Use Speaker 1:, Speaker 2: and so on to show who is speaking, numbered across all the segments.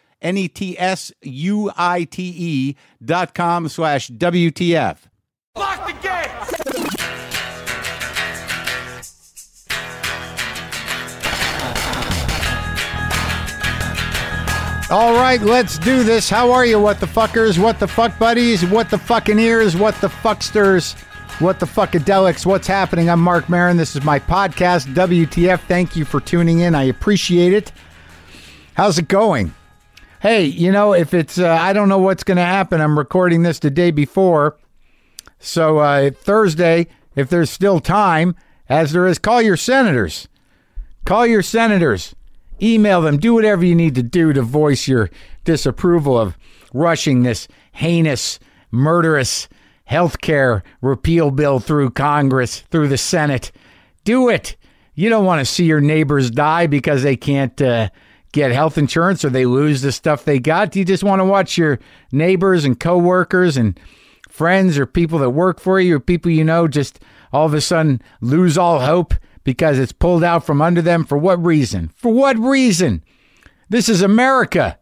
Speaker 1: N E T S U I T E dot com slash WTF.
Speaker 2: Lock the gate!
Speaker 1: All right, let's do this. How are you, what the fuckers, what the fuck buddies, what the fucking ears, what the fucksters, what the fuckadelics, what's happening? I'm Mark Marin. This is my podcast, WTF. Thank you for tuning in. I appreciate it. How's it going? Hey, you know, if it's, uh, I don't know what's going to happen. I'm recording this the day before. So uh, Thursday, if there's still time, as there is, call your senators. Call your senators email them, do whatever you need to do to voice your disapproval of rushing this heinous, murderous healthcare repeal bill through Congress, through the Senate. Do it. You don't want to see your neighbors die because they can't uh, get health insurance or they lose the stuff they got. You just want to watch your neighbors and coworkers and friends or people that work for you or people you know just all of a sudden lose all hope because it's pulled out from under them for what reason? For what reason? This is America.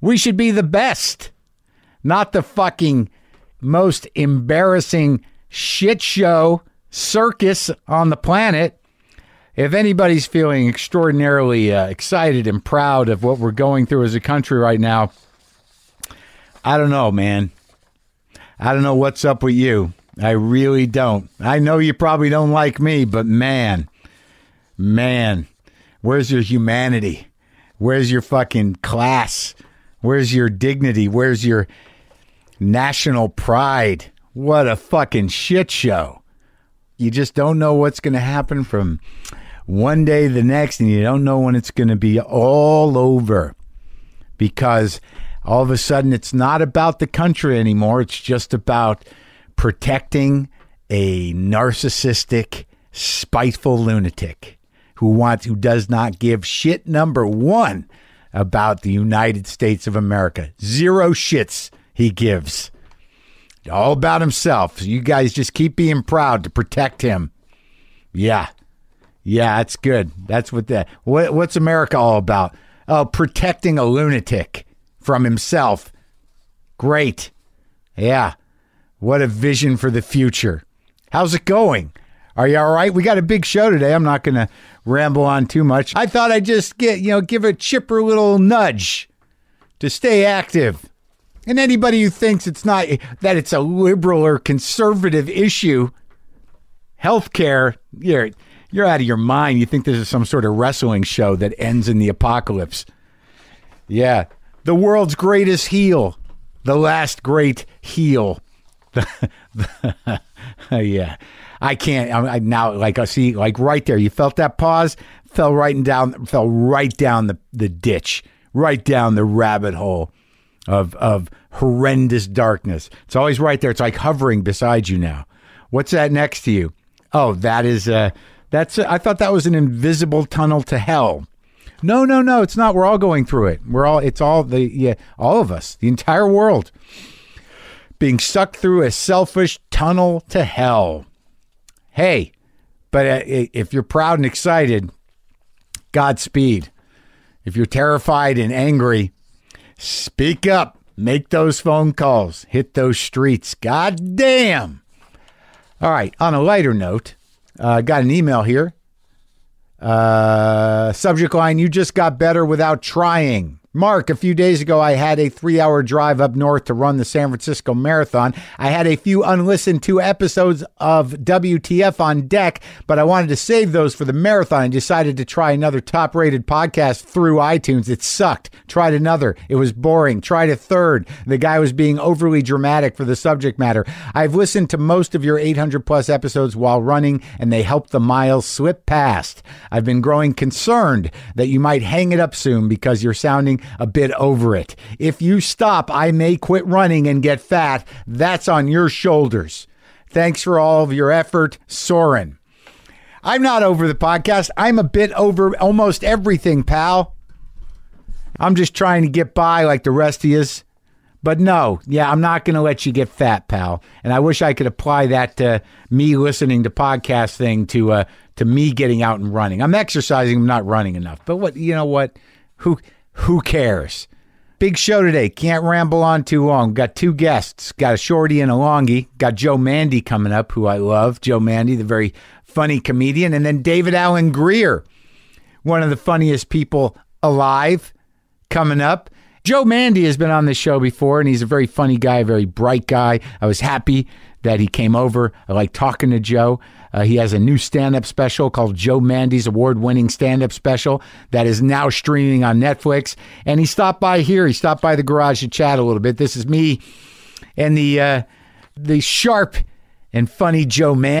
Speaker 1: We should be the best, not the fucking most embarrassing shit show circus on the planet. If anybody's feeling extraordinarily uh, excited and proud of what we're going through as a country right now, I don't know, man. I don't know what's up with you. I really don't. I know you probably don't like me, but man, man, where's your humanity? Where's your fucking class? Where's your dignity? Where's your national pride? What a fucking shit show. You just don't know what's going to happen from one day to the next, and you don't know when it's going to be all over because all of a sudden it's not about the country anymore. It's just about protecting a narcissistic, spiteful lunatic who wants, who does not give shit number one about the United States of America. Zero shits he gives. All about himself. So you guys just keep being proud to protect him. Yeah. Yeah, that's good. That's what that. What, what's America all about? Oh, protecting a lunatic from himself. Great. Yeah. What a vision for the future. How's it going? Are you all right? We got a big show today. I'm not going to ramble on too much. I thought I'd just get, you know, give a chipper little nudge to stay active. And anybody who thinks it's not that it's a liberal or conservative issue, healthcare, you're you're out of your mind. You think this is some sort of wrestling show that ends in the apocalypse. Yeah. The world's greatest heel. The last great heel. yeah. I can't. I, I now, like, I see, like, right there, you felt that pause, fell right and down, fell right down the, the ditch, right down the rabbit hole of, of horrendous darkness. It's always right there. It's like hovering beside you now. What's that next to you? Oh, that is, uh, that's, I thought that was an invisible tunnel to hell. No, no, no, it's not. We're all going through it. We're all, it's all the, yeah, all of us, the entire world being sucked through a selfish tunnel to hell. Hey, but uh, i- if you're proud and excited, Godspeed. If you're terrified and angry, speak up. Make those phone calls. Hit those streets. God damn. All right. On a lighter note, uh, got an email here. Uh, subject line You just got better without trying. Mark, a few days ago, I had a three hour drive up north to run the San Francisco Marathon. I had a few unlistened to episodes of WTF on deck, but I wanted to save those for the marathon and decided to try another top rated podcast through iTunes. It sucked. Tried another. It was boring. Tried a third. The guy was being overly dramatic for the subject matter. I've listened to most of your 800 plus episodes while running, and they helped the miles slip past. I've been growing concerned that you might hang it up soon because you're sounding a bit over it. If you stop, I may quit running and get fat. That's on your shoulders. Thanks for all of your effort, Soren. I'm not over the podcast. I'm a bit over almost everything, pal. I'm just trying to get by like the rest of yous. But no, yeah, I'm not going to let you get fat, pal. And I wish I could apply that to me listening to podcast thing to uh, to me getting out and running. I'm exercising, I'm not running enough. But what you know what? Who who cares? Big show today. Can't ramble on too long. Got two guests. Got a shorty and a longie. Got Joe Mandy coming up, who I love. Joe Mandy, the very funny comedian, and then David Allen Greer, one of the funniest people alive coming up. Joe Mandy has been on this show before, and he's a very funny guy, very bright guy. I was happy that he came over. I like talking to Joe. Uh, he has a new stand up special called Joe Mandy's award winning stand up special that is now streaming on Netflix. And he stopped by here. He stopped by the garage to chat a little bit. This is me and the, uh, the sharp and funny Joe Mandy.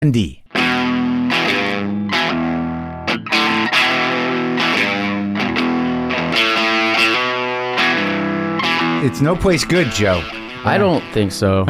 Speaker 1: Andy. It's no place good, Joe.
Speaker 3: I don't think so.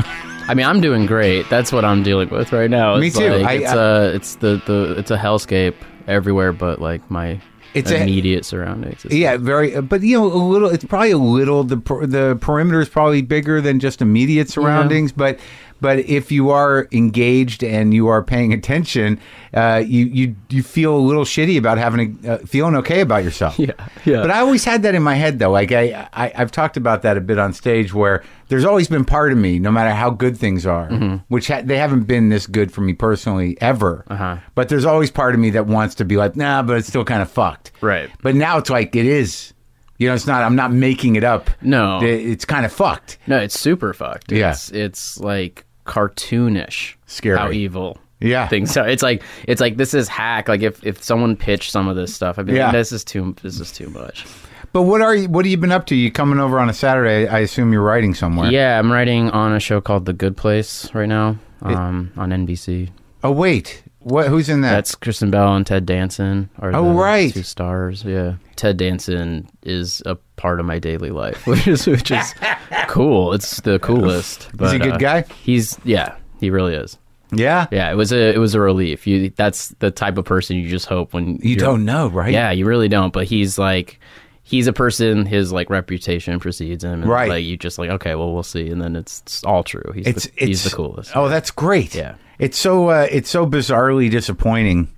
Speaker 3: I mean, I'm doing great. That's what I'm dealing with right now.
Speaker 1: Me
Speaker 3: It's
Speaker 1: too.
Speaker 3: Like,
Speaker 1: I-
Speaker 3: it's
Speaker 1: I-
Speaker 3: a, it's the, the, it's a hellscape everywhere, but like my
Speaker 1: It's a-
Speaker 3: immediate surroundings. It's-
Speaker 1: Yeah, very. uh, But you know, a little. It's probably a little. The per- the perimeter is probably bigger than just immediate surroundings. But but if you are engaged and you are paying attention, uh, you you you feel a little shitty about having a, uh, feeling okay about yourself.
Speaker 3: Yeah, yeah.
Speaker 1: But I always had that in my head though. Like I, I I've talked about that a bit on stage where there's always been part of me, no matter how good things are,
Speaker 3: Mm-hmm.
Speaker 1: which ha- they haven't been this good for me personally ever.
Speaker 3: Uh-huh.
Speaker 1: But there's always part of me that wants to be like, nah, but it's still kind of fucked.
Speaker 3: Right.
Speaker 1: But now it's like it is. You know, it's not. I'm not making it up.
Speaker 3: No.
Speaker 1: The- it's kind of fucked.
Speaker 3: No, it's super fucked.
Speaker 1: Yeah.
Speaker 3: It's, it's like cartoonish.
Speaker 1: Scary.
Speaker 3: How evil.
Speaker 1: Yeah.
Speaker 3: Things are. It's like it's like this is hack. Like if, if someone pitched some of this stuff, I'd be
Speaker 1: Yeah.
Speaker 3: like, this is too this is too much.
Speaker 1: But what are you? What have you been up to? You coming over on a Saturday? I assume you're writing somewhere.
Speaker 3: Yeah, I'm writing on a show called The Good Place right now. Um, on NBC.
Speaker 1: Oh wait, what? Who's in that?
Speaker 3: That's Kristen Bell and Ted Danson are
Speaker 1: Oh,
Speaker 3: the
Speaker 1: right.
Speaker 3: two stars. Yeah, Ted Danson is a part of my daily life, which is which is cool. It's the coolest. But,
Speaker 1: he a good
Speaker 3: uh,
Speaker 1: guy?
Speaker 3: He's yeah, he really is.
Speaker 1: yeah.
Speaker 3: Yeah, it was a it was a relief. You that's the type of person you just hope when
Speaker 1: You don't know, right?
Speaker 3: Yeah, you really don't. But he's like. He's a person. His like reputation precedes him. And,
Speaker 1: Right.
Speaker 3: Like you just like okay, well we'll see, and then it's, it's all true. He's
Speaker 1: It's
Speaker 3: the,
Speaker 1: it's
Speaker 3: he's the coolest.
Speaker 1: Oh, that's great.
Speaker 3: Yeah.
Speaker 1: It's so uh, it's so bizarrely disappointing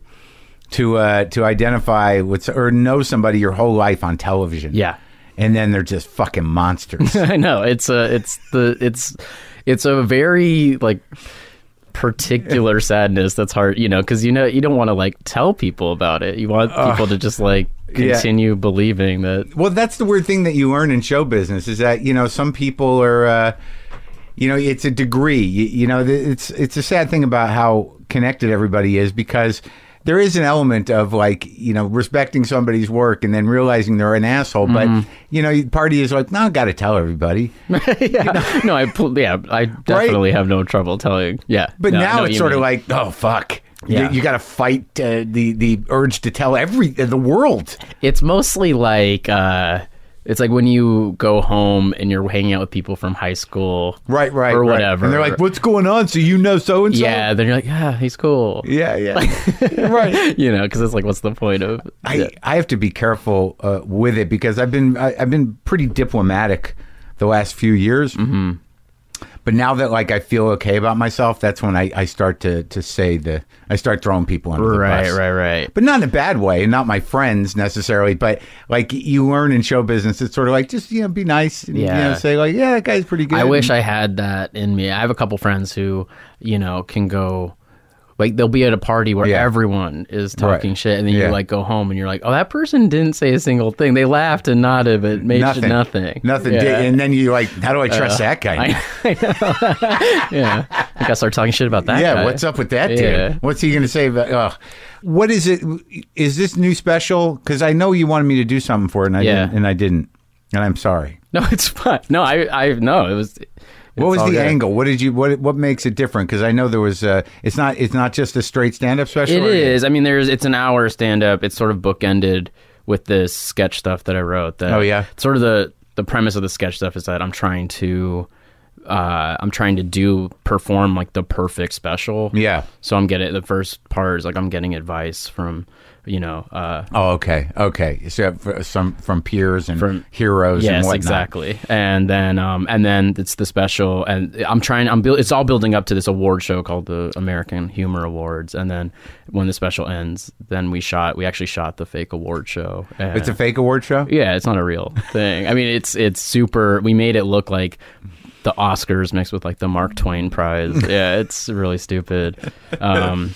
Speaker 1: to uh, to identify with or know somebody your whole life on television.
Speaker 3: Yeah.
Speaker 1: And then they're just fucking monsters.
Speaker 3: I know it's a it's the it's it's a very like particular sadness that's hard you know because you know you don't want to like tell people about it you want people to just like continue believing that
Speaker 1: Well, that's the weird thing that you learn in show business is that you know some people are, uh, you know, it's a degree. You, you know, th- it's it's a sad thing about how connected everybody is because there is an element of like you know respecting somebody's work and then realizing they're an asshole. But you know, party is like, no, I got to tell everybody.
Speaker 3: yeah. No, I pl- yeah, I definitely have no trouble telling. Yeah.
Speaker 1: But
Speaker 3: No, I know
Speaker 1: now
Speaker 3: what
Speaker 1: it's
Speaker 3: you
Speaker 1: sort of
Speaker 3: mean.
Speaker 1: like, oh fuck,
Speaker 3: Yeah.
Speaker 1: you, you got to fight uh, the the urge to tell every uh, the world.
Speaker 3: it's mostly like uh it's like when you go home and you're hanging out with people from high school.
Speaker 1: Right, right,
Speaker 3: Or
Speaker 1: right.
Speaker 3: whatever.
Speaker 1: And they're like, "What's going on?" So you know, so and so.
Speaker 3: Yeah, then you're like, yeah, he's cool.
Speaker 1: yeah, yeah. right.
Speaker 3: You know, because it's like, what's the point of?
Speaker 1: I, I have to be careful uh, with it because I've been I, I've been pretty diplomatic the last few years. Mm-hmm. But now that like I feel okay about myself, that's when I, I start to to say the I start throwing people under the
Speaker 3: right,
Speaker 1: bus.
Speaker 3: right, right.
Speaker 1: But not in a bad way, and not my friends necessarily. But like you learn in show business, it's sort of like just you know be nice and you
Speaker 3: Yeah.
Speaker 1: know, say like yeah that guy's pretty good.
Speaker 3: I wish I had that in me. I have a couple friends who, you know, can go like they'll be at a party where
Speaker 1: Yeah.
Speaker 3: everyone is talking
Speaker 1: Right.
Speaker 3: shit and then
Speaker 1: Yeah.
Speaker 3: you like go home and you're like, "Oh, that person didn't say a single thing. They laughed and nodded but made
Speaker 1: nothing,
Speaker 3: nothing.
Speaker 1: nothing.
Speaker 3: nothing." Yeah. Uh,
Speaker 1: did- and then you like, how do I trust that guy?
Speaker 3: I, I know. yeah. I think I start talking shit about that.
Speaker 1: yeah,
Speaker 3: guy.
Speaker 1: what's up with that
Speaker 3: Yeah.
Speaker 1: dude? What's he going to say about? Uh, what is it? Is this new special? Because I know you wanted me to do something for it, and I
Speaker 3: Yeah.
Speaker 1: didn't, and I didn't, and I'm sorry.
Speaker 3: No, it's fine. No, I, I, no, it was.
Speaker 1: What was the
Speaker 3: angle?
Speaker 1: angle? What did you? What what makes it different? Because I know there was. Uh, it's not. It's not just a straight stand-up special.
Speaker 3: It
Speaker 1: or-
Speaker 3: is. I mean, there's. It's an hour stand up. It's sort of bookended with this sketch stuff that I wrote. That
Speaker 1: Oh, yeah?
Speaker 3: Sort of the the premise of the sketch stuff is that I'm trying to, uh, I'm trying to do perform like the perfect special.
Speaker 1: Yeah.
Speaker 3: So I'm getting the first part is like I'm getting advice from, you know, uh,
Speaker 1: Oh, okay, okay. So f- some from peers and
Speaker 3: From-
Speaker 1: heroes. and
Speaker 3: yes,
Speaker 1: whatnot.
Speaker 3: exactly. And then, um, and then it's the special, and I'm trying. I'm build. It's all building up to this award show called the American Humor Awards, and then when the special ends, then we shot. We actually shot the fake award show. and-
Speaker 1: It's a fake award show.
Speaker 3: yeah, it's not a real thing. I mean, it's it's super. We made it look like the Oscars mixed with like the Mark Twain Prize. Yeah, it's really stupid. Um,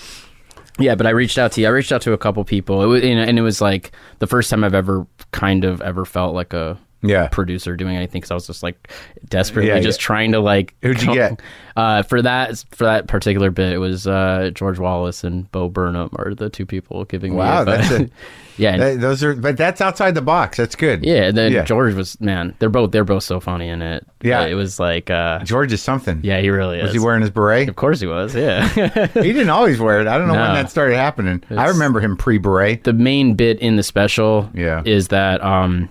Speaker 3: yeah, but I reached out to you. I reached out to a couple people. It was, you know, and it was like the first time I've ever kind of ever felt like a
Speaker 1: Yeah.
Speaker 3: producer doing anything because I was just like desperately
Speaker 1: Yeah,
Speaker 3: just
Speaker 1: yeah.
Speaker 3: trying to like
Speaker 1: Who'd you get?
Speaker 3: uh, for that for that particular bit? It was uh, George Wallace and Bo Burnham are the two people giving
Speaker 1: Wow,
Speaker 3: me. advice.
Speaker 1: that's a-
Speaker 3: yeah, and-
Speaker 1: That- Uh, those are, but that's outside the box. That's good.
Speaker 3: yeah, and then
Speaker 1: Yeah.
Speaker 3: George was man. They're both they're both so funny in it.
Speaker 1: Yeah.
Speaker 3: Uh, it was like uh,
Speaker 1: George is something.
Speaker 3: yeah, he really
Speaker 1: Was
Speaker 3: is.
Speaker 1: he wearing his beret?
Speaker 3: Of course he was. Yeah.
Speaker 1: he didn't always wear it. I don't know when
Speaker 3: No.
Speaker 1: that started happening. I remember him pre beret.
Speaker 3: the main bit in the special
Speaker 1: Yeah.
Speaker 3: is that um,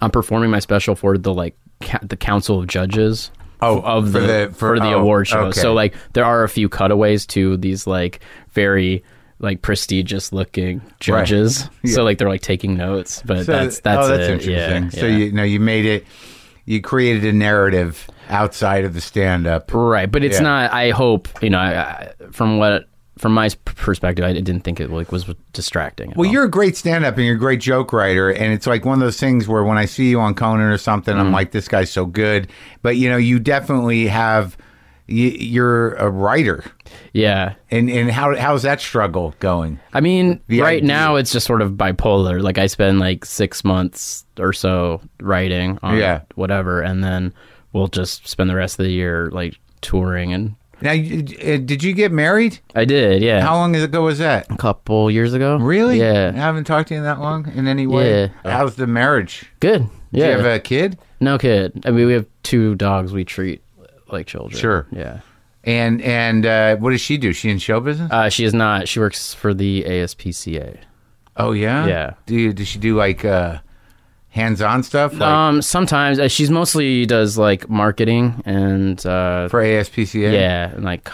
Speaker 3: I'm performing my special for the like ca- the council of judges.
Speaker 1: Oh,
Speaker 3: of
Speaker 1: for
Speaker 3: the for
Speaker 1: the-
Speaker 3: the,
Speaker 1: for- oh,
Speaker 3: award show.
Speaker 1: okay.
Speaker 3: So like there are a few cutaways to these like very like prestigious looking judges. So like they're like taking notes, but that's that's
Speaker 1: oh, that's
Speaker 3: it.
Speaker 1: interesting.
Speaker 3: Yeah,
Speaker 1: So
Speaker 3: yeah.
Speaker 1: you know, you made it. You created a narrative outside of the stand-up.
Speaker 3: Right, but it's
Speaker 1: Yeah.
Speaker 3: not. I hope you know. I, I, from what from my s- perspective, I didn't think it like was distracting. at
Speaker 1: Well,
Speaker 3: all.
Speaker 1: you're a great stand-up and you're a great joke writer, and it's like one of those things where when I see you on Conan or something,
Speaker 3: Mm.
Speaker 1: I'm like, this guy's so good. But you know, you definitely have. y- You're a writer,
Speaker 3: yeah.
Speaker 1: and and how how's that struggle going?
Speaker 3: I mean,
Speaker 1: The
Speaker 3: right
Speaker 1: idea.
Speaker 3: now it's just sort of bipolar. Like I spend like six months or so writing on
Speaker 1: Yeah.
Speaker 3: whatever, and then we'll just spend the rest of the year like touring. And
Speaker 1: Now, you- uh, did you get married?
Speaker 3: I did, yeah,
Speaker 1: How long ago was that?
Speaker 3: a couple years ago.
Speaker 1: Really? I
Speaker 3: Yeah,
Speaker 1: haven't talked to you in that long in any way.
Speaker 3: Yeah.
Speaker 1: How's the marriage?
Speaker 3: good.
Speaker 1: Do
Speaker 3: Yeah,
Speaker 1: you have a kid?
Speaker 3: no kid. I mean, we have two dogs we treat like children.
Speaker 1: Sure.
Speaker 3: Yeah.
Speaker 1: And and uh, what does she do? She in show business?
Speaker 3: Uh, she is not. She works for the ASPCA.
Speaker 1: oh yeah.
Speaker 3: yeah.
Speaker 1: Do you, does she do like uh, hands-on stuff like
Speaker 3: um, sometimes uh, she's mostly does like marketing and uh,
Speaker 1: for ASPCA?
Speaker 3: yeah, and like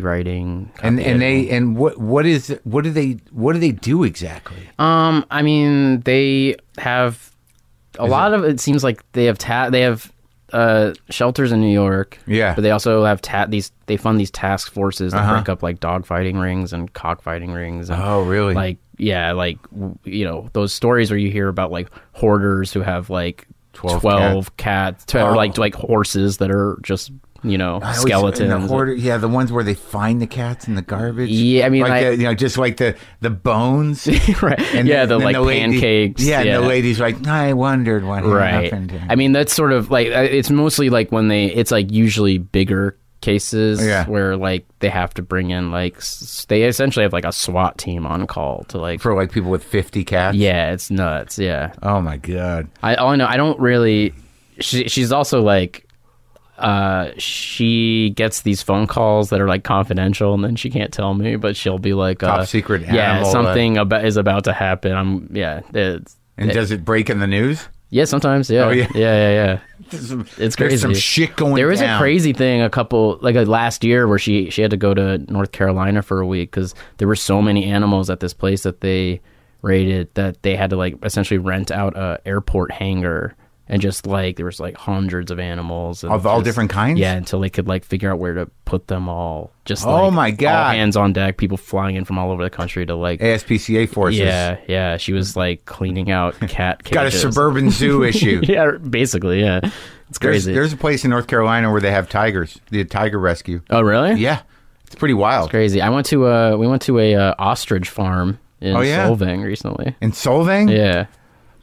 Speaker 3: copywriting.
Speaker 1: And and
Speaker 3: copyediting.
Speaker 1: they and what what is what do they what do they do exactly?
Speaker 3: um, I mean, they have a lot of. It seems like they have ta- they have uh shelters in New York.
Speaker 1: Yeah. Uh-huh.
Speaker 3: but they also have ta- these. They fund these task forces that break up like dogfighting rings and cockfighting rings. And,
Speaker 1: Oh, really?
Speaker 3: Like yeah, like w- you know those stories where you hear about like hoarders who have like
Speaker 1: 12
Speaker 3: 12, cats
Speaker 1: Oh.
Speaker 3: or like like horses that are just you know
Speaker 1: I always-
Speaker 3: skeletons.
Speaker 1: and the hoarder, yeah, the ones where they find the cats in the garbage.
Speaker 3: Yeah, I mean,
Speaker 1: like,
Speaker 3: like-
Speaker 1: the, you know, just like the the bones.
Speaker 3: right.
Speaker 1: And
Speaker 3: yeah,
Speaker 1: then-
Speaker 3: the
Speaker 1: then
Speaker 3: like
Speaker 1: lady-
Speaker 3: pancakes.
Speaker 1: Yeah, and the lady's like, I wondered what
Speaker 3: right.
Speaker 1: happened. here."
Speaker 3: I mean, that's sort of like uh, it's mostly like when they. It's like usually bigger cases
Speaker 1: Yeah.
Speaker 3: where like they have to bring in like s- they essentially have like a SWAT team on call to like
Speaker 1: for like people with 50 cats.
Speaker 3: yeah, it's nuts. Yeah,
Speaker 1: Oh my god.
Speaker 3: I all I know I don't really. She, she's also like, uh, she gets these phone calls that are like confidential, and then she can't tell me, but she'll be like,
Speaker 1: Top
Speaker 3: uh,
Speaker 1: secret
Speaker 3: Yeah,
Speaker 1: animal, uh,
Speaker 3: something about is about to happen. I'm yeah. It's,
Speaker 1: And does it break in the news?
Speaker 3: yeah, sometimes yeah,
Speaker 1: Oh, yeah.
Speaker 3: yeah, yeah, yeah. It's crazy.
Speaker 1: There's some shit going.
Speaker 3: There was
Speaker 1: down.
Speaker 3: a crazy thing a couple like uh, last year where she she had to go to North Carolina for a week because there were so many animals at this place that they raided that they had to like essentially rent out a airport hangar and just like there was like hundreds of animals and
Speaker 1: Of all
Speaker 3: just-
Speaker 1: different kinds?
Speaker 3: Yeah, until they could like figure out where to put them all. Just
Speaker 1: Oh
Speaker 3: like,
Speaker 1: my God.
Speaker 3: all hands on deck, people flying in from all over the country to like.
Speaker 1: ASPCA forces.
Speaker 3: Yeah, yeah. She was like cleaning out cat cages.
Speaker 1: Got a suburban zoo issue.
Speaker 3: Yeah, basically. Yeah,
Speaker 1: There's,
Speaker 3: it's crazy.
Speaker 1: there's a place in North Carolina where they have tigers, the tiger rescue.
Speaker 3: oh, really?
Speaker 1: Yeah, it's pretty wild.
Speaker 3: crazy. I went to uh we went to a uh, ostrich farm in
Speaker 1: Oh, yeah?
Speaker 3: Solvang recently.
Speaker 1: In Solvang?
Speaker 3: Yeah.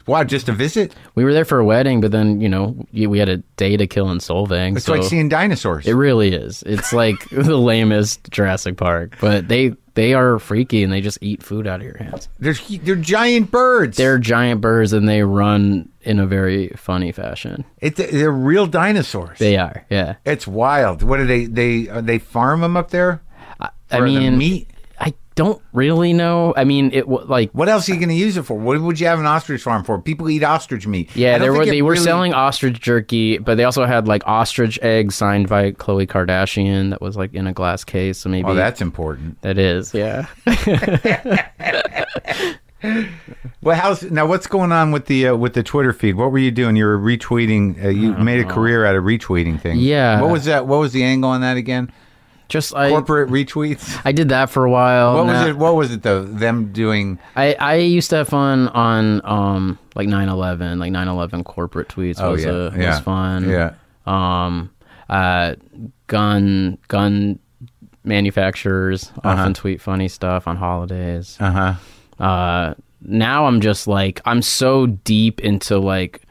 Speaker 1: Wow, just a visit?
Speaker 3: We were there for a wedding, but then, you know, y- we had a day to kill in Solvang.
Speaker 1: It's
Speaker 3: so
Speaker 1: like seeing dinosaurs.
Speaker 3: it really is. It's like the lamest Jurassic Park, but they they are freaky and they just eat food out of your hands.
Speaker 1: They're, hu- they're giant birds.
Speaker 3: They're giant birds and they run in a very funny fashion.
Speaker 1: it, they're real dinosaurs.
Speaker 3: They are. Yeah.
Speaker 1: it's wild. What do they they uh, they farm them up there?
Speaker 3: I
Speaker 1: For the
Speaker 3: mean,
Speaker 1: meat?
Speaker 3: I don't really know. I mean, it wa- like
Speaker 1: What else are you going to use it for? What would you have an ostrich farm for? People eat ostrich meat. I
Speaker 3: Yeah,
Speaker 1: don't
Speaker 3: there
Speaker 1: think
Speaker 3: were
Speaker 1: it
Speaker 3: they were
Speaker 1: really-
Speaker 3: selling ostrich jerky, but they also had like ostrich eggs signed by Khloe Kardashian that was like in a glass case. So maybe
Speaker 1: Oh, that's important.
Speaker 3: that is. Yeah.
Speaker 1: Well, how's now? What's going on with the uh, with the Twitter feed? What were you doing? You were retweeting. Uh, you made a career out of retweeting things.
Speaker 3: Uh-huh. Yeah.
Speaker 1: What was that? What was the angle on that again?
Speaker 3: Just I
Speaker 1: Corporate retweets.
Speaker 3: I did that for a while.
Speaker 1: What was
Speaker 3: Now-
Speaker 1: it? What was it though? Them doing
Speaker 3: I, I used to have fun on um like 9/11, like 9/11 corporate tweets
Speaker 1: Oh,
Speaker 3: was
Speaker 1: yeah,
Speaker 3: uh,
Speaker 1: yeah,
Speaker 3: was fun.
Speaker 1: yeah.
Speaker 3: Um uh gun gun manufacturers often tweet funny stuff on holidays.
Speaker 1: Uh-huh.
Speaker 3: Uh, now I'm just like I'm so deep into like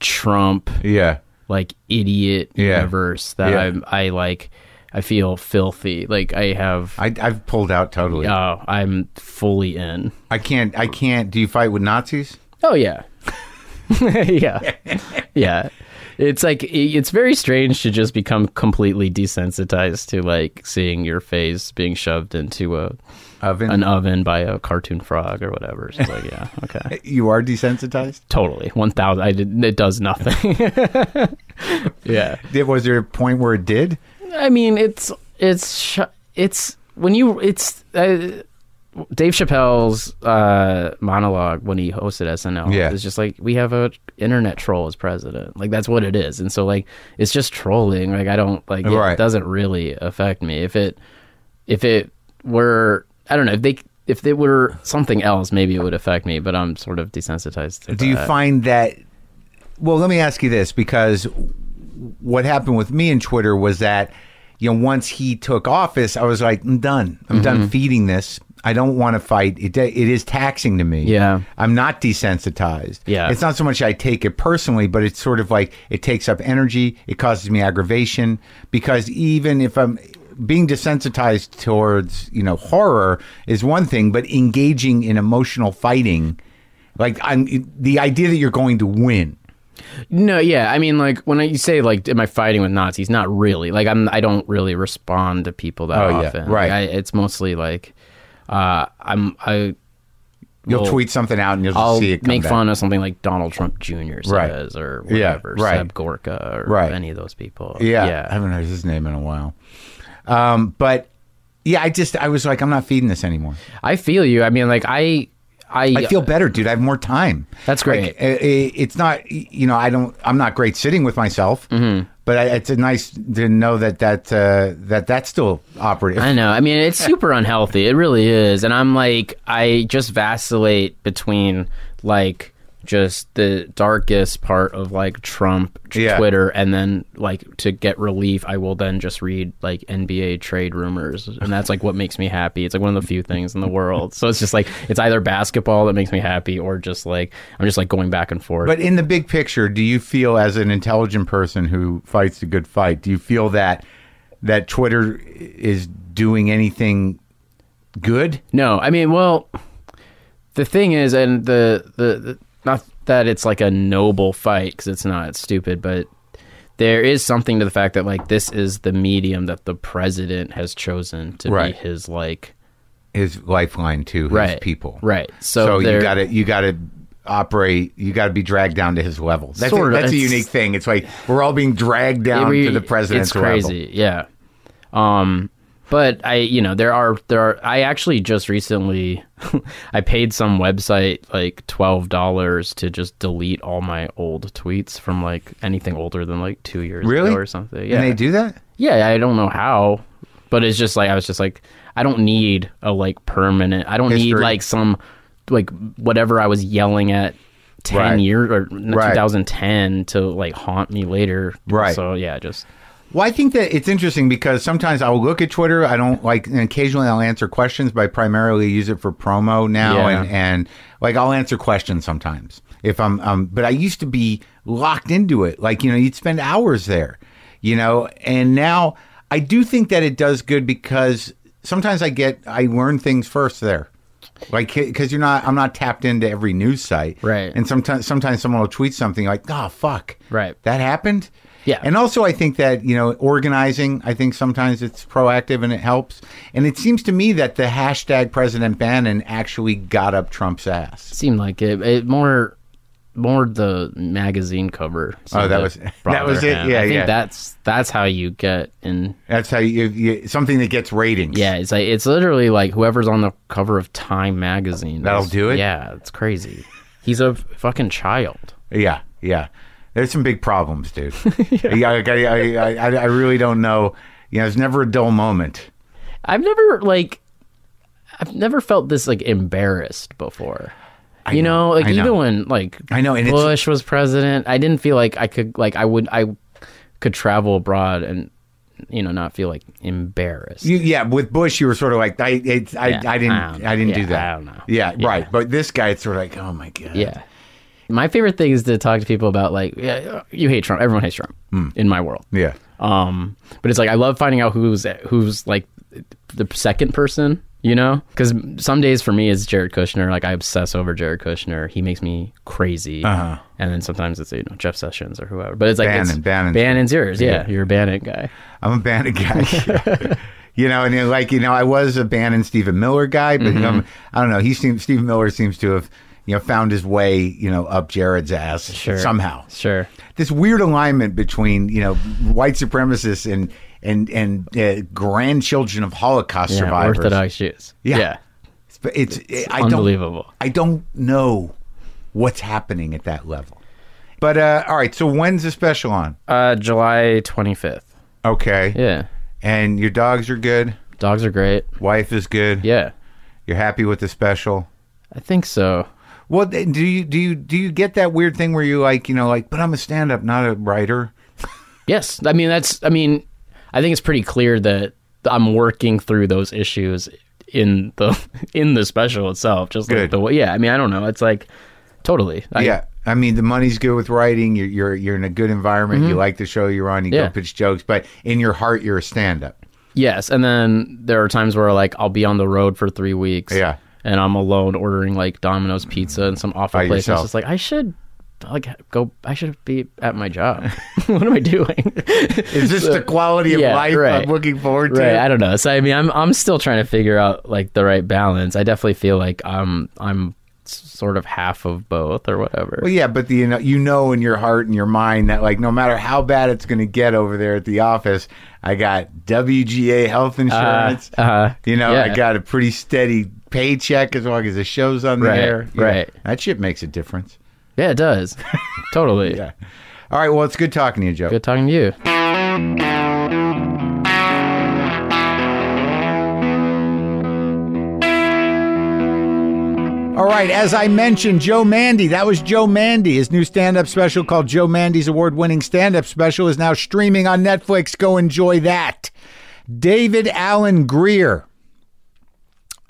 Speaker 3: Trump
Speaker 1: yeah.
Speaker 3: like idiot
Speaker 1: Yeah.
Speaker 3: universe that
Speaker 1: Yeah.
Speaker 3: I'm I like I feel filthy. Like I have
Speaker 1: I, I've pulled out totally.
Speaker 3: oh I'm fully in.
Speaker 1: I can't. I can't. Do you fight with Nazis?
Speaker 3: Oh yeah. yeah. Yeah. It's like i- it's very strange to just become completely desensitized to like seeing your face being shoved into a
Speaker 1: Oven.
Speaker 3: an oven by a cartoon frog or whatever. So it's like, yeah, okay.
Speaker 1: you are desensitized.
Speaker 3: Totally. 1000 I did it does nothing. yeah.
Speaker 1: Did, was there a point where it did?
Speaker 3: I mean, it's it's sh- it's when you it's uh, Dave Chappelle's uh, monologue when he hosted SNL.
Speaker 1: Yeah.
Speaker 3: it's just like we have a internet troll as president. Like that's what it is, and so like it's just trolling. Like I don't like it
Speaker 1: Right.
Speaker 3: doesn't really affect me if it if it were I don't know if they. If it were something else, maybe it would affect me, but I'm sort of desensitized to
Speaker 1: Do you
Speaker 3: that.
Speaker 1: find that? Well, let me ask you this because what happened with me and Twitter was that you know once he took office, I was like, I'm done. I'm
Speaker 3: Mm-hmm.
Speaker 1: done feeding this. I don't want to fight. It it is taxing to me.
Speaker 3: Yeah.
Speaker 1: I'm not desensitized.
Speaker 3: Yeah.
Speaker 1: It's not so much I take it personally, but it's sort of like it takes up energy. It causes me aggravation because even if I'm being desensitized towards, you know, horror is one thing, but engaging in emotional fighting, like I'm the idea that you're going to win.
Speaker 3: No, yeah, I mean, like when I, you say like, am I fighting with Nazis? Not really. Like I'm, I don't really respond to people that
Speaker 1: Oh, yeah,
Speaker 3: often.
Speaker 1: right.
Speaker 3: Like, I, it's mostly like, uh, I'm, I,
Speaker 1: You'll
Speaker 3: Well,
Speaker 1: tweet something out and you'll
Speaker 3: I'll
Speaker 1: see it come
Speaker 3: make
Speaker 1: back.
Speaker 3: fun of something like Donald Trump Jr. says
Speaker 1: Right.
Speaker 3: or
Speaker 1: Yeah,
Speaker 3: whatever,
Speaker 1: right.
Speaker 3: Seb Gorka or
Speaker 1: Right.
Speaker 3: any of those people.
Speaker 1: Yeah, I
Speaker 3: yeah,
Speaker 1: haven't heard his name in a while. Um, but yeah, I just I was like, I'm not feeding this anymore.
Speaker 3: I feel you. I mean, like I, I,
Speaker 1: I feel better, dude. I have more time.
Speaker 3: That's great.
Speaker 1: Like, i- i- it's not, you know, I don't. I'm not great sitting with myself,
Speaker 3: Mm-hmm.
Speaker 1: but I, it's a nice to know that that uh, that that's still operative.
Speaker 3: I know. I mean, it's super unhealthy. It really is. And I'm like, I just vacillate between like just the darkest part of like Trump t-
Speaker 1: Yeah.
Speaker 3: Twitter, and then like to get relief, I will then just read like NBA trade rumors, and that's like what makes me happy. It's like one of the few things in the world. So it's just like it's either basketball that makes me happy, or just like I'm just like going back and forth.
Speaker 1: But in the big picture, do you feel as an intelligent person who fights a good fight? Do you feel that that Twitter is doing anything good.
Speaker 3: No, I mean, well, the thing is, and the the, the not that it's like a noble fight because it's not it's stupid, but there is something to the fact that like this is the medium that the president has chosen to
Speaker 1: Right.
Speaker 3: be his like
Speaker 1: His lifeline to his
Speaker 3: right
Speaker 1: people.
Speaker 3: right. So,
Speaker 1: So, you
Speaker 3: there-
Speaker 1: got to you got to operate. You got to be dragged down to his level. That's
Speaker 3: Sort
Speaker 1: a,
Speaker 3: of.
Speaker 1: that's a
Speaker 3: It's-
Speaker 1: unique thing. It's like we're all being dragged down
Speaker 3: we-
Speaker 1: to the president's
Speaker 3: It's crazy,
Speaker 1: level.
Speaker 3: yeah. Um, but I, you know, there are there are. I actually just recently, I paid some website like twelve dollars to just delete all my old tweets from like anything older than like two years
Speaker 1: Really?
Speaker 3: ago or something. Yeah,
Speaker 1: And they do that.
Speaker 3: yeah. I don't know how, but it's just like I was just like I don't need a like permanent. I don't need
Speaker 1: History.
Speaker 3: like some like whatever I was yelling at. 10
Speaker 1: Right.
Speaker 3: years or
Speaker 1: Right.
Speaker 3: 2010 to like haunt me later.
Speaker 1: Right.
Speaker 3: So, yeah, just
Speaker 1: Well, I think that it's interesting because sometimes I'll look at Twitter. I don't like, and occasionally I'll answer questions, but I primarily use it for promo now.
Speaker 3: Yeah.
Speaker 1: And, and like, I'll answer questions sometimes if I'm, um, but I used to be locked into it. Like, you know, you'd spend hours there, you know, and now I do think that it does good because sometimes I get, I learn things first there. Like, because you're not, I'm not tapped into every news site.
Speaker 3: Right.
Speaker 1: And sometimes, sometimes someone will tweet something like, oh, fuck.
Speaker 3: Right.
Speaker 1: That happened.
Speaker 3: Yeah.
Speaker 1: And also, I think that, you know, organizing, I think sometimes it's proactive and it helps. And it seems to me that the hashtag President Bannon actually got up Trump's ass.
Speaker 3: seemed like it. it more more the magazine cover.
Speaker 1: Oh, that
Speaker 3: seemed to
Speaker 1: was- that
Speaker 3: bother
Speaker 1: was it?
Speaker 3: him.
Speaker 1: Yeah,
Speaker 3: I think
Speaker 1: yeah.
Speaker 3: That's that's how you get in.
Speaker 1: That's how you, you something that gets ratings.
Speaker 3: Yeah, it's like it's literally like whoever's on the cover of Time magazine.
Speaker 1: That'll
Speaker 3: is-
Speaker 1: do it?
Speaker 3: Yeah, it's crazy. He's a fucking child.
Speaker 1: Yeah. Yeah. There's some big problems, dude. yeah. like, I, I, I, I I really don't know. You know, it's never a dull moment.
Speaker 3: I've never like I've never felt this like embarrassed before. you know,
Speaker 1: know,
Speaker 3: like
Speaker 1: I
Speaker 3: even
Speaker 1: know.
Speaker 3: when like
Speaker 1: I know, and it's-
Speaker 3: Bush was president, I didn't feel like I could like I would I could travel abroad and you know not feel like embarrassed.
Speaker 1: You, yeah, with Bush, you were sort of like, I, it, I,
Speaker 3: Yeah,
Speaker 1: I didn't,
Speaker 3: I
Speaker 1: I,
Speaker 3: don't
Speaker 1: didn't
Speaker 3: know.
Speaker 1: do
Speaker 3: Yeah,
Speaker 1: that.
Speaker 3: I don't know.
Speaker 1: Yeah,
Speaker 3: Yeah.
Speaker 1: right. But this guy, it's sort of like, oh my god.
Speaker 3: yeah. My favorite thing is to talk to people about like yeah, you hate Trump. Everyone hates Trump
Speaker 1: Hmm.
Speaker 3: in my world.
Speaker 1: Yeah.
Speaker 3: Um, but it's like I love finding out who's who's like the second person, you know? Because some days for me it's Jared Kushner. Like I obsess over Jared Kushner. He makes me crazy. Uh-huh. And then sometimes it's you know Jeff Sessions or whoever. But it's like it's-
Speaker 1: Bannon, Bannon's-
Speaker 3: Bannon's yours. Yeah, you're a Bannon guy.
Speaker 1: I'm a Bannon guy. you know, and then, like you know, I was a Bannon Stephen Miller guy, but um,
Speaker 3: Mm-hmm.
Speaker 1: I don't know. He seems Stephen Miller seems to have you know found his way you know up Jared's ass
Speaker 3: Sure.
Speaker 1: somehow.
Speaker 3: Sure.
Speaker 1: This weird alignment between you know white supremacists and and and uh, grandchildren of Holocaust
Speaker 3: Yeah,
Speaker 1: survivors.
Speaker 3: Orthodox Jews.
Speaker 1: Yeah.
Speaker 3: yeah.
Speaker 1: It's, it's, I
Speaker 3: unbelievable.
Speaker 1: Don't, I don't know what's happening at that level. But uh, all right, so when's the special on?
Speaker 3: Uh, July twenty fifth.
Speaker 1: Okay,
Speaker 3: Yeah.
Speaker 1: and your dogs are good.
Speaker 3: Dogs are great.
Speaker 1: Wife is good.
Speaker 3: Yeah.
Speaker 1: You're happy with the special.
Speaker 3: I think so.
Speaker 1: Well, th- do you do you do you get that weird thing where you like you know like, but I'm a stand up, not a writer.
Speaker 3: Yes. I mean, that's, I mean, I think it's pretty clear that I'm working through those issues in the, in the special itself. Just like
Speaker 1: Good.
Speaker 3: the way, yeah. I mean, I don't know. It's like totally. I,
Speaker 1: yeah, I mean the money's good with writing. You're you're you're in a good environment. You like the show you're on. You
Speaker 3: Mm-hmm. Yeah.
Speaker 1: go pitch jokes, but in your heart, you're a stand up.
Speaker 3: Yes. And then there are times where like I'll be on the road for three weeks.
Speaker 1: Yeah.
Speaker 3: And I'm alone ordering like Domino's pizza in some awful
Speaker 1: By
Speaker 3: place. And
Speaker 1: yourself.
Speaker 3: it's just like, I should like go, I should be at my job. what am I doing?
Speaker 1: Is this the quality of
Speaker 3: yeah,
Speaker 1: life
Speaker 3: right.
Speaker 1: I'm looking forward to?
Speaker 3: Right, I don't know. So I mean, I'm I'm still trying to figure out like the right balance. I definitely feel like I'm I'm s- sort of half of both or whatever.
Speaker 1: well, yeah, but the, you know you know in your heart and your mind that like no matter how bad it's going to get over there at the office, I got WGA health insurance.
Speaker 3: uh,
Speaker 1: You know,
Speaker 3: yeah.
Speaker 1: I got a pretty steady paycheck as long as the show's on
Speaker 3: Right,
Speaker 1: the air. Yeah.
Speaker 3: right.
Speaker 1: That shit makes a difference.
Speaker 3: Yeah, it does. totally.
Speaker 1: Yeah. All right. Well, it's good talking to you, Joe.
Speaker 3: Good talking to you.
Speaker 1: All right. As I mentioned, Joe Mandy. That was Joe Mandy. His new stand up special called Joe Mandy's award winning stand up special is now streaming on Netflix. Go enjoy that. David Allen Greer.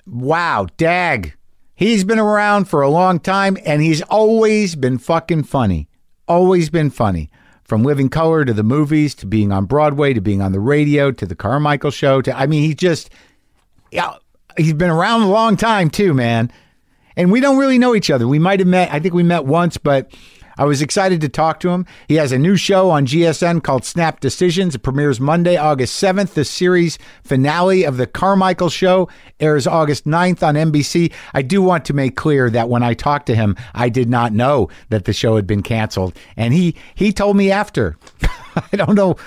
Speaker 1: Wow. Dag. He's been around for a long time and he's always been fucking funny. Always been funny. From Living Color to the movies to being on Broadway to being on the radio to the Carmichael show to I mean he just yeah, he's been around a long time too, man. And we don't really know each other. We might have met, I think we met once, but I was excited to talk to him. He has a new show on GSN called Snap Decisions. It premieres Monday, August 7th. The series finale of The Carmichael Show airs August 9th on NBC. I do want to make clear that when I talked to him, I did not know that the show had been canceled. And he, he told me after. I don't know,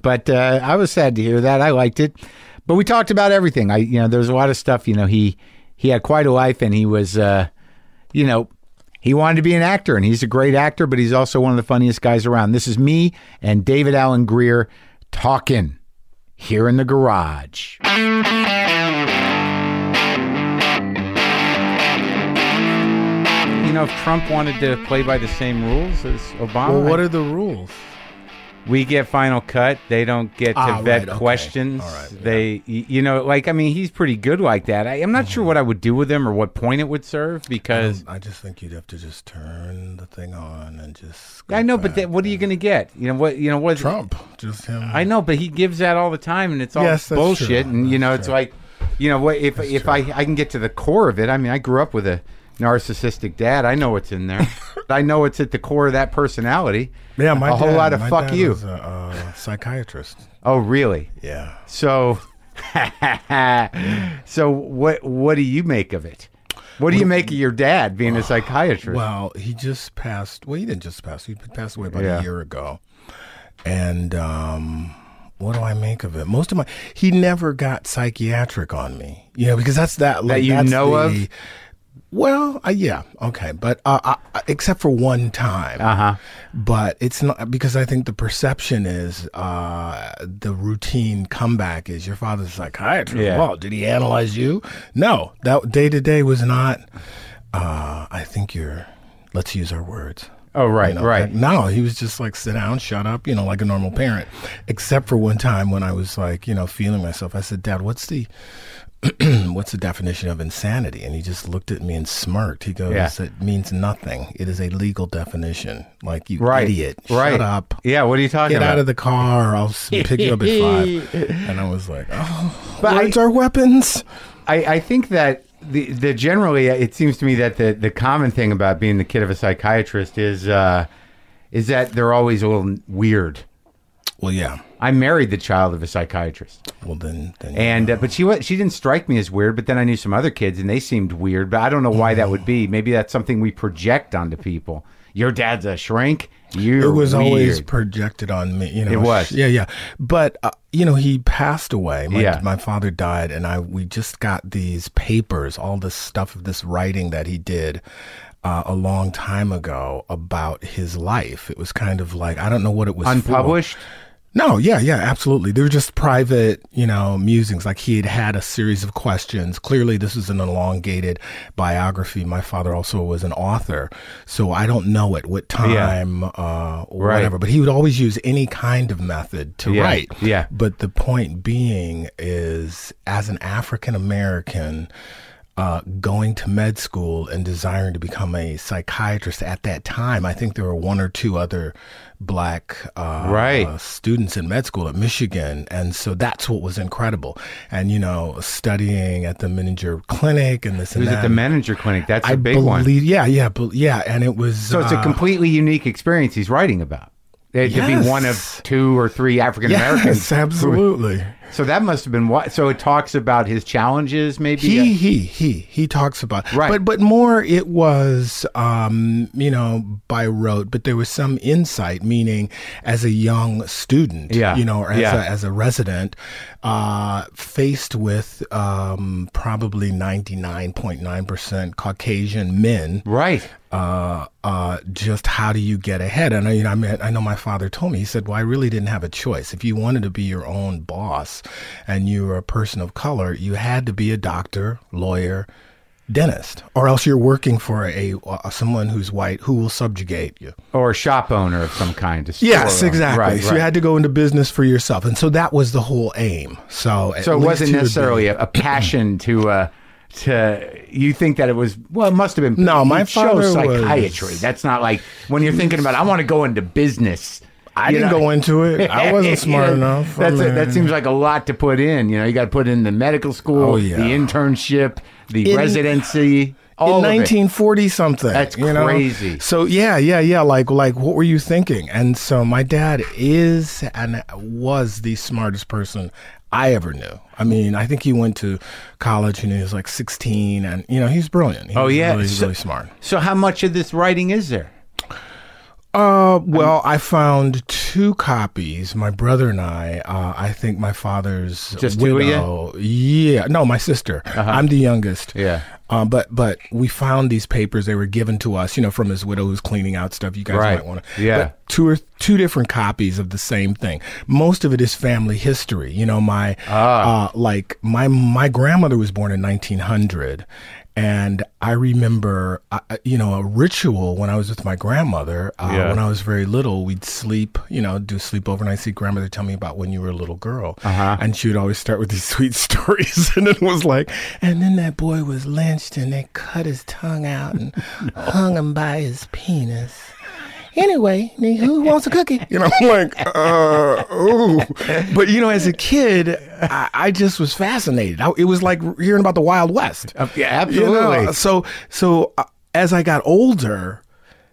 Speaker 1: but uh, I was sad to hear that. I liked it but we talked about everything. I you know there's a lot of stuff. You know he he had quite a life, and he was uh, you know he wanted to be an actor, and he's a great actor, but he's also one of the funniest guys around. This is me and David Allen Greer talking here in the garage. You know, if Trump wanted to play by the same rules as Obama,
Speaker 4: Well, what are the rules?
Speaker 5: We get final cut. They don't get to
Speaker 4: Ah,
Speaker 5: vet
Speaker 4: right, okay.
Speaker 5: questions.
Speaker 4: All right,
Speaker 5: they, y- you know, like I mean, he's pretty good like that. I, I'm not sure what I would do with him or what point it would serve because
Speaker 4: I just think you'd have to just turn the thing on and just. go
Speaker 5: I know, but
Speaker 4: back.
Speaker 5: that, what are you going to get? You know what? You know what?
Speaker 4: Trump, just him.
Speaker 5: I know, but he gives that all the time, and it's all
Speaker 4: Yes, that's
Speaker 5: bullshit.
Speaker 4: true.
Speaker 5: And you know,
Speaker 4: That's
Speaker 5: it's
Speaker 4: true.
Speaker 5: like, you know, what if if I I can get to the core of it? I mean, I grew up with a narcissistic dad. I know what's in there. I know what's at the core of that personality.
Speaker 4: Yeah, my
Speaker 5: a whole
Speaker 4: dad-
Speaker 5: lot of
Speaker 4: my
Speaker 5: fuck
Speaker 4: dad
Speaker 5: you.
Speaker 4: was a, uh, psychiatrist.
Speaker 5: oh, really?
Speaker 4: Yeah.
Speaker 5: So, so what? What do you make of it? What do you make of your dad being a psychiatrist?
Speaker 4: Well, he just passed. Well, he didn't just pass. He passed away about
Speaker 5: Yeah.
Speaker 4: a year ago. And um, what do I make of it? Most of my he never got psychiatric on me. You know, because that's that like,
Speaker 5: you
Speaker 4: that's
Speaker 5: know
Speaker 4: the-
Speaker 5: of?
Speaker 4: Well, uh, yeah, okay, but uh, uh, uh, except for one time.
Speaker 5: Uh-huh.
Speaker 4: Uh huh. But it's not because I think the perception is uh, the routine comeback is your father's a psychiatrist.
Speaker 5: Yeah.
Speaker 4: Well, did he analyze you? No, that day to day was not. Uh, I think you're. Let's use our words.
Speaker 5: oh, right,
Speaker 4: You know,
Speaker 5: right.
Speaker 4: that- No, he was just like, sit down, shut up, you know, like a normal parent. Except for one time when I was like, you know, feeling myself, I said, Dad, what's the what's the definition of insanity? And he just looked at me and smirked. He goes,
Speaker 5: Yeah.
Speaker 4: It means nothing. It is a legal definition. Like you
Speaker 5: right,
Speaker 4: idiot.
Speaker 5: Right.
Speaker 4: Shut up.
Speaker 5: Yeah. What are you talking
Speaker 4: Get
Speaker 5: about?
Speaker 4: out of the car. I'll s- pick you up at five. And I was like, oh,
Speaker 5: But I-
Speaker 4: words are weapons.
Speaker 5: I, I think that the, the generally uh, it seems to me that the, the common thing about being the kid of a psychiatrist is uh, is that they're always a little weird.
Speaker 4: Well, yeah.
Speaker 5: I married the child of a psychiatrist,
Speaker 4: Well, then, then
Speaker 5: and uh, but she wa- she didn't strike me as weird. But then I knew some other kids, and they seemed weird. But I don't know why that would be. Maybe that's something we project onto people. Your dad's a shrink. You're
Speaker 4: it was always
Speaker 5: weird.
Speaker 4: projected on me. You know,
Speaker 5: It was.
Speaker 4: Yeah, yeah. But uh, you know, he passed away. My,
Speaker 5: Yeah.
Speaker 4: my father died, and I we just got these papers, all this stuff of this writing that he did. Uh, a long time ago about his life it was kind of like i don't know what it was for.
Speaker 5: unpublished.
Speaker 4: No, yeah, yeah, absolutely. They were just private, you know, musings. Like he had had a series of questions. Clearly, this is an elongated biography. My father also was an author, so I don't know at what time, uh, or
Speaker 5: Right.
Speaker 4: whatever. But he would always use any kind of method to
Speaker 5: Yeah,
Speaker 4: write.
Speaker 5: yeah.
Speaker 4: But the point being is, as an African American. Uh, going to med school and desiring to become a psychiatrist at that time, I think there were one or two other black uh,
Speaker 5: Right.
Speaker 4: uh, students in med school at Michigan. And so that's what was incredible. And, you know, studying at the Menninger Clinic and this
Speaker 5: It
Speaker 4: and
Speaker 5: was
Speaker 4: that.
Speaker 5: at the Menninger Clinic. That's
Speaker 4: I
Speaker 5: a big
Speaker 4: believe,
Speaker 5: one.
Speaker 4: Yeah, yeah, but yeah. And it was.
Speaker 5: So it's a
Speaker 4: uh,
Speaker 5: completely unique experience he's writing about. It could be
Speaker 4: Yes.
Speaker 5: one of two or three African Americans.
Speaker 4: Yes, absolutely.
Speaker 5: So that must have been why. So it talks about his challenges, maybe.
Speaker 4: he he he he talks about
Speaker 5: Right.
Speaker 4: but but more it was um you know by rote but there was some insight meaning as a young student
Speaker 5: Yeah.
Speaker 4: you know or as,
Speaker 5: Yeah.
Speaker 4: a, as a resident uh faced with um probably 99.9% caucasian men
Speaker 5: right.
Speaker 4: uh, uh, just how do you get ahead? And I, you know, I mean, I know my father told me. He said, "Well, I really didn't have a choice. If you wanted to be your own boss, and you were a person of color, you had to be a doctor, lawyer, dentist, or else you're working for a, uh someone who's white who will subjugate you."
Speaker 5: Or a shop owner of some kind. a store
Speaker 4: Yes,
Speaker 5: owner.
Speaker 4: exactly.
Speaker 5: Right,
Speaker 4: so
Speaker 5: right.
Speaker 4: you had to go into business for yourself, and so that was the whole aim. So, at
Speaker 5: So it
Speaker 4: least
Speaker 5: wasn't
Speaker 4: you would be-
Speaker 5: necessarily a, a passion to. Uh, to you think that it was well, it must have been.
Speaker 4: No, my
Speaker 5: show
Speaker 4: father
Speaker 5: psychiatry.
Speaker 4: was-
Speaker 5: That's not like when you're thinking about. I want to go into business.
Speaker 4: I
Speaker 1: you
Speaker 4: didn't
Speaker 1: know-
Speaker 4: go into it. I wasn't smart
Speaker 1: Yeah,
Speaker 4: enough. I
Speaker 1: That's it. That
Speaker 4: mean-
Speaker 1: seems like a lot to put in. You know, you got to put in the medical school,
Speaker 4: Oh, yeah.
Speaker 1: the internship, the
Speaker 4: In-
Speaker 1: residency, all
Speaker 4: in
Speaker 1: of it.
Speaker 4: 1940 something.
Speaker 1: That's
Speaker 4: you know?
Speaker 1: crazy.
Speaker 4: So yeah, yeah, yeah. Like like what were you thinking? And so my dad is and was the smartest person I ever knew. I mean, I think he went to college and he was like 16, and you know he's brilliant. He
Speaker 1: Oh,
Speaker 4: was
Speaker 1: yeah.
Speaker 4: really,
Speaker 1: So-
Speaker 4: really smart.
Speaker 1: So, how much of this writing is there?
Speaker 4: Uh, well, I found two copies. My brother and I. Uh, I think my father's
Speaker 1: Just two of you? Uh-huh.
Speaker 4: widow. Yeah, no, my sister. I'm the youngest.
Speaker 1: Yeah.
Speaker 4: Um, but but we found these papers. They were given to us, you know, from his widow who's cleaning out stuff. You guys
Speaker 1: Right.
Speaker 4: might want to.
Speaker 1: Yeah.
Speaker 4: two or two different copies of the same thing. Most of it is family history. You know, my uh, like my my grandmother was born in 1900. And I remember, uh, uh, you know, a ritual when I was with my grandmother. Uh, When I was very little, we'd sleep, you know, do sleepover, and I'd see grandmother tell me about when you were a little girl. And she would always start with these sweet stories. and it was like, and then that boy was lynched and they cut his tongue out and hung him by his penis anyway, nigga, who wants a cookie? You know, I'm like, uh, ooh. But you know, as a kid, I, I just was fascinated. I, it was like hearing about the Wild West.
Speaker 1: Uh, yeah,
Speaker 4: You know,
Speaker 1: absolutely.
Speaker 4: So, so uh, as I got older,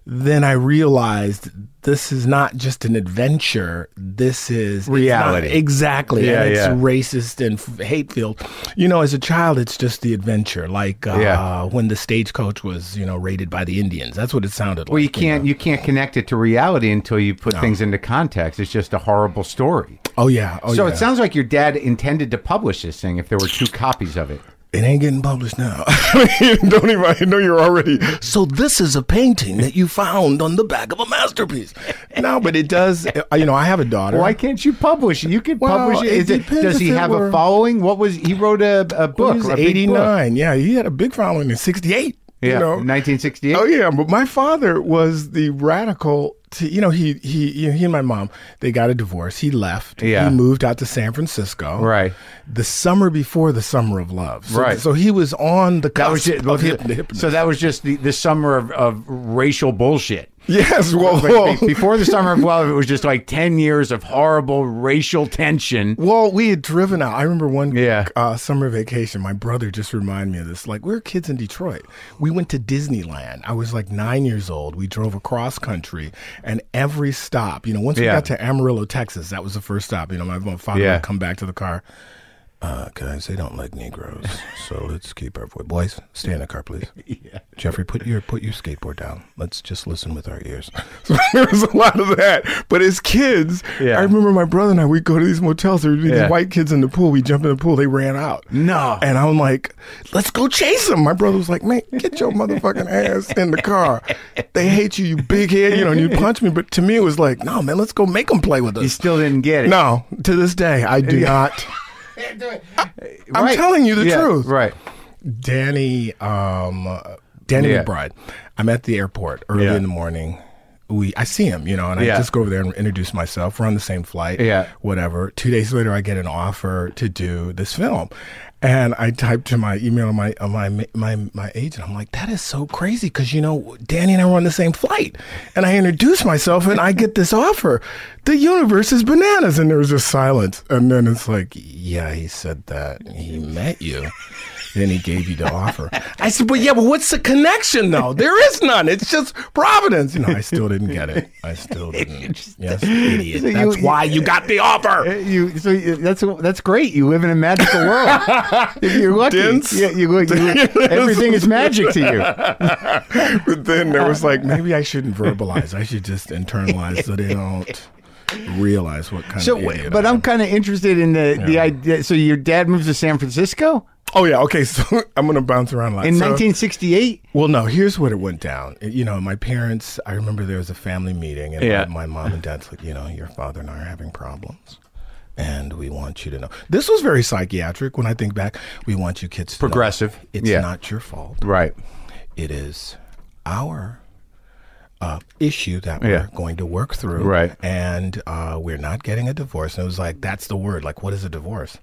Speaker 4: then I realized this is not just an adventure. This is it's not-
Speaker 1: Reality.
Speaker 4: exactly.
Speaker 1: Yeah,
Speaker 4: and it's
Speaker 1: yeah.
Speaker 4: racist and f- hate filled. You know, as a child, it's just the adventure. Like uh,
Speaker 1: Yeah.
Speaker 4: when the stagecoach was, you know, raided by the Indians. That's what it sounded like.
Speaker 1: Well, you
Speaker 4: know?
Speaker 1: can't you can't connect it to reality until you put things into context. It's just a horrible story.
Speaker 4: Oh yeah. Oh,
Speaker 1: so
Speaker 4: yeah.
Speaker 1: it sounds like your dad intended to publish this thing if there were two copies of it.
Speaker 4: it ain't getting published now. Don't even I know you're already. So this is a painting that you found on the back of a masterpiece. No, but it does. uh, You know, I have a daughter.
Speaker 1: Why can't you publish it? You could
Speaker 4: Well,
Speaker 1: publish it.
Speaker 4: it
Speaker 1: Is it
Speaker 4: depends
Speaker 1: does
Speaker 4: if
Speaker 1: he
Speaker 4: it
Speaker 1: have a
Speaker 4: were-
Speaker 1: following? What was he wrote a, a book?
Speaker 4: He was
Speaker 1: a big book.
Speaker 4: 89. Yeah, he had a big following in 68.
Speaker 1: Yeah,
Speaker 4: You know?
Speaker 1: 1968.
Speaker 4: Oh yeah, but my father was the radical. To, you know, he he you know, he and my mom they got a divorce. He left.
Speaker 1: Yeah.
Speaker 4: he moved out to San Francisco.
Speaker 1: Right.
Speaker 4: the summer before the summer of love. So,
Speaker 1: Right.
Speaker 4: so he was on the
Speaker 1: That was
Speaker 4: cusp
Speaker 1: it.
Speaker 4: of hip, the hip,
Speaker 1: so that was just the, the summer of, of racial bullshit.
Speaker 4: Yes, well, well,
Speaker 1: But be- Before the summer of love, it was just like ten years of horrible racial tension.
Speaker 4: well, we had driven out. I remember one
Speaker 1: Yeah.
Speaker 4: uh, summer vacation. My brother just reminded me of this. Like, we were kids in Detroit. We went to Disneyland. I was like nine years old. We drove across country, and every stop, you know, once
Speaker 1: Yeah.
Speaker 4: we got to Amarillo, Texas, that was the first stop. You know, my father
Speaker 1: Yeah.
Speaker 4: would come back to the car. Uh, guys, they don't like Negroes, so let's keep our voice. Boys, stay in the car, please. Jeffrey, put your put your skateboard down. Let's just listen with our ears. So there was a lot of that. But as kids,
Speaker 1: Yeah.
Speaker 4: I remember my brother and I. We'd go to these motels. There would be
Speaker 1: Yeah.
Speaker 4: these white kids in the pool. We jump in the pool. They ran out.
Speaker 1: No.
Speaker 4: And I'm like, let's go chase them. My brother was like, man, get your motherfucking ass in the car. They hate you, you big head. You know, and you punch me. But to me, it was like, no, man, let's go make them play with us.
Speaker 1: You still didn't get it.
Speaker 4: no, to this day, I do not. I'm
Speaker 1: Right.
Speaker 4: telling you the
Speaker 1: Yeah,
Speaker 4: truth.
Speaker 1: Right.
Speaker 4: Danny, um, Danny
Speaker 1: Yeah.
Speaker 4: McBride. I'm at the airport early
Speaker 1: Yeah.
Speaker 4: in the morning. We, I see him, you know, and I
Speaker 1: Yeah.
Speaker 4: just go over there and introduce myself. We're on the same flight,
Speaker 1: Yeah.
Speaker 4: Whatever. Two days later, I get an offer to do this film, and I type to my email on my on my my my agent. I'm like, that is so crazy because you know, Danny and I were on the same flight, and I introduce myself, and I get this offer. The universe is bananas, and there's just silence, and then it's like, yeah, he said that he met you. Then he gave you the offer. I said, "Well, yeah, but what's the connection, though? There is none. It's just providence." You know, I still didn't get it. I still didn't. Yes, idiot.
Speaker 1: you-
Speaker 4: That's why you got the offer.
Speaker 1: You so you- that's that's great. You live in a magical world. If You're lucky.
Speaker 4: Dense.
Speaker 1: Yeah, you, look- you look- everything is magic to you.
Speaker 4: But then there was like, maybe I shouldn't verbalize. I should just internalize so they don't realize what kind
Speaker 1: So,
Speaker 4: of idiot.
Speaker 1: but
Speaker 4: I
Speaker 1: I'm
Speaker 4: am.
Speaker 1: kind of interested in the the idea. So your dad moves to San Francisco
Speaker 4: Oh yeah. Okay. So I'm gonna bounce around a lot.
Speaker 1: in
Speaker 4: So-
Speaker 1: 1968.
Speaker 4: Well, no, here's what it went down. It- You know, my parents, I remember there was a family meeting, and
Speaker 1: Yeah.
Speaker 4: my mom and dad's like, you know, your father and I are having problems. And we want you to know. This was very psychiatric when I think back. We want you kids to know
Speaker 1: Progressive.
Speaker 4: it's
Speaker 1: Yeah.
Speaker 4: not your fault.
Speaker 1: Right.
Speaker 4: It is our uh, issue that
Speaker 1: Yeah.
Speaker 4: we're going to work through.
Speaker 1: Right.
Speaker 4: And uh, we're not getting a divorce. And it was like, that's the word. Like, what is a divorce?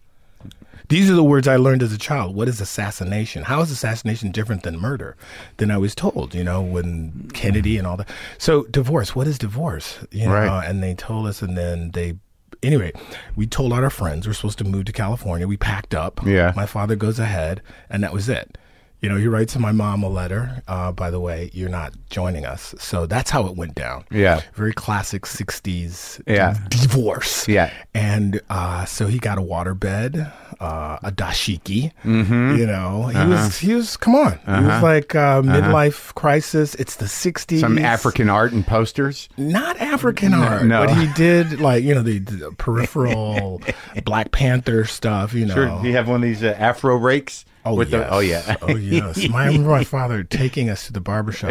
Speaker 4: These are the words I learned as a child. What is assassination? How is assassination different than murder? Than I was told, you know, when Kennedy and all that. So divorce. What is divorce? You know,
Speaker 1: Right.
Speaker 4: and they told us, and then they. Anyway, we told all our friends we're supposed to move to California. We packed up.
Speaker 1: Yeah.
Speaker 4: My father goes ahead, and that was it. You know, he writes to my mom a letter. Uh, by the way, you're not joining us. So that's how it went down.
Speaker 1: Yeah.
Speaker 4: Very classic 60s
Speaker 1: Yeah.
Speaker 4: divorce.
Speaker 1: Yeah.
Speaker 4: And uh, so he got a waterbed, uh, a dashiki.
Speaker 1: Mm-hmm.
Speaker 4: You know, he
Speaker 1: Uh-huh.
Speaker 4: was he was come on, he was like uh, midlife crisis. It's the '60s.
Speaker 1: Some African art and posters.
Speaker 4: not African art,
Speaker 1: no.
Speaker 4: but he did like you know the, the peripheral Black Panther stuff. You know,
Speaker 1: Sure. Do you have one of these uh, Afro rakes?
Speaker 4: Oh,
Speaker 1: the-
Speaker 4: yes.
Speaker 1: oh yeah.
Speaker 4: oh yes. My, I remember my father taking us to the barbershop.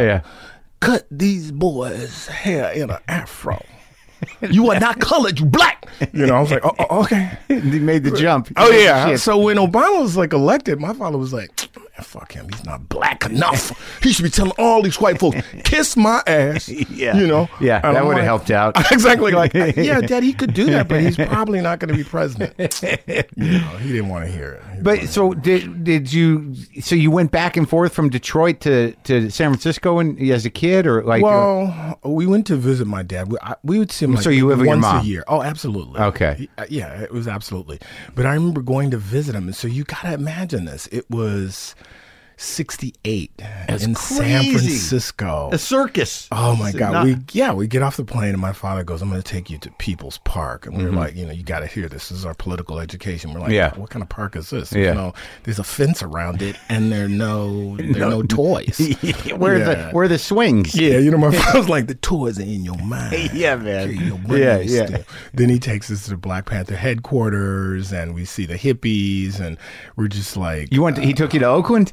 Speaker 1: Yeah.
Speaker 4: Cut these boys' hair in an afro. You are not colored, you black. You know, I was like, oh, oh, okay.
Speaker 1: he made the jump.
Speaker 4: Oh yeah. So when Obama was like elected, my father was like, "Man, "Fuck him. He's not black enough. he should be telling all these white folks, kiss my ass."
Speaker 1: Yeah.
Speaker 4: You know.
Speaker 1: Yeah,
Speaker 4: And
Speaker 1: that
Speaker 4: I'm
Speaker 1: would've
Speaker 4: like-
Speaker 1: helped out.
Speaker 4: exactly. Like, yeah, Dad, he could do that, but he's probably not going to be president. you know, he didn't want to hear it. He
Speaker 1: But so did did you? So you went back and forth from Detroit to, to San Francisco and as a kid, or like?
Speaker 4: Well, we went to visit my dad. We, I, we would see him like
Speaker 1: So you live with
Speaker 4: once
Speaker 1: your
Speaker 4: a
Speaker 1: mom?
Speaker 4: year. Oh, absolutely.
Speaker 1: Okay.
Speaker 4: Y- uh, Yeah, it was absolutely. But I remember going to visit him, and so you gotta imagine this. It was '68 in San
Speaker 1: crazy.
Speaker 4: Francisco.
Speaker 1: circus.
Speaker 4: Oh my God! we yeah, we get off the plane and my father goes, "I'm going to take you to People's Park," and we are like, "You know, you got to hear this. This is our political education." We're like,
Speaker 1: Mm-hmm. Yeah.
Speaker 4: what kind of park is this?
Speaker 1: Yeah.
Speaker 4: You know, there's a fence around it, and there are no there are no toys.
Speaker 1: where
Speaker 4: Yeah.
Speaker 1: the where the swings?
Speaker 4: Yeah, you know, my father's like, the toys are in your mind.
Speaker 1: Yeah, man.
Speaker 4: Keep your brain
Speaker 1: Yeah, yeah.
Speaker 4: still." Then he takes us to the Black Panther headquarters, and we see the hippies, and we're just like,
Speaker 1: You went. he took you to Oakland.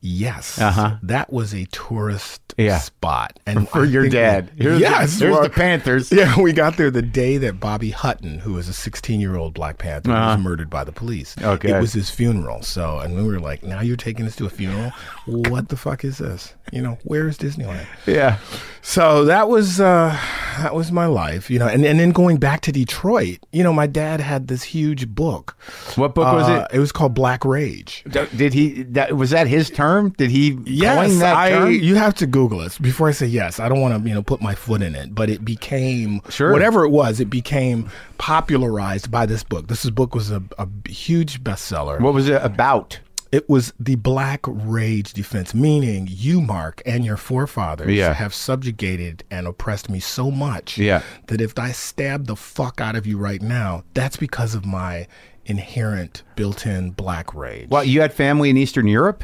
Speaker 4: yes, that was a tourist
Speaker 1: Yeah.
Speaker 4: spot. And
Speaker 1: For
Speaker 4: I
Speaker 1: your
Speaker 4: think-
Speaker 1: dad. Here's the-
Speaker 4: yes.
Speaker 1: here's
Speaker 4: well-
Speaker 1: the Panthers.
Speaker 4: Yeah, we got there the day that Bobby Hutton, who was a 16 year old Black Panther,
Speaker 1: Uh-huh.
Speaker 4: was murdered by the police.
Speaker 1: Okay.
Speaker 4: It was his funeral. So, and we were like, now you're taking us to a funeral? What the fuck is this? You know, where is Disneyland?
Speaker 1: Yeah.
Speaker 4: So that was uh, that was my life, you know. And, and then going back to Detroit, you know, my dad had this huge book.
Speaker 1: What book was
Speaker 4: Uh, It was called Black Rage.
Speaker 1: it? Did he? That was that his term? Did he coin
Speaker 4: Yes,
Speaker 1: that
Speaker 4: I.
Speaker 1: term?
Speaker 4: You have to Google it before I say yes. I don't want to, you know, put my foot in it, but it became
Speaker 1: Sure.
Speaker 4: whatever it was. It became popularized by this book. This book was a, a huge bestseller.
Speaker 1: what was it about?
Speaker 4: It was the black rage defense, meaning you, Mark, and your forefathers
Speaker 1: Yeah.
Speaker 4: have subjugated and oppressed me so much
Speaker 1: Yeah.
Speaker 4: that if I stab the fuck out of you right now, that's because of my inherent built in black rage.
Speaker 1: Well, you had family in Eastern Europe.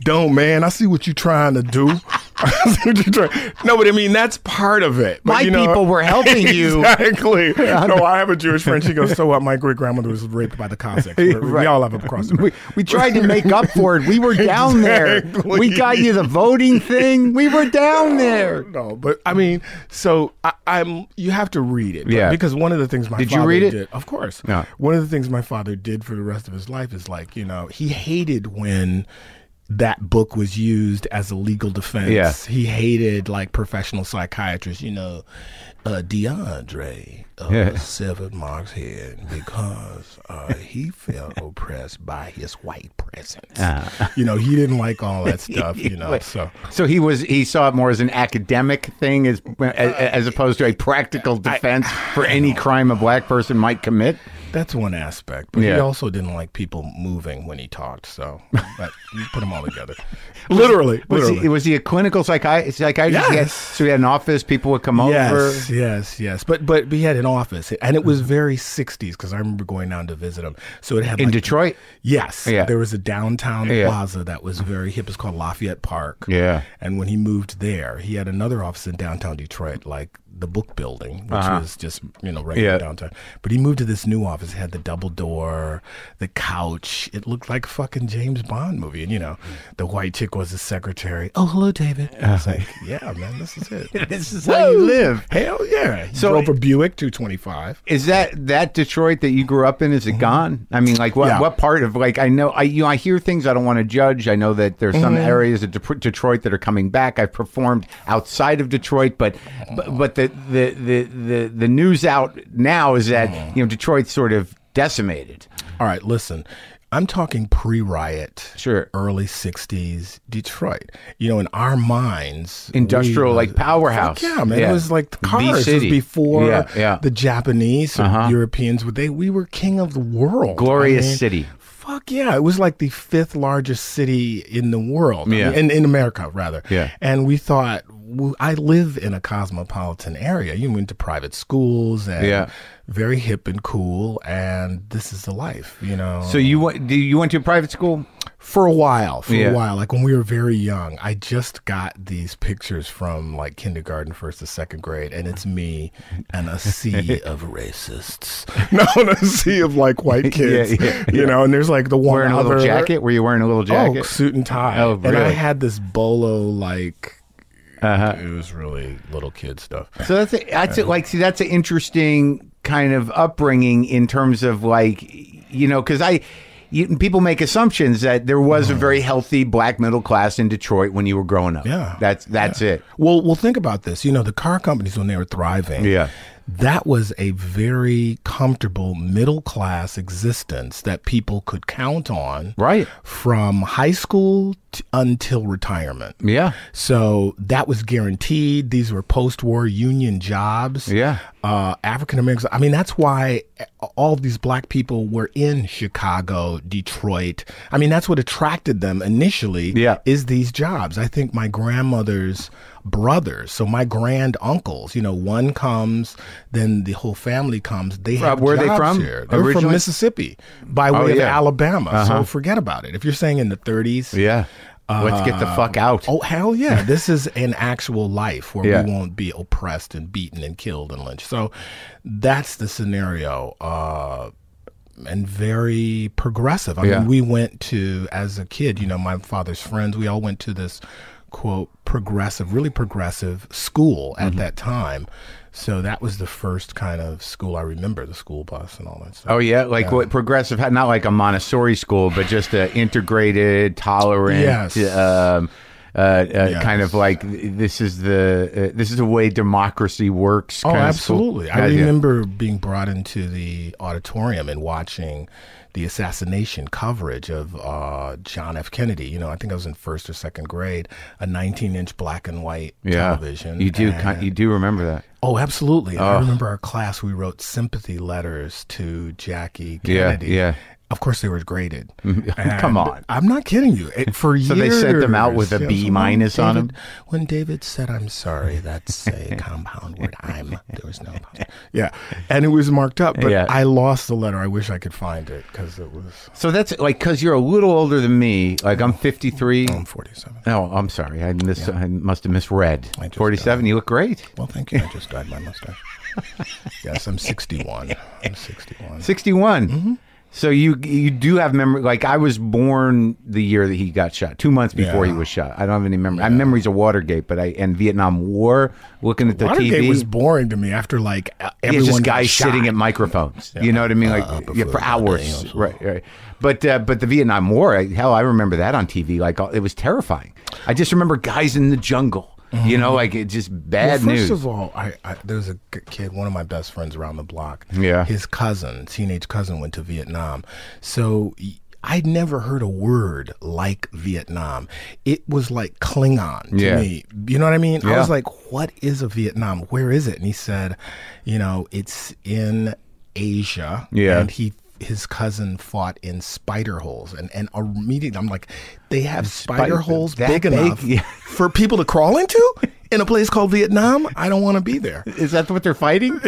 Speaker 4: Don't, man. I see what you're trying to do. I see what you're trying. No, but I mean, that's part of it. But,
Speaker 1: My
Speaker 4: you know-
Speaker 1: people were helping you.
Speaker 4: Exactly. no, I have a Jewish friend. She goes, so what? My great grandmother was raped by the Cossacks. We're- We all have a cross.
Speaker 1: We, we tried to make up for it. We were down there. We got you the voting thing. We were down there.
Speaker 4: No, but I mean, so I, I'm. You have to read it, but-
Speaker 1: Yeah.
Speaker 4: Because one of the things my
Speaker 1: Did you
Speaker 4: father
Speaker 1: read it?
Speaker 4: did, of course.
Speaker 1: No.
Speaker 4: One of the things my father did for the rest of his life is like you know he hated when that book was used as a legal defense.
Speaker 1: Yeah.
Speaker 4: He hated like professional psychiatrists. You know, uh, DeAndre uh,
Speaker 1: Yeah.
Speaker 4: severed Mark's head because uh, he felt oppressed by his white presence.
Speaker 1: Ah.
Speaker 4: You know, he didn't like all that stuff. You know, so.
Speaker 1: So he was he saw it more as an academic thing as as, as opposed to a practical defense for any crime a black person might commit.
Speaker 4: That's one aspect, but he
Speaker 1: Yeah.
Speaker 4: also didn't like people moving when he talked. So but you put them all together, literally,
Speaker 1: Was
Speaker 4: literally.
Speaker 1: he, was he a clinical psychi- psychiatrist? He had-
Speaker 4: Yes.
Speaker 1: So he had an office. People would come
Speaker 4: yes,
Speaker 1: over.
Speaker 4: yes, yes. But but he had an office, and it was very '60s because I remember going down to visit him. So it had
Speaker 1: In
Speaker 4: like-
Speaker 1: Detroit?
Speaker 4: Yes,
Speaker 1: Yeah.
Speaker 4: there was a downtown
Speaker 1: Yeah.
Speaker 4: plaza that was very hip. It's called Lafayette Park.
Speaker 1: Yeah.
Speaker 4: And when he moved there, he had another office in downtown Detroit, like the Book Building, which was just you know regular
Speaker 1: Uh-huh. Yeah.
Speaker 4: downtown. But he moved to this new office. It had the double door, the couch. It looked like a fucking James Bond movie. And you know, the white chick was his secretary. Oh, hello, David. I was like, yeah, man, this is it.
Speaker 1: Uh-huh. This is how you live.
Speaker 4: Hell yeah. He
Speaker 1: So-
Speaker 4: drove a Buick 225.
Speaker 1: Is that that Detroit that you grew up in? Is it gone? I mean, like what
Speaker 4: Mm-hmm. Yeah.
Speaker 1: what part of like I know I you know I hear things I don't want to judge. I know that there's some
Speaker 4: Mm-hmm.
Speaker 1: areas of Dep- Detroit that are coming back. I've performed outside of Detroit, but
Speaker 4: Mm-hmm.
Speaker 1: but, but the, the the the the news out now is that you know Detroit's sort of decimated.
Speaker 4: All right, listen. I'm talking pre-riot,
Speaker 1: Sure.
Speaker 4: early '60s Detroit. You know, in our minds,
Speaker 1: Industrial,
Speaker 4: we-
Speaker 1: like, powerhouse.
Speaker 4: Fuck yeah, man,
Speaker 1: Yeah.
Speaker 4: it was like the
Speaker 1: The
Speaker 4: cars. It was
Speaker 1: city.
Speaker 4: before
Speaker 1: Yeah, yeah. Uh-huh.
Speaker 4: the Japanese or Europeans. would They we were king of the world.
Speaker 1: Glorious
Speaker 4: I mean,
Speaker 1: city.
Speaker 4: Fuck yeah! It was like the fifth largest city in the world,
Speaker 1: Yeah.
Speaker 4: in in America rather.
Speaker 1: Yeah.
Speaker 4: and we thought. w- I live in a cosmopolitan area. You went to private schools and
Speaker 1: Yeah.
Speaker 4: very hip and cool, and this is the life, you know.
Speaker 1: So you went? Do you went to a private school?
Speaker 4: for a while for
Speaker 1: Yeah.
Speaker 4: a while like when we were very young i just got these pictures from like kindergarten first to second grade and it's me and a sea of racists no and a sea of like white kids
Speaker 1: Yeah, yeah,
Speaker 4: you know and there's like the one
Speaker 1: Wearing a little
Speaker 4: other-
Speaker 1: jacket? Were you wearing a little
Speaker 4: oh
Speaker 1: jacket?
Speaker 4: suit and tie
Speaker 1: Oh,
Speaker 4: and i
Speaker 1: really? Uh-huh.
Speaker 4: had this bolo like uh it was really little kid stuff
Speaker 1: So that's a, that's a, like see that's an interesting kind of upbringing in terms of like you know because I you, people make assumptions that there was a very healthy black middle class in Detroit when you were growing up.
Speaker 4: Yeah.
Speaker 1: that's that's it.
Speaker 4: Well, well, think about this. You know, the car companies when they were thriving,
Speaker 1: Yeah.
Speaker 4: that was a very comfortable middle class existence that people could count on,
Speaker 1: Right.
Speaker 4: from high school t- until retirement.
Speaker 1: Yeah,
Speaker 4: So that was guaranteed. These were post-war union jobs.
Speaker 1: Yeah.
Speaker 4: uh, African Americans. I mean, that's why all of these black people were in Chicago, Detroit. I mean, that's what attracted them initially.
Speaker 1: Yeah.
Speaker 4: is these jobs. I think my grandmother's brothers, so my grand uncles. You know, one comes, then the whole family comes. They
Speaker 1: Rob,
Speaker 4: have
Speaker 1: where are they
Speaker 4: jobs
Speaker 1: from
Speaker 4: Here. They're
Speaker 1: originally? Oh,
Speaker 4: from Mississippi by way of
Speaker 1: yeah. Uh-huh.
Speaker 4: Alabama. So forget about it. If you're saying in the 30s,
Speaker 1: yeah. Let's get the fuck out.
Speaker 4: Oh hell yeah! this is an actual life where
Speaker 1: Yeah.
Speaker 4: we won't be oppressed and beaten and killed and lynched. So that's the scenario, uh, and very progressive. I
Speaker 1: Yeah.
Speaker 4: mean, we went to as a kid. You know, my father's friends. We all went to this quote progressive, really progressive school at
Speaker 1: Mm-hmm.
Speaker 4: that time. So that was the first kind of school I remember, the school bus and all that stuff.
Speaker 1: Oh yeah, like what progressive? Not like a Montessori school, but just a integrated, tolerant,
Speaker 4: Yes.
Speaker 1: um, uh, uh, kind of
Speaker 4: Yes.
Speaker 1: like this is the uh, this is the way democracy works.
Speaker 4: Oh,
Speaker 1: kind of school.
Speaker 4: absolutely. I
Speaker 1: Yeah, yeah.
Speaker 4: remember being brought into the auditorium and watching the assassination coverage of uh, John F. Kennedy. You know, I think I was in first or second grade, a 19 inch black and white
Speaker 1: yeah.
Speaker 4: television.
Speaker 1: You do,
Speaker 4: and-
Speaker 1: ki you do remember that?
Speaker 4: oh, absolutely. I remember our class, we wrote sympathy letters to Jackie
Speaker 1: Yeah,
Speaker 4: Kennedy.
Speaker 1: yeah.
Speaker 4: Of course, they were graded.
Speaker 1: Come
Speaker 4: And
Speaker 1: on.
Speaker 4: I'm not kidding you. It, for
Speaker 1: So they
Speaker 4: years.
Speaker 1: sent them out with a B
Speaker 4: when
Speaker 1: minus on
Speaker 4: David-
Speaker 1: them?
Speaker 4: When David said, I'm sorry, that's a compound word. I'm. There was no. Yeah. And it was marked up, but
Speaker 1: Yeah.
Speaker 4: I lost the letter. I wish I could find it because it was.
Speaker 1: So that's like because you're a little older than me. Like I'm 53.
Speaker 4: I'm 47.
Speaker 1: No, Oh. I'm sorry. I mis- I must have misread.
Speaker 4: I just,
Speaker 1: 47. You look great.
Speaker 4: Well, thank you. I just dyed my mustache. yes, I'm 61. I'm 61.
Speaker 1: 61. So you you do have memory. Like I was born the year that he got shot, two months before
Speaker 4: Yeah.
Speaker 1: he was shot. I don't have any memory. I have memories of Watergate, but I and Vietnam War. Looking at the
Speaker 4: Watergate
Speaker 1: TV,
Speaker 4: was boring to me after like uh,
Speaker 1: it's
Speaker 4: everyone
Speaker 1: just
Speaker 4: got
Speaker 1: guys
Speaker 4: shot. Uh,
Speaker 1: sitting at microphones. You know what I mean? Like yeah, for hours, right? Right. But uh, but the Vietnam War, I, hell, I remember that on TV. Like all- it was terrifying. I just remember guys in the jungle. You know, like it just bad
Speaker 4: well,
Speaker 1: news.
Speaker 4: First of all, I, I there was a g- kid, one of my best friends around the block.
Speaker 1: Yeah.
Speaker 4: his cousin, teenage cousin, went to Vietnam. So y- I'd never heard a word like Vietnam. It was like Klingon to
Speaker 1: Yeah.
Speaker 4: me. You know what I mean? I
Speaker 1: Yeah.
Speaker 4: was like, "What is a Vietnam? Where is it?" And he said, "You know, it's in Asia."
Speaker 1: Yeah.
Speaker 4: and he. His cousin fought in spider holes, and and immediately I'm like, they have spider
Speaker 1: Spider-
Speaker 4: holes
Speaker 1: that
Speaker 4: big,
Speaker 1: big?
Speaker 4: enough
Speaker 1: Yeah.
Speaker 4: for people to crawl into in a place called Vietnam. I don't want to be there.
Speaker 1: Is that what they're fighting?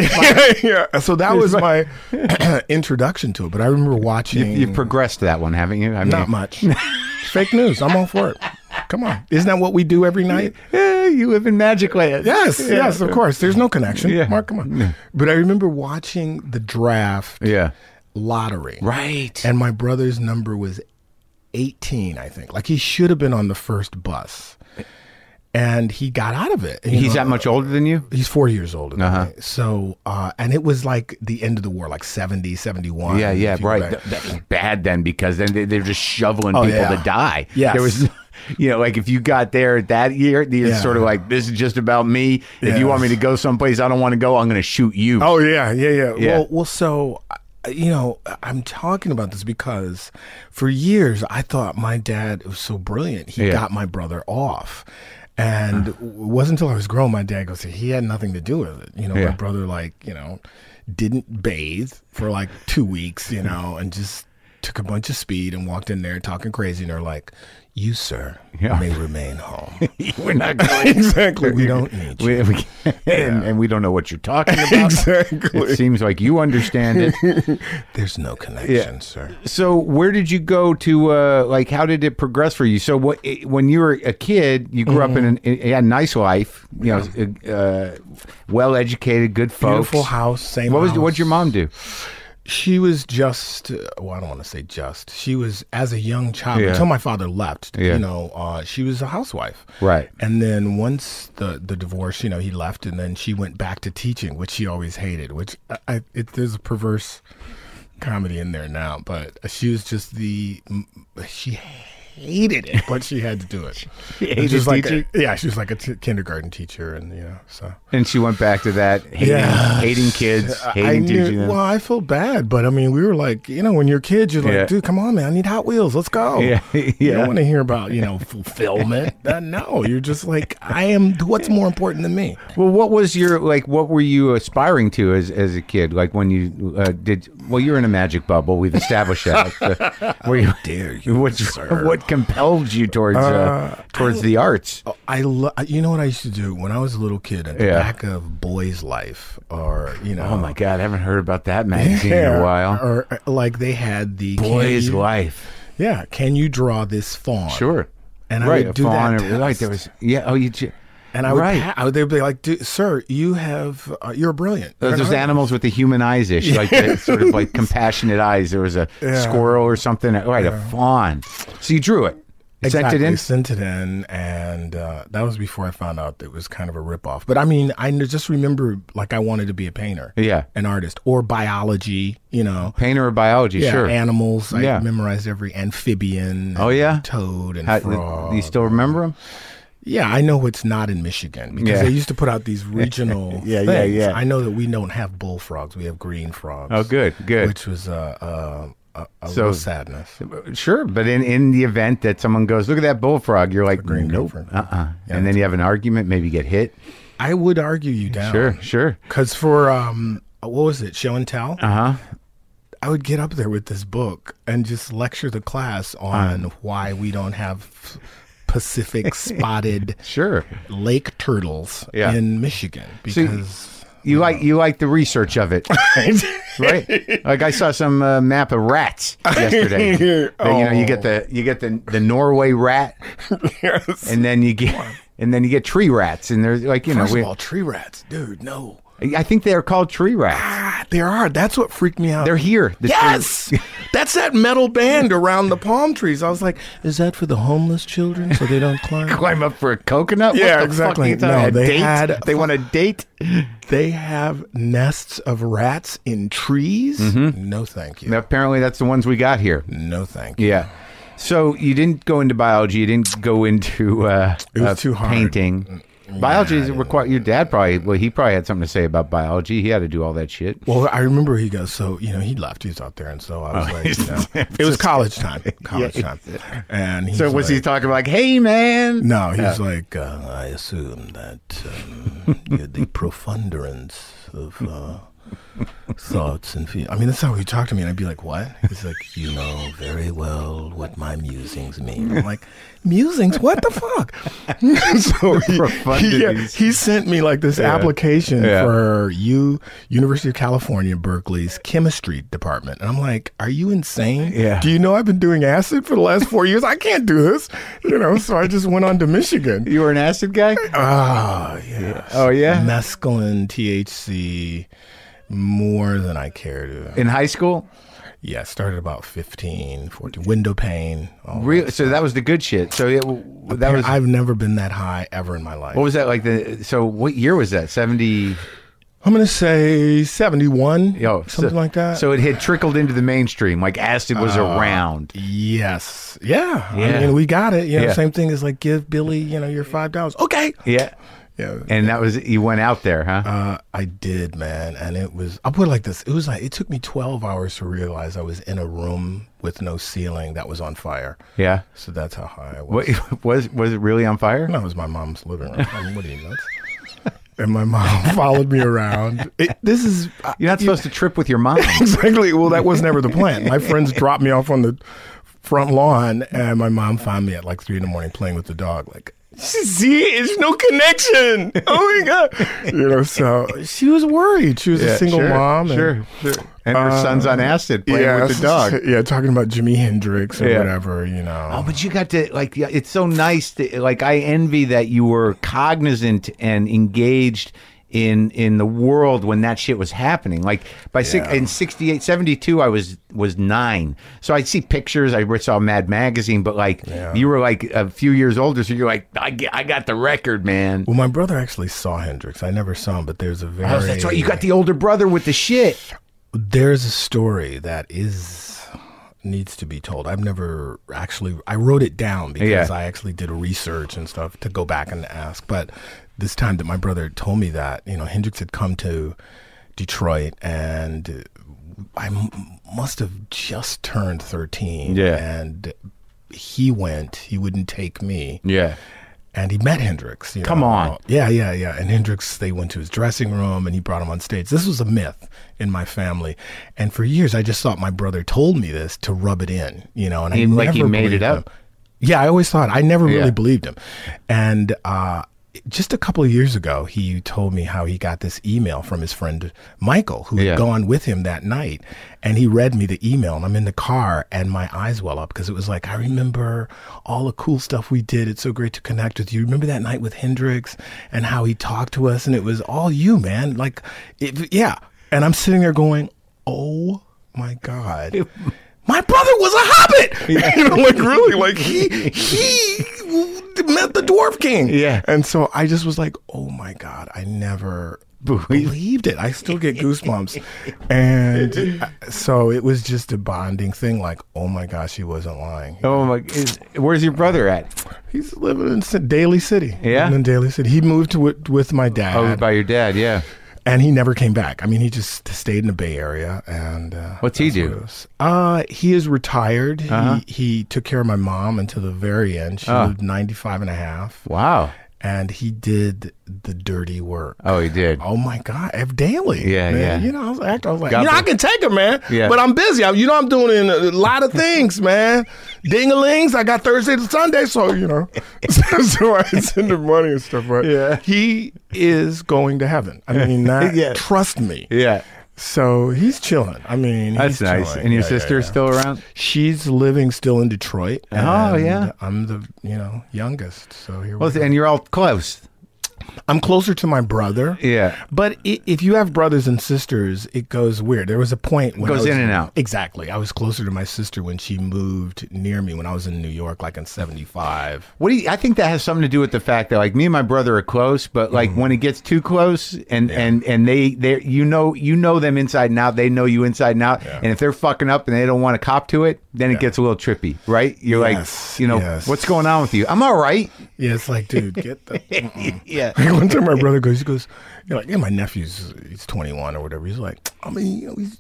Speaker 4: yeah. So that was my introduction to it. But I remember watching.
Speaker 1: You've progressed that one, haven't you? I mean,
Speaker 4: not much. Fake news. I'm all for it. Come on. Isn't that what we do every night?
Speaker 1: Yeah, you live in magic land.
Speaker 4: Yes, yes, of course. There's no connection.
Speaker 1: Yeah.
Speaker 4: Mark, come on. But I remember watching the draft
Speaker 1: Yeah.
Speaker 4: lottery.
Speaker 1: Right.
Speaker 4: And my brother's number was 18, I think. Like he should have been on the first bus. And he got out of it. you
Speaker 1: He's
Speaker 4: know?
Speaker 1: that much Uh-huh. older than you?
Speaker 4: He's four years older than me. So, uh, and it was like the end of the war, like 70, 71.
Speaker 1: Yeah, yeah,
Speaker 4: if you go
Speaker 1: right.
Speaker 4: back. Oh,
Speaker 1: Th- that was bad then because then they, they're just shoveling people
Speaker 4: yeah.
Speaker 1: to die.
Speaker 4: Yes.
Speaker 1: There was, you know, like if you got there that year, you're
Speaker 4: Yeah.
Speaker 1: sort of like, this is just about me. If you want me
Speaker 4: Yes.
Speaker 1: to go someplace I don't want to go, I'm going to shoot you.
Speaker 4: Oh, yeah, yeah, yeah.
Speaker 1: Yeah.
Speaker 4: Well, well, so you know, I'm talking about this because for years I thought my dad was so brilliant. He
Speaker 1: Yeah.
Speaker 4: got my brother off. And it wasn't until I was grown my dad goes, he had nothing to do with it. You know,
Speaker 1: Yeah.
Speaker 4: my brother, like, you know, didn't bathe for like two weeks, you know, and just took a bunch of speed and walked in there talking crazy. And they're like, you, sir,
Speaker 1: Yeah.
Speaker 4: may remain home.
Speaker 1: We're not going.
Speaker 4: exactly. We don't need you.
Speaker 1: We, we, and, and we don't know what you're talking about.
Speaker 4: exactly.
Speaker 1: It seems like you understand it.
Speaker 4: There's no connection, sir.
Speaker 1: So where did you go to? Uh, like, how did it progress for you? So what? it- When you were a kid, you grew up
Speaker 4: Mm-hmm.
Speaker 1: in, an, in a nice life. You know, uh, well educated, good folks.
Speaker 4: Beautiful house, same
Speaker 1: What was?
Speaker 4: house.
Speaker 1: What'd your mom do?
Speaker 4: She was just, well, I don't want to say just. She was, as a young child,
Speaker 1: Yeah.
Speaker 4: until my father left,
Speaker 1: Yeah.
Speaker 4: you know, uh, she was a housewife.
Speaker 1: Right.
Speaker 4: And then once the, the divorce, you know, he left, and then she went back to teaching, which she always hated, which I, I, it, there's a perverse comedy in there now, but she was just the, she hated it, but she had to do it. she
Speaker 1: hated
Speaker 4: was like a-
Speaker 1: teaching?
Speaker 4: yeah, she was like a t- kindergarten teacher, and, you know, so.
Speaker 1: And she went back to that hating,
Speaker 4: Yeah.
Speaker 1: hating kids,
Speaker 4: I- I
Speaker 1: hating
Speaker 4: knew,
Speaker 1: teaching them.
Speaker 4: Well, I feel bad, but I mean, we were like, you know, when you're kids, you're like,
Speaker 1: Yeah.
Speaker 4: dude, come on, man, I need Hot Wheels, let's go.
Speaker 1: Yeah,
Speaker 4: You
Speaker 1: yeah.
Speaker 4: don't want to hear about, you know, fulfillment. Uh, no, you're just like, I am. What's more important than me?
Speaker 1: Well, what was your like? What were you aspiring to as as a kid? Like when you uh, did? Well, you're in a magic bubble. We've established that. Uh, were you,
Speaker 4: Dare you?
Speaker 1: what,
Speaker 4: sir.
Speaker 1: what compelled you towards uh, towards the arts?
Speaker 4: Oh, I lo- you know what I used to do when I was a little kid at the
Speaker 1: Yeah.
Speaker 4: back of Boys Life, or you know,
Speaker 1: Oh my God, I haven't heard about that magazine in
Speaker 4: yeah,
Speaker 1: a while.
Speaker 4: or uh, like they had the
Speaker 1: Boy's
Speaker 4: can you-
Speaker 1: Life.
Speaker 4: Yeah, can you draw this fawn?
Speaker 1: Sure.
Speaker 4: And I
Speaker 1: right,
Speaker 4: would do
Speaker 1: a fawn
Speaker 4: that.
Speaker 1: and- Right, there
Speaker 4: test.
Speaker 1: was yeah. Oh, you. ju-
Speaker 4: And I would,
Speaker 1: right.
Speaker 4: pa- I would they'd be like, "Dude, "Sir, you have, uh, you're brilliant." You're
Speaker 1: Those
Speaker 4: an
Speaker 1: was
Speaker 4: artist."
Speaker 1: animals with the human eyes ish, like the, sort of like compassionate eyes. There was a
Speaker 4: Yeah.
Speaker 1: squirrel or something. Right, a fawn. So you drew it,
Speaker 4: Exactly.
Speaker 1: sent it in.
Speaker 4: Sent it in, and uh, that was before I found out that it was kind of a ripoff. But I mean, I kn- just remember like I wanted to be a painter,
Speaker 1: Yeah.
Speaker 4: an artist, or biology. You know,
Speaker 1: Painter or biology?
Speaker 4: yeah,
Speaker 1: sure.
Speaker 4: animals. I
Speaker 1: Yeah.
Speaker 4: memorized every amphibian.
Speaker 1: Oh,
Speaker 4: and
Speaker 1: yeah?
Speaker 4: toad and
Speaker 1: How-
Speaker 4: frog.
Speaker 1: do you still remember them?
Speaker 4: yeah, I know what's not in Michigan because
Speaker 1: Yeah.
Speaker 4: they used to put out these regional.
Speaker 1: Yeah, yeah,
Speaker 4: things.
Speaker 1: yeah.
Speaker 4: I know that we don't have bullfrogs; we have green frogs.
Speaker 1: Oh, good, good.
Speaker 4: Which was uh, uh, a, a
Speaker 1: So-
Speaker 4: real sadness.
Speaker 1: Sure, but in, in the event that someone goes, look at that bullfrog, you're like,
Speaker 4: green
Speaker 1: nope, uh,
Speaker 4: bullfrog.
Speaker 1: uh and then you have an argument, maybe get hit.
Speaker 4: I would argue you down.
Speaker 1: Sure, sure.
Speaker 4: Because for, um, what was it, show and tell?
Speaker 1: Uh huh.
Speaker 4: I would get up there with this book and just lecture the class on
Speaker 1: Uh.
Speaker 4: why we don't have Pacific spotted
Speaker 1: Sure.
Speaker 4: lake turtles
Speaker 1: Yeah.
Speaker 4: in Michigan.
Speaker 1: So you-
Speaker 4: Because.
Speaker 1: You like you like the research of it, right? Like I saw some uh, map of rats yesterday. That, you know, you
Speaker 4: oh.
Speaker 1: get the you get the the Norway rat,
Speaker 4: yes.
Speaker 1: and then you get and then you get tree rats, and there's like you know,
Speaker 4: First
Speaker 1: we,
Speaker 4: of all, tree rats, dude, no.
Speaker 1: I think they are called tree rats.
Speaker 4: Ah, there are. That's what freaked me out.
Speaker 1: They're here. The tree-
Speaker 4: Yes, that's that metal band around the palm trees. I was like, "Is that for the homeless children so they don't climb?"
Speaker 1: climb up for a coconut. What
Speaker 4: Yeah,
Speaker 1: the
Speaker 4: exactly.
Speaker 1: fuck are you talking-
Speaker 4: No,
Speaker 1: a
Speaker 4: they
Speaker 1: date?
Speaker 4: had-
Speaker 1: They want a date.
Speaker 4: They have nests of rats in trees? No, thank you.
Speaker 1: And apparently, that's the ones we got here.
Speaker 4: No, thank you.
Speaker 1: Yeah. So you didn't go into biology. You didn't go into uh,
Speaker 4: It was
Speaker 1: uh,
Speaker 4: too hard.
Speaker 1: painting. Biology is required. Your dad probably well, he probably had something to say about biology. He had to do all that shit.
Speaker 4: Well, I remember he goes, so, you know, he left. He was out there. And so I was like, you know, Oh, it was college time. College time. And he
Speaker 1: So was he
Speaker 4: like-
Speaker 1: talking like, "Hey, man"?
Speaker 4: No, he was like, uh, I assume that um, you're the profunderance of uh, thoughts and feelings. I mean, that's how he talked to me, and I'd be like, "What?" He's like, "You know very well what my musings mean." I'm like, "Musings? What the fuck?" so he, he, yeah,
Speaker 1: Profundities.
Speaker 4: he sent me like this application
Speaker 1: Yeah.
Speaker 4: for you University of California Berkeley's chemistry department, and I'm like, "Are you insane?
Speaker 1: Yeah.
Speaker 4: Do you know I've been doing acid for the last four years? I can't do this, you know." So I just went on to Michigan.
Speaker 1: You were an acid guy?
Speaker 4: Ah, yeah
Speaker 1: Oh yeah.
Speaker 4: mescaline, THC, more than I care to.
Speaker 1: In high school,
Speaker 4: Yeah, started about 15, 14. Window pane. all
Speaker 1: really? So that was the good shit. So it, that
Speaker 4: that.
Speaker 1: was
Speaker 4: I've never been that high ever in my life.
Speaker 1: what was that like? The so what year was that? Seventy.
Speaker 4: I'm gonna say 71,
Speaker 1: Yo,
Speaker 4: something
Speaker 1: so,
Speaker 4: like that.
Speaker 1: So it had trickled into the mainstream. Like acid was around.
Speaker 4: yes, yeah,
Speaker 1: Yeah.
Speaker 4: I mean, we got it. You know,
Speaker 1: Yeah.
Speaker 4: same thing as like give Billy, you know, your five dollars. Okay,
Speaker 1: Yeah.
Speaker 4: Yeah.
Speaker 1: And that was you went out there, huh?
Speaker 4: Uh, I did, man, and it was. I'll put it like this: it was like it took me twelve hours to realize I was in a room with no ceiling that was on fire.
Speaker 1: yeah.
Speaker 4: So that's how high I was.
Speaker 1: What, was was it really on fire?
Speaker 4: No, it was my mom's living room. I mean, what are you nuts? And my mom followed me around. It, this is I-
Speaker 1: You're not supposed to trip with your mom.
Speaker 4: exactly. Well, that was never the plan. My friends dropped me off on the front lawn, and my mom found me at like three in the morning playing with the dog. Like, see, it's no connection. Oh my god! You know, so she was worried. She was a single
Speaker 1: sure,
Speaker 4: mom. and-
Speaker 1: Sure, sure. And her
Speaker 4: Uh,
Speaker 1: son's on acid playing with the dog.
Speaker 4: Yeah, talking about Jimi Hendrix or
Speaker 1: Yeah.
Speaker 4: whatever. You know.
Speaker 1: Oh, but you got to like. yeah, It's so nice to like. I envy that you were cognizant and engaged in in the world when that shit was happening. Like by six, in 68, 72, I was was nine. So I'd see pictures. I saw Mad Magazine, but like you were like a few years older, so you're like, I, get- I got the record, man.
Speaker 4: well, my brother actually saw Hendrix. I never saw him, but there's a very
Speaker 1: Oh, that's right. You got the older brother with the shit.
Speaker 4: there's a story that is needs to be told. I've never actually I wrote it down because
Speaker 1: Yeah.
Speaker 4: I actually did research and stuff to go back and ask. But this time that my brother had told me that, you know, Hendrix had come to Detroit and I m- must have just turned 13
Speaker 1: Yeah.
Speaker 4: and he went, he wouldn't take me
Speaker 1: Yeah.
Speaker 4: and he met Hendrix. you
Speaker 1: Come
Speaker 4: know.
Speaker 1: on.
Speaker 4: Yeah, yeah, yeah. And Hendrix, they went to his dressing room and he brought him on stage. This was a myth in my family. And for years, I just thought my brother told me this to rub it in, you know, and I
Speaker 1: He- like he
Speaker 4: never
Speaker 1: made it
Speaker 4: believed
Speaker 1: up?
Speaker 4: him. Yeah, I always thought, I never really
Speaker 1: Yeah.
Speaker 4: believed him. And, uh, just a couple of years ago, he told me how he got this email from his friend Michael, who
Speaker 1: Yeah.
Speaker 4: had gone with him that night. And he read me the email, and I'm in the car, and my eyes well up because it was like, I remember all the cool stuff we did. It's so great to connect with you. Remember that night with Hendrix and how he talked to us, and it was all you, man. Like, it, yeah. And I'm sitting there going, oh my God. My brother was a hobbit. you know, like really, like he he met the dwarf king.
Speaker 1: Yeah.
Speaker 4: And so I just was like, oh my God, I never believed it. I still get goosebumps. and uh, so it was just a bonding thing like, oh my gosh, he wasn't lying.
Speaker 1: Oh my! Is, where's your brother at?
Speaker 4: He's living in Ci- Daly City.
Speaker 1: Yeah?
Speaker 4: Living in Daly City. He moved to, with, with my dad
Speaker 1: Oh, by your dad. Yeah.
Speaker 4: and he never came back. I mean, he just stayed in the Bay Area. And uh,
Speaker 1: What's he
Speaker 4: that's
Speaker 1: do? Uh-huh.
Speaker 4: what it was. Uh, he is retired. He, he took care of my mom until the very end.
Speaker 1: Oh.
Speaker 4: She lived 95 and a half.
Speaker 1: Wow.
Speaker 4: And he did the dirty work.
Speaker 1: Oh, he did.
Speaker 4: Oh my God, F daily.
Speaker 1: Yeah,
Speaker 4: man.
Speaker 1: yeah.
Speaker 4: You know, I was acting. I was like,
Speaker 1: God
Speaker 4: you know, I
Speaker 1: bless-
Speaker 4: can take it, man.
Speaker 1: Yeah.
Speaker 4: But I'm busy. I, you know, I'm doing a lot of things, man. Ding-a-lings. I got Thursday to Sunday, so you know, so, so I send him money and stuff. Right?
Speaker 1: Yeah.
Speaker 4: He is going to heaven. I mean, that,
Speaker 1: Yeah.
Speaker 4: trust me.
Speaker 1: Yeah.
Speaker 4: So he's chilling. I mean,
Speaker 1: That's
Speaker 4: he's
Speaker 1: nice.
Speaker 4: chilling.
Speaker 1: And your
Speaker 4: Yeah, yeah,
Speaker 1: sister's
Speaker 4: yeah.
Speaker 1: still around?
Speaker 4: She's living still in Detroit.
Speaker 1: Oh,
Speaker 4: and
Speaker 1: yeah.
Speaker 4: I'm the you know youngest, so here
Speaker 1: Well,
Speaker 4: we go.
Speaker 1: and you're all close.
Speaker 4: I'm closer to my brother.
Speaker 1: Yeah.
Speaker 4: But i if you have brothers and sisters, it goes weird. There was a point when I
Speaker 1: Goes
Speaker 4: was-
Speaker 1: in and out.
Speaker 4: Exactly. I was closer to my sister when she moved near me when I was in New York, like in '75.
Speaker 1: What do you, I think that has something to do with the fact that like me and my brother are close, but like when it gets too close and and and they they you know you know them inside and out, they know you inside and out, and if they're fucking up and they don't want to cop to it, then it gets a little trippy, right? You're
Speaker 4: Yes,
Speaker 1: like, you know,
Speaker 4: yes.
Speaker 1: what's going on with you? I'm all right.
Speaker 4: Yeah, it's like, dude, get the.
Speaker 1: Yeah.
Speaker 4: Like one time, my brother goes, he goes, you know, like, yeah, my nephew's he's 21 or whatever. He's like, I mean, you know, he's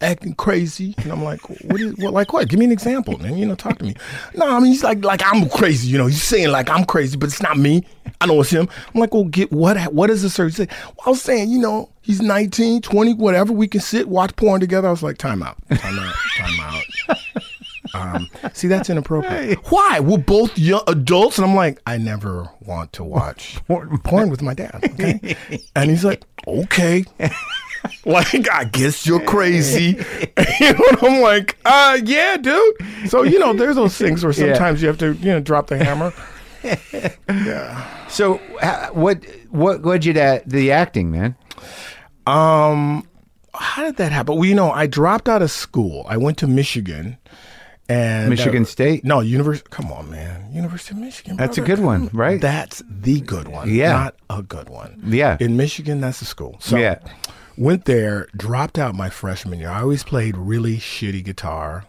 Speaker 4: acting crazy, and I'm like, what is what? Like what? Give me an example, man. You know, talk to me. No, I mean, he's like, like I'm crazy. You know, he's saying like I'm crazy, but it's not me. I know it's him. I'm like, well, get what? What is the search? Say, well, I was saying, you know, he's 19, 20, whatever. We can sit, watch porn together. I was like, time out, time out, time out. Um, see, that's inappropriate. Why? We're both young adults, and I'm like, I never want to watch porn, with my dad. Okay, and he's like, okay. Like I guess you're crazy. you know, and I'm like, uh, yeah, dude. So you know, there's those things where sometimes you have to, you know, drop the hammer.
Speaker 1: So ha- what what led you to the acting, man?
Speaker 4: Um, how did that happen? Well, you know, I dropped out of school. I went to Michigan, and
Speaker 1: Michigan State?
Speaker 4: No, University. Come on, man, University of Michigan.
Speaker 1: That's a
Speaker 4: brother.
Speaker 1: good one, right?
Speaker 4: That's the good one.
Speaker 1: Yeah.
Speaker 4: not a good one.
Speaker 1: Yeah.
Speaker 4: in Michigan, that's the school. So,
Speaker 1: Yeah.
Speaker 4: went there, dropped out my freshman year. I always played really shitty guitar.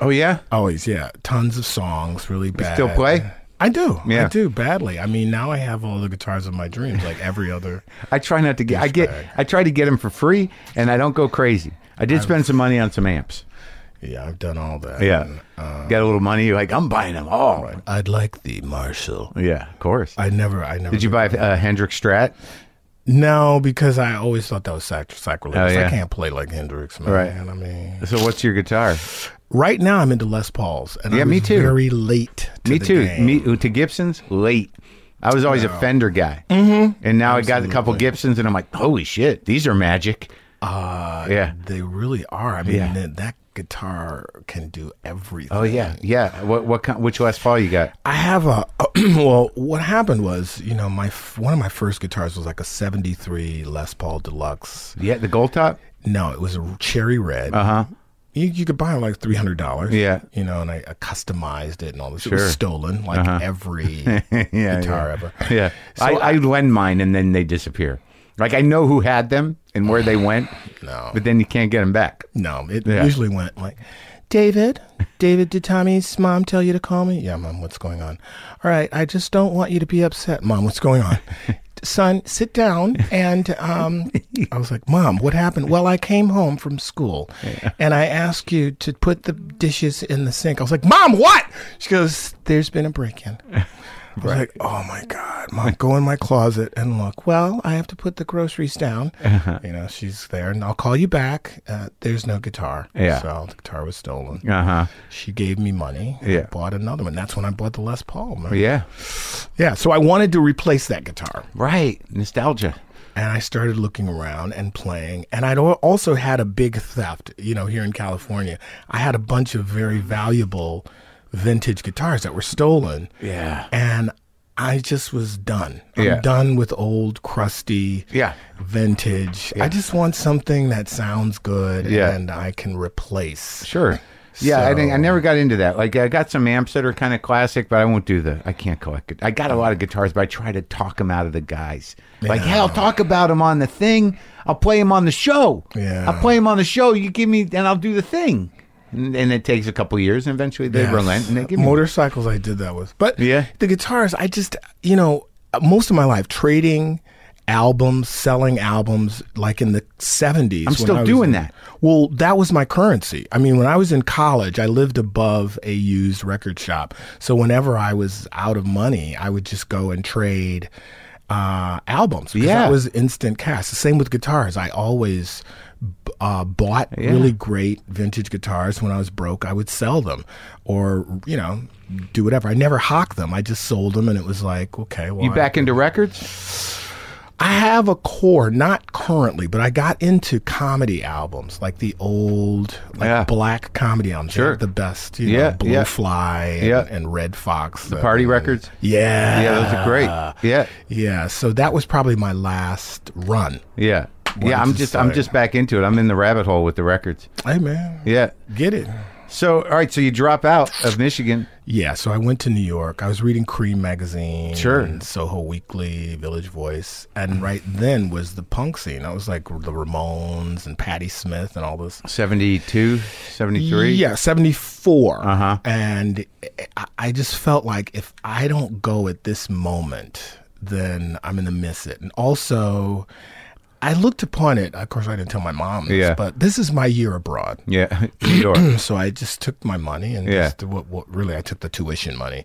Speaker 1: Oh yeah,
Speaker 4: Always, yeah. Tons of songs, really bad.
Speaker 1: still play?
Speaker 4: I do.
Speaker 1: Yeah.
Speaker 4: I do badly. I mean, now I have all the guitars of my dreams, like every other.
Speaker 1: I try not to get. I get. I try to get them for free, and I don't go crazy. I did spend some money on some amps.
Speaker 4: Yeah, I've done all that.
Speaker 1: Yeah,
Speaker 4: And, uh,
Speaker 1: got a little money. You're like, I'm buying them all.
Speaker 4: I'd like the Marshall.
Speaker 1: Yeah, of course.
Speaker 4: I never, I never.
Speaker 1: did you buy a Hendrix Strat?
Speaker 4: No, because I always thought that was sac- sacrilegious.
Speaker 1: Oh, yeah.
Speaker 4: I can't play like Hendrix, man.
Speaker 1: Right.
Speaker 4: I mean,
Speaker 1: So what's your guitar?
Speaker 4: right now I'm into Les Pauls, and
Speaker 1: Yeah,
Speaker 4: I
Speaker 1: me
Speaker 4: was
Speaker 1: too.
Speaker 4: Very late. To
Speaker 1: Me
Speaker 4: the
Speaker 1: too.
Speaker 4: game.
Speaker 1: Me to Gibsons late. I was always a Fender guy, mm-hmm. and now I got a couple Gibsons, and I'm like, holy shit, these are magic. Uh, yeah.
Speaker 4: They really are. I mean,
Speaker 1: Yeah.
Speaker 4: that, that guitar can do everything.
Speaker 1: Oh yeah, yeah. What what kind? Which Les Paul you got?
Speaker 4: I have a well. What happened was, you know, my f- one of my first guitars was like a '73 Les Paul Deluxe.
Speaker 1: Yeah, the Gold Top.
Speaker 4: No, it was a cherry red. Uh
Speaker 1: Uh huh.
Speaker 4: You, you could buy it like three hundred dollars.
Speaker 1: Yeah.
Speaker 4: you know, and I, I customized it and all this. It
Speaker 1: Sure. Uh-huh.
Speaker 4: was stolen, like every
Speaker 1: yeah,
Speaker 4: guitar
Speaker 1: yeah.
Speaker 4: ever.
Speaker 1: Yeah.
Speaker 4: So
Speaker 1: I, I, lend mine and then they disappear. Like I know who had them and where they went,
Speaker 4: No.
Speaker 1: but then you can't get them back.
Speaker 4: No, it
Speaker 1: Yeah.
Speaker 4: usually went like, David, David, did Tommy's mom tell you to call me? Yeah, mom, what's going on? All right, I just don't want you to be upset, mom. What's going on? Son, sit down. And um, I was like, Mom, what happened? Well, I came home from school and I asked you to put the dishes in the sink. I was like, Mom, what? She goes, There's been a break in. I was like, oh my God, mom, go in my closet and look. Well, I have to put the groceries down.
Speaker 1: Uh-huh.
Speaker 4: You know, she's there and I'll call you back. Uh, there's no guitar.
Speaker 1: Yeah.
Speaker 4: So the guitar was stolen.
Speaker 1: Uh huh.
Speaker 4: She gave me money. I
Speaker 1: Yeah.
Speaker 4: bought another one. That's when I bought the Les Paul. man.
Speaker 1: Yeah.
Speaker 4: Yeah. So I wanted to replace that guitar.
Speaker 1: Right. Nostalgia.
Speaker 4: And I started looking around and playing. And I'd al- also had a big theft, you know, here in California. I had a bunch of very valuable vintage guitars that were stolen.
Speaker 1: Yeah.
Speaker 4: And I just was done. I'm
Speaker 1: Yeah.
Speaker 4: done with old, crusty,
Speaker 1: Yeah.
Speaker 4: vintage. I just want something that sounds good
Speaker 1: Yeah.
Speaker 4: and I can replace.
Speaker 1: Sure. Yeah, I think I
Speaker 4: So-
Speaker 1: never got into that. Like I got some amps that are kind of classic, but I won't do the. I can't collect it. I got a lot of guitars, but I try to talk them out of the guys. Like, hey, I'll talk about them on the thing. I'll play them on the show.
Speaker 4: Yeah.
Speaker 1: I'll play them on the show. You give me, and I'll do the thing. And, and it takes a couple years, and eventually they
Speaker 4: Yes.
Speaker 1: relent and they give me.
Speaker 4: Motorcycles I did that with. But
Speaker 1: Yeah.
Speaker 4: the guitars, I just, you know, most of my life trading albums, selling albums like in the 70s. when
Speaker 1: still
Speaker 4: I was
Speaker 1: doing
Speaker 4: in-
Speaker 1: that.
Speaker 4: Well, that was my currency. I mean, when I was in college, I lived above a used record shop. So whenever I was out of money, I would just go and trade uh, albums. because
Speaker 1: Yeah.
Speaker 4: That was instant cash. The same with guitars. I always b- uh, bought really great vintage guitars when I was broke. I would sell them or, you know, do whatever. I never hocked them. I just sold them and it was like, okay, well.
Speaker 1: You
Speaker 4: I-
Speaker 1: back into records?
Speaker 4: I have a core, not currently, but I got into comedy albums, like the old, like
Speaker 1: Yeah.
Speaker 4: black comedy albums. They
Speaker 1: Sure.
Speaker 4: have the best, you
Speaker 1: Yeah,
Speaker 4: know, Blue
Speaker 1: yeah.
Speaker 4: Fly and,
Speaker 1: Yeah.
Speaker 4: and Red Fox. The
Speaker 1: Party records?
Speaker 4: Yeah.
Speaker 1: Yeah, those are
Speaker 4: uh,
Speaker 1: great. Yeah.
Speaker 4: Yeah. So that was probably my last run.
Speaker 1: Yeah. Yeah, I'm just
Speaker 4: it's just
Speaker 1: I'm
Speaker 4: like-
Speaker 1: just back into it. I'm in the rabbit hole with the records.
Speaker 4: Hey, man.
Speaker 1: Yeah.
Speaker 4: Get it.
Speaker 1: So all right, so you drop out of Michigan.
Speaker 4: Yeah, so I went to New York. I was reading Cream magazine,
Speaker 1: Sure.
Speaker 4: and Soho Weekly, Village Voice, and right then was the punk scene. I was like the Ramones and Patti Smith and all this.
Speaker 1: 72, 73.
Speaker 4: Yeah, 74.
Speaker 1: Uh-huh.
Speaker 4: And I, I just felt like if I don't go at this moment, then I'm going to miss it. And also, I looked upon it. Of course, I didn't tell my mom this,
Speaker 1: Yeah.
Speaker 4: but this is my year abroad.
Speaker 1: Yeah. New York.
Speaker 4: So I just took my money and
Speaker 1: Yeah.
Speaker 4: just what, what really I took the tuition money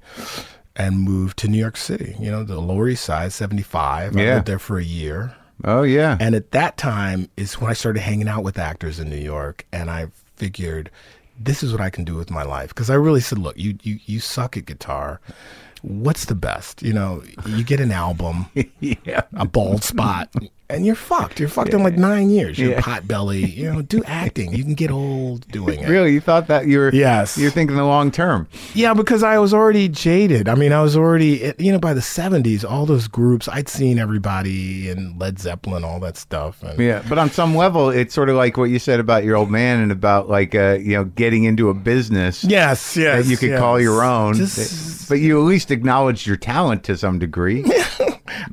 Speaker 4: and moved to New York City. You know, the Lower East Side, 75. I
Speaker 1: Yeah.
Speaker 4: lived there for a year.
Speaker 1: Oh yeah.
Speaker 4: And at that time is when I started hanging out with actors in New York, and I figured this is what I can do with my life because I really said, look, you you you suck at guitar. What's the best? You know, you get an album, a bald spot, and you're fucked. You're fucked in like nine years. You're pot belly. You know, do acting. You can get old doing it.
Speaker 1: really? You thought that you were
Speaker 4: Yes.
Speaker 1: You're thinking the long term.
Speaker 4: Yeah, because I was already jaded. I mean, I was already, eh, you know, by the 70s, all those groups, I'd seen everybody and Led Zeppelin, all that stuff. And
Speaker 1: Yeah. But on some level it's sort of like what you said about your old man and about like uh, you know, getting into a business.
Speaker 4: Yes, yes.
Speaker 1: That you could
Speaker 4: yes.
Speaker 1: call your own,
Speaker 4: Just-
Speaker 1: but you at least acknowledged your talent to some degree.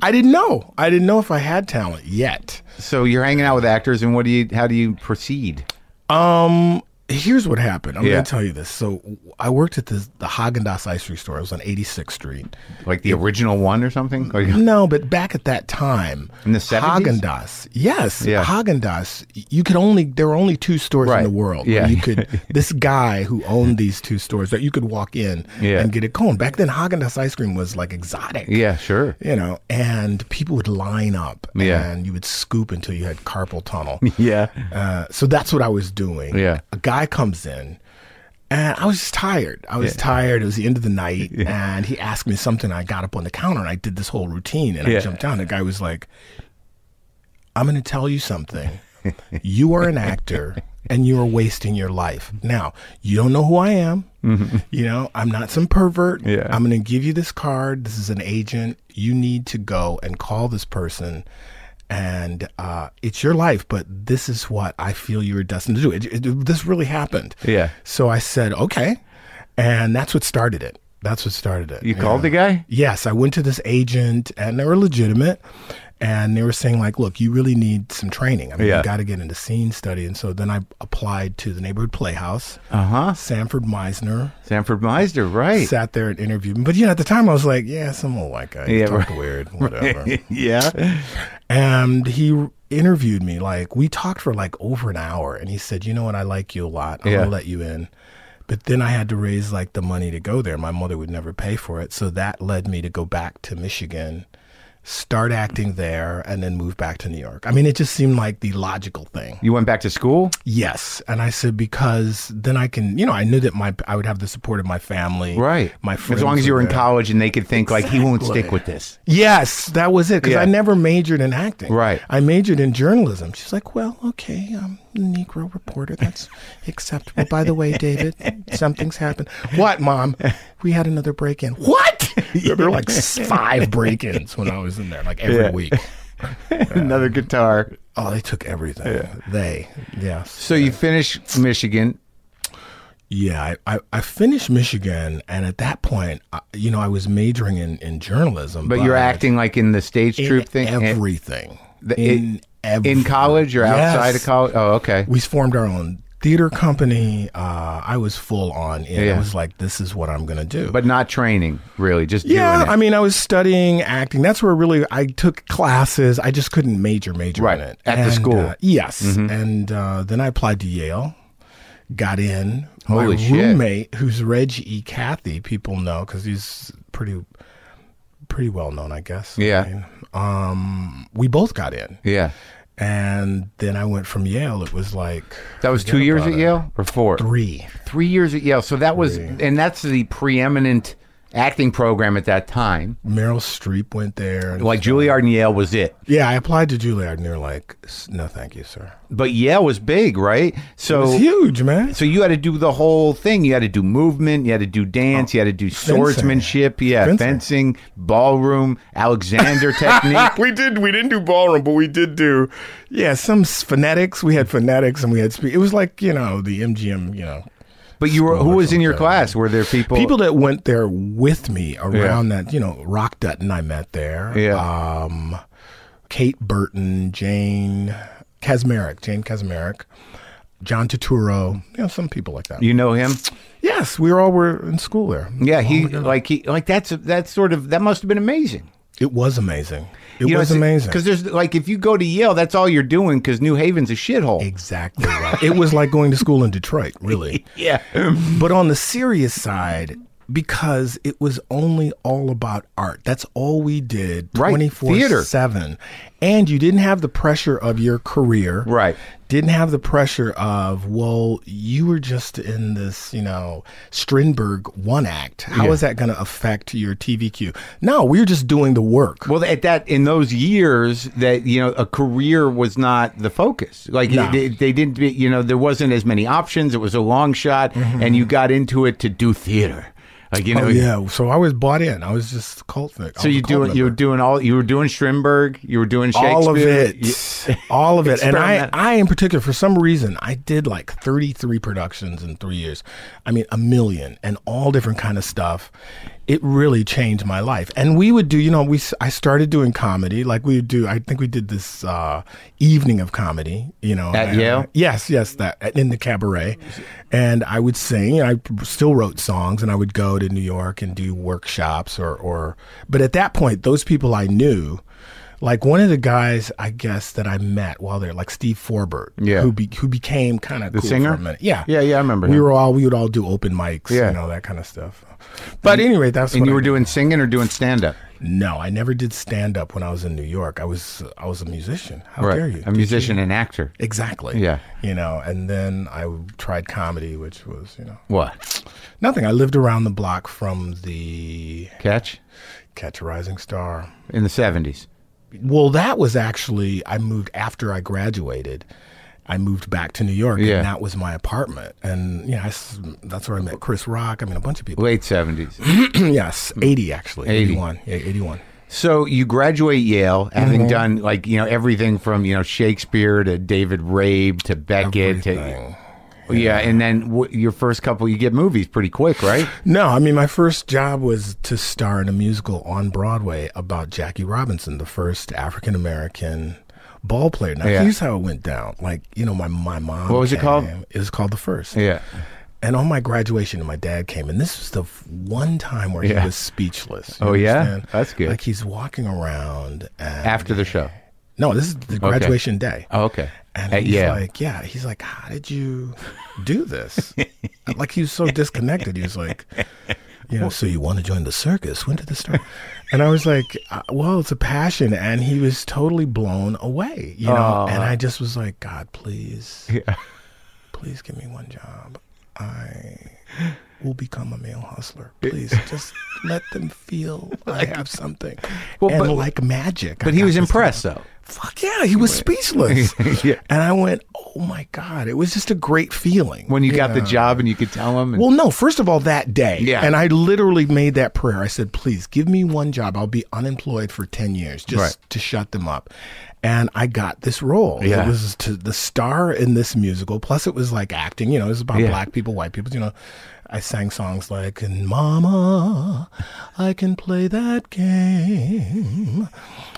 Speaker 4: I didn't know. I didn't know if I had talent yet.
Speaker 1: so you're hanging out with actors, and what do you? How do you proceed?
Speaker 4: Um, here's what happened. I'm
Speaker 1: Yeah.
Speaker 4: going to tell you this. So I worked at this, the Haagen Dazs ice cream store. I was on 86th Street.
Speaker 1: Like the original one or something? Like,
Speaker 4: No, but back at that time,
Speaker 1: In the 70s?
Speaker 4: Haagen Dazs. Yes,
Speaker 1: Yeah.
Speaker 4: Haagen Dazs. You could only there were only two stores
Speaker 1: Right.
Speaker 4: in the world.
Speaker 1: Yeah.
Speaker 4: you could. this guy who owned these two stores that you could walk in
Speaker 1: Yeah.
Speaker 4: and get a cone. Back then, Haagen Dazs ice cream was like exotic.
Speaker 1: yeah, sure.
Speaker 4: You know, and people would line up
Speaker 1: Yeah.
Speaker 4: and you would scoop until you had carpal tunnel.
Speaker 1: Yeah.
Speaker 4: Uh, so that's what I was doing.
Speaker 1: Yeah.
Speaker 4: A guy comes in and I was just tired. I was tired. It was the end of the night. And he asked me something. I got up on the counter and I did this whole routine and
Speaker 1: Yeah.
Speaker 4: I jumped down. The guy was like, I'm going to tell you something. You are an actor and you are wasting your life. Now, you don't know who I am. You know, I'm not some pervert.
Speaker 1: Mm-hmm. Yeah.
Speaker 4: I'm going to give you this card. This is an agent. You need to go and call this person. And uh, it's your life, but this is what I feel you were destined to do. It, it, this really happened.
Speaker 1: Yeah.
Speaker 4: So I said, okay. And that's what started it. That's what started it.
Speaker 1: You called the guy?
Speaker 4: Yes, I went to this agent and they were legitimate. And they were saying, like, look, you really need some training. I mean,
Speaker 1: Yeah.
Speaker 4: you got to get into scene study. And so then I applied to the neighborhood playhouse.
Speaker 1: Uh huh.
Speaker 4: Sanford Meisner
Speaker 1: Sanford Meisner, right.
Speaker 4: sat there and interviewed me. But, you know, at the time I was like, yeah, some old white guy.
Speaker 1: Yeah,
Speaker 4: Yeah, talk weird, whatever.
Speaker 1: yeah.
Speaker 4: and he interviewed me. Like, we talked for like over an hour. And he said, you know what? I like you a lot. I'm
Speaker 1: Yeah.
Speaker 4: going to let you in. But then I had to raise like the money to go there. My mother would never pay for it. So that led me to go back to Michigan, start acting there, and then move back to New York. I mean, it just seemed like the logical thing.
Speaker 1: You went back to school?
Speaker 4: Yes, and I said because then I can, you know, I knew that my I would have the support of my family, My friends
Speaker 1: As long as you were in
Speaker 4: there.
Speaker 1: college and they could think, like, he won't stick with this.
Speaker 4: Yes, that was it because
Speaker 1: Yeah.
Speaker 4: I never majored in acting.
Speaker 1: Right.
Speaker 4: I majored in journalism. She's like, well, okay, I'm a Negro reporter. That's acceptable. By the way, David, something's happened. What, mom? We had another break in. What? There were like five break ins when I was in there, like every
Speaker 1: Yeah.
Speaker 4: week.
Speaker 1: Another guitar.
Speaker 4: Oh, they took everything. They, yes.
Speaker 1: So you finished Michigan.
Speaker 4: Yeah, I, I, I finished Michigan, and at that point, I, you know, I was majoring in, in journalism.
Speaker 1: But you're acting like in the stage
Speaker 4: in
Speaker 1: troupe thing and-
Speaker 4: everything.
Speaker 1: The-
Speaker 4: eh, in every-
Speaker 1: in college or outside
Speaker 4: Yes.
Speaker 1: of college. Oh, okay.
Speaker 4: We formed our own theater company. Uh, I was full on in.
Speaker 1: Yeah.
Speaker 4: I was like, this is what I'm going to do.
Speaker 1: But not training, really. Just
Speaker 4: yeah,
Speaker 1: doing it.
Speaker 4: I mean, I was studying acting. That's where really I took classes. I just couldn't major major
Speaker 1: Right,
Speaker 4: in it
Speaker 1: at the
Speaker 4: And,
Speaker 1: school. Mm-hmm.
Speaker 4: uh, yes, and uh, then I applied to Yale, got in.
Speaker 1: Holy
Speaker 4: My
Speaker 1: shit.
Speaker 4: roommate, who's Reg E. Cathy, people know because he's pretty pretty well known, I guess.
Speaker 1: Yeah.
Speaker 4: I mean, um, we both got in,
Speaker 1: yeah.
Speaker 4: and then I went from Yale. It was like
Speaker 1: That was two
Speaker 4: forget
Speaker 1: years
Speaker 4: about
Speaker 1: at
Speaker 4: it.
Speaker 1: Yale or four?
Speaker 4: three.
Speaker 1: Three years at Yale. So that was, and that's the preeminent acting program at that time.
Speaker 4: Meryl Streep went there. and-
Speaker 1: Like Juilliard and Yale was it.
Speaker 4: yeah, I applied to Juilliard, and they're like, "S- "No, thank you, sir."
Speaker 1: But Yale was big, right? So
Speaker 4: It's huge, man.
Speaker 1: So you had to do the whole thing. You had to do movement. You had to do dance. You had to do swordsmanship. Yeah, fencing,
Speaker 4: Oh, Fencing.
Speaker 1: ballroom, Alexander technique.
Speaker 4: we did. We didn't do ballroom, but we did do, yeah, some s- phonetics. We had phonetics, and we had. Spe- it was like you know the MGM. You know,
Speaker 1: But you were who
Speaker 4: or
Speaker 1: was in your
Speaker 4: something.
Speaker 1: class? Were there people?
Speaker 4: people that went there with me around that. You know, Rock Dutton I met there.
Speaker 1: Yeah.
Speaker 4: Um, Kate Burton, Jane Kazmarek, Jane Kazmarek, John Turturro. You know, some people like that.
Speaker 1: you know him?
Speaker 4: yes, we all were in school there.
Speaker 1: Yeah, he like he like that's that's sort of that must have been amazing.
Speaker 4: It was amazing. It was amazing.
Speaker 1: because there's like if you go to Yale, that's all you're doing because New Haven's a shithole.
Speaker 4: Exactly right. it was like going to school in Detroit, really.
Speaker 1: Yeah,
Speaker 4: But on the serious side, because it was only all about art. That's all we did
Speaker 1: Right.
Speaker 4: 24 7. And you didn't have the pressure of your career.
Speaker 1: Right.
Speaker 4: Didn't have the pressure of, well, you were just in this, you know, Strindberg one act. How is that going to affect your TVQ? No, we were just doing the work.
Speaker 1: Well, at that in those years, that you know, a career was not the focus. Like
Speaker 4: No.
Speaker 1: they, they didn't, be, you know, there wasn't as many options. It was a long shot, and you got into it to do theater. Like you know,
Speaker 4: Mm-hmm. Oh, yeah. So I was bought in. I was just cult fit.
Speaker 1: So you doing you were doing all you were doing Strindberg, you were doing Shakespeare,
Speaker 4: all of
Speaker 1: you-
Speaker 4: it, all of it, and I,
Speaker 1: Experiment.
Speaker 4: I in particular, for some reason, I did like thirty three productions in three years. I mean, a million and all different kind of stuff. it really changed my life. And we would do, you know, we s- I started doing comedy. Like we would do, I think we did this uh, evening of comedy. You know,
Speaker 5: At
Speaker 4: and- uh,
Speaker 5: Yale?
Speaker 4: Yes, yes, that in the cabaret, and I would sing. And I still wrote songs, and I would go to New York and do workshops or or. But at that point, those people I knew. Like one of the guys, I guess that I met while there, like Steve Forbert,
Speaker 5: Yeah.
Speaker 4: who be, who became kind of the cool
Speaker 5: singer?
Speaker 4: for a minute. Yeah,
Speaker 5: Yeah, yeah, I remember
Speaker 4: We
Speaker 5: him.
Speaker 4: were all we would all do open mics,
Speaker 5: Yeah.
Speaker 4: you know that kind of stuff. But anyway, that's
Speaker 5: And
Speaker 4: what
Speaker 5: you
Speaker 4: I
Speaker 5: were
Speaker 4: did.
Speaker 5: doing singing or doing stand up?
Speaker 4: No, I never did stand up when I was in New York. I was I was a musician. How dare you?
Speaker 5: A musician and actor.
Speaker 4: Exactly.
Speaker 5: Yeah.
Speaker 4: You know, and then I tried comedy, which was you know
Speaker 5: What?
Speaker 4: nothing. I lived around the block from the
Speaker 5: Catch?
Speaker 4: Catch a Rising Star.
Speaker 5: In the 70s.
Speaker 4: Well, that was actually I moved after I graduated. I moved back to New York,
Speaker 5: Yeah.
Speaker 4: and that was my apartment. And yeah, I s that's where I met Chris Rock. I mean, a bunch of people.
Speaker 5: Late 70s.
Speaker 4: yes, eighty actually,
Speaker 5: 80.
Speaker 4: eighty-one. Yeah, eighty-one.
Speaker 5: so you graduate Yale, having
Speaker 4: Mm-hmm.
Speaker 5: done like, you know, everything from, you know, Shakespeare to David Rabe to Beckett
Speaker 4: Everything.
Speaker 5: to. Yeah, and then w- your first couple, you get movies pretty quick, right?
Speaker 4: No, I mean, my first job was to star in a musical on Broadway about Jackie Robinson, the first African American ball player. Now,
Speaker 5: Yeah.
Speaker 4: here's how it went down. Like, you know, my, my mom.
Speaker 5: What was it
Speaker 4: came.
Speaker 5: called?
Speaker 4: It was called The First.
Speaker 5: Yeah.
Speaker 4: And on my graduation, my dad came, and this was the f- one time where
Speaker 5: Yeah.
Speaker 4: he was speechless.
Speaker 5: Oh, yeah? That's good.
Speaker 4: Like, he's walking around. And,
Speaker 5: After the show.
Speaker 4: No, this is the graduation day.
Speaker 5: Oh, okay.
Speaker 4: And
Speaker 5: At
Speaker 4: he's
Speaker 5: Yale.
Speaker 4: like, yeah. He's like, how did you do this? like he was so disconnected. He was like, you know, so you want to join the circus? When did this start? And I was like, uh, well, it's a passion. And he was totally blown away, you know. and I just was like, God, please, please give me one job. I will become a male hustler. Please, just let them feel I have something.
Speaker 5: Well,
Speaker 4: and
Speaker 5: but-
Speaker 4: like magic.
Speaker 5: But he was impressed, though.
Speaker 4: Fuck yeah, he was speechless. And I went, oh my God. It was just a great feeling.
Speaker 5: When you got the job and you could tell him. and-
Speaker 4: well, no, first of all, that day.
Speaker 5: Yeah.
Speaker 4: And I literally made that prayer. I said, please give me one job. I'll be unemployed for 10 years just
Speaker 5: Right.
Speaker 4: to shut them up. And I got this role.
Speaker 5: Yeah.
Speaker 4: It was to the star in this musical. Plus, it was like acting, you know, it was about
Speaker 5: Yeah.
Speaker 4: black people, white people, you know. I sang songs like, and Mama, I can play that game.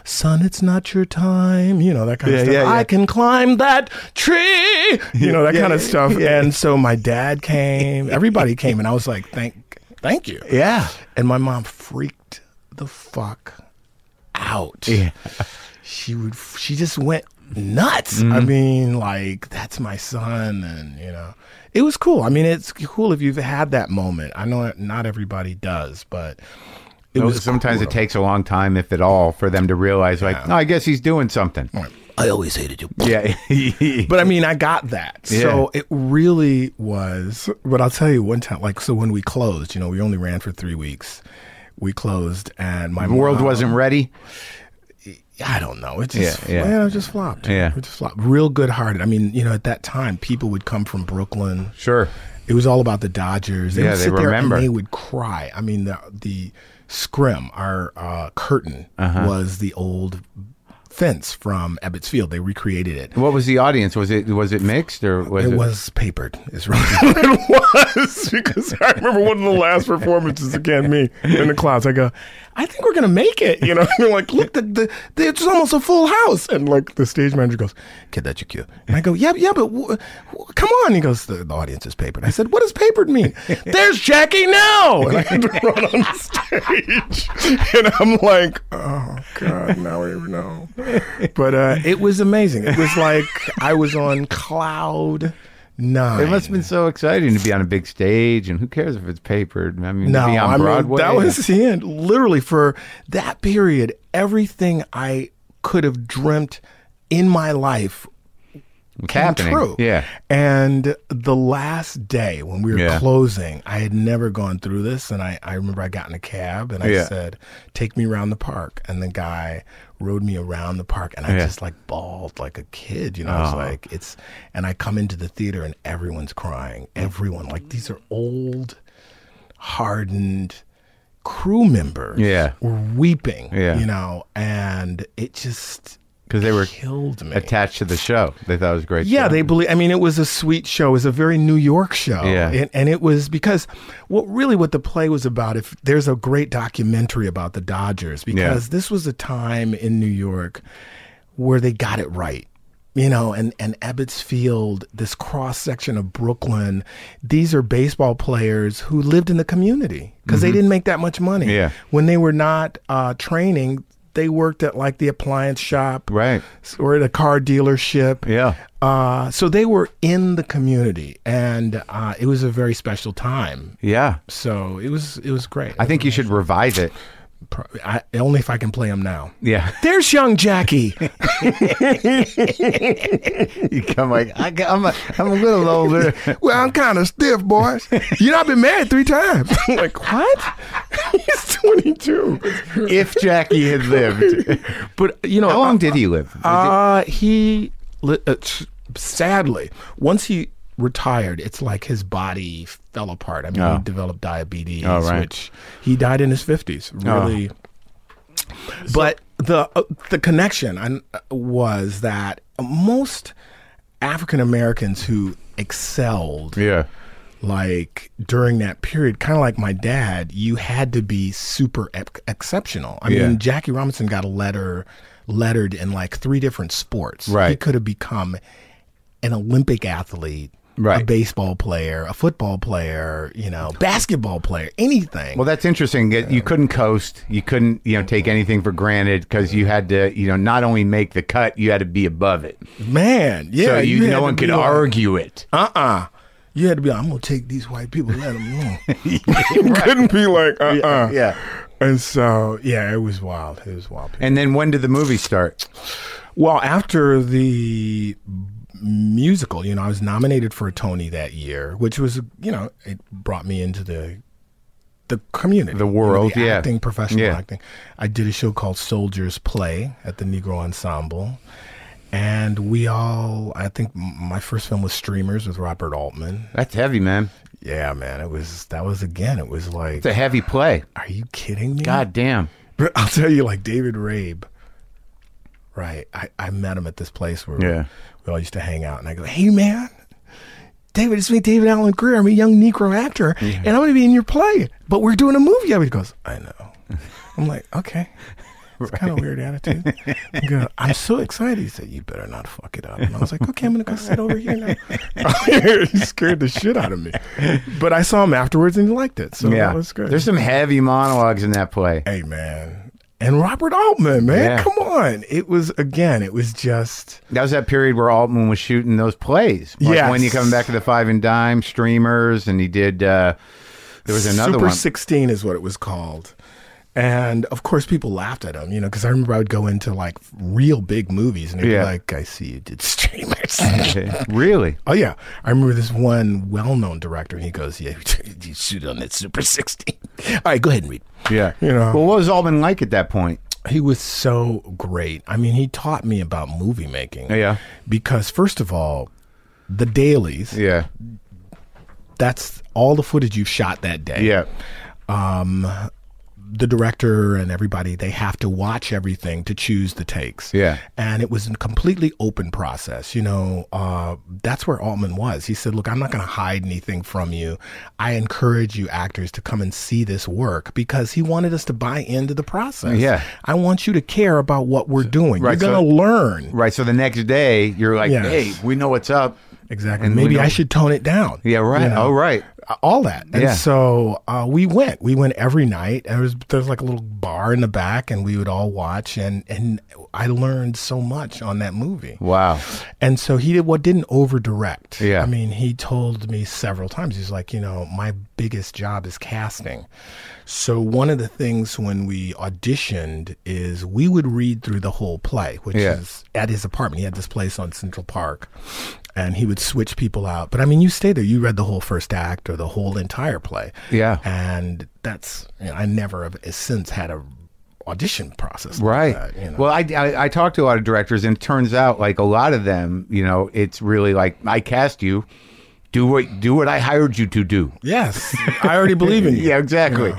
Speaker 4: Son, it's not your time. You know, that kind
Speaker 5: Yeah,
Speaker 4: of stuff.
Speaker 5: yeah, yeah.
Speaker 4: I can climb that tree. You know, that
Speaker 5: Yeah,
Speaker 4: kind of
Speaker 5: yeah,
Speaker 4: stuff. And so my dad came, everybody came, and I was like, thank, thank you.
Speaker 5: yeah.
Speaker 4: And my mom freaked the fuck out. She would, she just went nuts. I mean, like, that's my son. And, you know, it was cool. I mean, it's cool if you've had that moment. I know not everybody does, but it was
Speaker 5: sometimes
Speaker 4: cool.
Speaker 5: it takes a long time, if at all, for them to realize, like, no, I guess he's doing something.
Speaker 4: I always hated you.
Speaker 5: Yeah.
Speaker 4: But I mean, I got that. So it really was. But I'll tell you one time, like, so when we closed, you know, we only ran for three weeks. We closed, and my
Speaker 5: the world
Speaker 4: mom-
Speaker 5: wasn't ready.
Speaker 4: I don't know. It just,
Speaker 5: Yeah, yeah.
Speaker 4: man, it just flopped.
Speaker 5: Yeah.
Speaker 4: it just flopped. Real good hearted. I mean, you know, at that time, people would come from Brooklyn.
Speaker 5: Sure.
Speaker 4: It was all about the Dodgers. They
Speaker 5: Yeah,
Speaker 4: would
Speaker 5: they
Speaker 4: sit there
Speaker 5: remember.
Speaker 4: and they would cry. I mean, the the scrim, our uh, curtain,
Speaker 5: Uh-huh.
Speaker 4: was the old fence from Ebbets Field. They recreated it.
Speaker 5: What was the audience? Was it was it mixed or was it,
Speaker 4: It was papered, is really what it was. Because I remember one of the last performances again, me in the clouds. I go, I think we're gonna make it. You know, and they're like, look, the, the, the, it's almost a full house. And like the stage manager goes, kid, that's your cue. And I go, yeah, yeah, but w- w- come on. He goes, the, the audience is papered. I said, what does papered mean? There's Jackie now. And I had to run on stage, and I'm like, oh god, now we know. But uh, it was amazing. It was like I was on cloud nine.
Speaker 5: It must have been so exciting to be on a big stage, and who cares if it's papered? I mean,
Speaker 4: no,
Speaker 5: to be on
Speaker 4: I
Speaker 5: Broadway.
Speaker 4: mean that was the end. Literally for that period, everything I could have dreamt in my life
Speaker 5: it's
Speaker 4: came
Speaker 5: happening.
Speaker 4: true.
Speaker 5: Yeah,
Speaker 4: And the last day when we were
Speaker 5: Yeah.
Speaker 4: closing, I had never gone through this. And I, I remember I got in a cab and I
Speaker 5: Yeah.
Speaker 4: said, Take me around the park. And the guy rode me around the park and I
Speaker 5: Yeah. Oh.
Speaker 4: just like bawled like a kid. You know, I was like, It's, and I come into the theater and everyone's crying. Everyone, like, these are old, hardened crew members
Speaker 5: Yeah.
Speaker 4: were weeping,
Speaker 5: Yeah.
Speaker 4: you know, and it just
Speaker 1: because they were
Speaker 4: killed me.
Speaker 1: attached to the show. They thought it was a great.
Speaker 4: Yeah,
Speaker 1: show.
Speaker 4: they believe. I mean, it was a sweet show. It was a very New York show.
Speaker 1: Yeah.
Speaker 4: and, and it was because what really what the play was about. If there's a great documentary about the Dodgers, because this was a time in New York where they got it right. You know, and, and Ebbets Field, this cross section of Brooklyn, these are baseball players who lived in the community because they didn't make that much money.
Speaker 1: Mm-hmm. Yeah.
Speaker 4: When they were not uh, training, they worked at like the appliance shop
Speaker 1: right.
Speaker 4: or at a car dealership.
Speaker 1: Yeah.
Speaker 4: Uh, so they were in the community, and uh, it was a very special time.
Speaker 1: Yeah.
Speaker 4: So it was it was great.
Speaker 1: I think you should revive it.
Speaker 4: Pro- I, only if I can play them now.
Speaker 1: Yeah.
Speaker 4: There's young Jackie.
Speaker 1: You come like I, am a, I'm a little older.
Speaker 4: well, I'm kind of stiff, boys. You know, I've been married three times. I'm like, what? He's 22.
Speaker 1: if Jackie had lived,
Speaker 4: But you know,
Speaker 1: how long did he live? Was it-
Speaker 4: Uh, he li- uh, s- sadly once he retired, it's like his body fell apart. I mean,
Speaker 1: Oh.
Speaker 4: he developed diabetes,
Speaker 1: Oh, right. Oh.
Speaker 4: which he died in his fifties. Really, but the uh, the connection I, was that most African Americans who excelled
Speaker 1: yeah.
Speaker 4: like during that period, kind of like my dad, you had to be super ep- exceptional. I
Speaker 1: Yeah.
Speaker 4: mean, Jackie Robinson got a letter lettered in like three different sports. He
Speaker 1: Right.
Speaker 4: could have become an Olympic athlete, a
Speaker 1: Right.
Speaker 4: baseball player, a football player, you know, basketball player, anything.
Speaker 1: Well, that's interesting. that You couldn't coast. You couldn't, you know, take anything for granted because you had to, you know, not only make the cut, you had to be above it.
Speaker 4: Man, yeah,
Speaker 1: so you,
Speaker 4: had
Speaker 1: no
Speaker 4: to
Speaker 1: one
Speaker 4: be
Speaker 1: could
Speaker 4: like,
Speaker 1: argue it.
Speaker 4: Uh uh You had to be. like, I'm gonna take these white people. Let them know. you couldn't be like uh uh
Speaker 1: yeah.
Speaker 4: And so yeah, it was wild. It was wild.
Speaker 1: And then when did the movie start?
Speaker 4: Well, after the musical, you know, I was nominated for a Tony that year, which was, you know, it brought me into the the community,
Speaker 1: The world,
Speaker 4: you know, the
Speaker 1: yeah.
Speaker 4: acting, professional
Speaker 1: Yeah.
Speaker 4: acting. I did a show called Soldiers Play at the Negro Ensemble, and we all, I think, m- my first film was Streamers with Robert Altman.
Speaker 1: That's heavy, man.
Speaker 4: Yeah, man, it was that was again, it was like,
Speaker 1: It's a heavy play.
Speaker 4: are you kidding me?
Speaker 1: God damn.
Speaker 4: But I'll tell you, like David Rabe, right? I, I met him at this place where
Speaker 1: Yeah.
Speaker 4: we all used to hang out, and I go, "Hey, man, David, it's me, David Allen Greer. I'm a young Negro actor, and I'm going to be in your play, but we're doing a movie." of it." He goes, "I know." I'm like, "Okay." It's kind of weird attitude. I go, I'm so excited. He said, "You better not fuck it up." And I was like, "Okay, I'm gonna go sit over here now." he scared the shit out of me, but I saw him afterwards and he liked it, so that was good.
Speaker 1: There's some heavy monologues in that play.
Speaker 4: Hey man. And Robert Altman, man,
Speaker 1: Yeah.
Speaker 4: come on. It was again, it was just
Speaker 1: That was that period where Altman was shooting those plays. Like
Speaker 4: Yes.
Speaker 1: When you come back to the Five and Dime, Streamers, and he did, uh, there was another
Speaker 4: Super
Speaker 1: one.
Speaker 4: 16 is what it was called. And of course people laughed at him, you know, cuz I remember I would go into like real big movies and they'd
Speaker 1: Yeah.
Speaker 4: be like, "I see you did streamers."
Speaker 1: really?
Speaker 4: oh yeah. I remember this one well-known director and he goes, "Yeah, you shoot on that Super 16." All right, go ahead and read.
Speaker 1: Yeah.
Speaker 4: You know.
Speaker 1: Well, what was Altman like at that point?
Speaker 4: He was so great. I mean, he taught me about movie making.
Speaker 1: Yeah.
Speaker 4: Because first of all, the dailies,
Speaker 1: Yeah.
Speaker 4: that's all the footage you shot that day.
Speaker 1: Yeah.
Speaker 4: The director and everybody, they have to watch everything to choose the takes.
Speaker 1: Yeah.
Speaker 4: And it was a completely open process. You know, uh, that's where Altman was. He said, Look, I'm not going to hide anything from you. I encourage you actors to come and see this work because he wanted us to buy into the process.
Speaker 1: Yeah.
Speaker 4: I want you to care about what we're doing.
Speaker 1: Right,
Speaker 4: You're
Speaker 1: so-
Speaker 4: going to learn.
Speaker 1: Right. So the next day, you're like,
Speaker 4: Yes.
Speaker 1: hey, we know what's up.
Speaker 4: Exactly.
Speaker 1: And we
Speaker 4: Maybe I
Speaker 1: don't-
Speaker 4: should tone it down.
Speaker 1: Yeah. Right.
Speaker 4: You know?
Speaker 1: Oh, right.
Speaker 4: all that. And
Speaker 1: Yeah.
Speaker 4: so uh, we went. We went every night. And there was there's like a little bar in the back, and we would all watch. And and I learned so much on that movie.
Speaker 1: Wow.
Speaker 4: And so he did what didn't over direct.
Speaker 1: Yeah.
Speaker 4: I mean, he told me several times, he's like, you know, my biggest job is casting. So one of the things when we auditioned is we would read through the whole play, which
Speaker 1: Yeah.
Speaker 4: is at his apartment. He had this place on Central Park and he would switch people out. But I mean, you stay there, you read the whole first act or the whole entire play.
Speaker 1: Yeah.
Speaker 4: And that's, you know, I never have since had a audition process. like
Speaker 1: Right.
Speaker 4: that, you know.
Speaker 1: Well, I, I I talked to a lot of directors, and it turns out like a lot of them, you know, it's really like I cast you, do what do what I hired you to do.
Speaker 4: yes, I already believe in you.
Speaker 1: Yeah, exactly.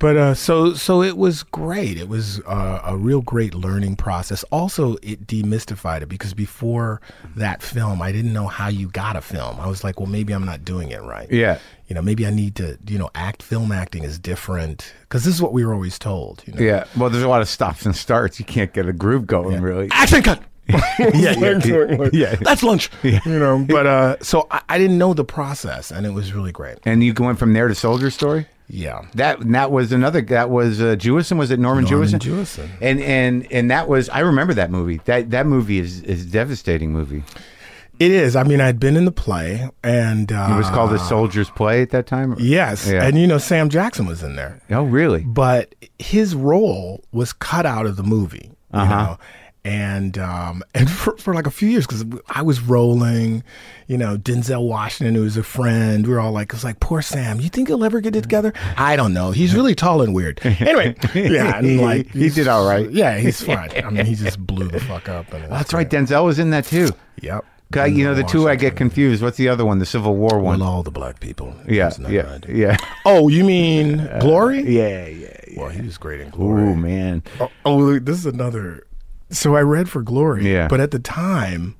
Speaker 4: But uh, so so it was great. It was uh, a real great learning process. Also, it demystified it because before that film, I didn't know how you got a film. I was like, well, maybe I'm not doing it right.
Speaker 1: Yeah.
Speaker 4: You know, maybe I need to. You know, act film acting is different because this is what we were always told. You know,
Speaker 1: Yeah. Well, there's a lot of stops and starts. You can't get a groove going, really.
Speaker 4: action cut. yeah, yeah, yeah,
Speaker 1: Yeah.
Speaker 4: That's lunch. You know, but uh, so I, I didn't know the process, and it was really great.
Speaker 1: And you went from there to Soldier Story.
Speaker 4: Yeah.
Speaker 1: That and that was another. That was uh, Jewison. Was it Norman,
Speaker 4: Norman
Speaker 1: Jewison?
Speaker 4: Jewison.
Speaker 1: And and and that was. I remember that movie. That that movie is is a devastating movie.
Speaker 4: It is. I mean, I'd been in the play, and uh,
Speaker 1: It was called The Soldier's Play at that time.
Speaker 4: Yes,
Speaker 1: Yeah.
Speaker 4: and you know, Sam Jackson was in there,
Speaker 1: Oh, really?
Speaker 4: but his role was cut out of the movie. You
Speaker 1: Uh-huh.
Speaker 4: know? And um, and for, for like a few years, because I was rolling, you know, Denzel Washington, who was a friend, we were all like, it's like, poor Sam, you think he'll ever get it together? I don't know. He's really tall and weird. Anyway, yeah, and like
Speaker 1: He- he did all right.
Speaker 4: Yeah, he's fine. I mean, he just blew the fuck up. And it was
Speaker 1: That's right.
Speaker 4: great.
Speaker 1: Denzel was in that too.
Speaker 4: Yep.
Speaker 1: God, you know the two I get
Speaker 4: Washington.
Speaker 1: confused. What's the other one? The Civil War one.
Speaker 4: Well, all the black people.
Speaker 1: yeah,
Speaker 4: Isn't that
Speaker 1: yeah,
Speaker 4: right?
Speaker 1: yeah,
Speaker 4: Oh, you mean Glory?
Speaker 1: yeah, yeah,
Speaker 4: Well, he was great in Glory.
Speaker 1: Ooh, man.
Speaker 4: Oh, oh, look, this is another. So I read for Glory,
Speaker 1: Yeah.
Speaker 4: but at the time,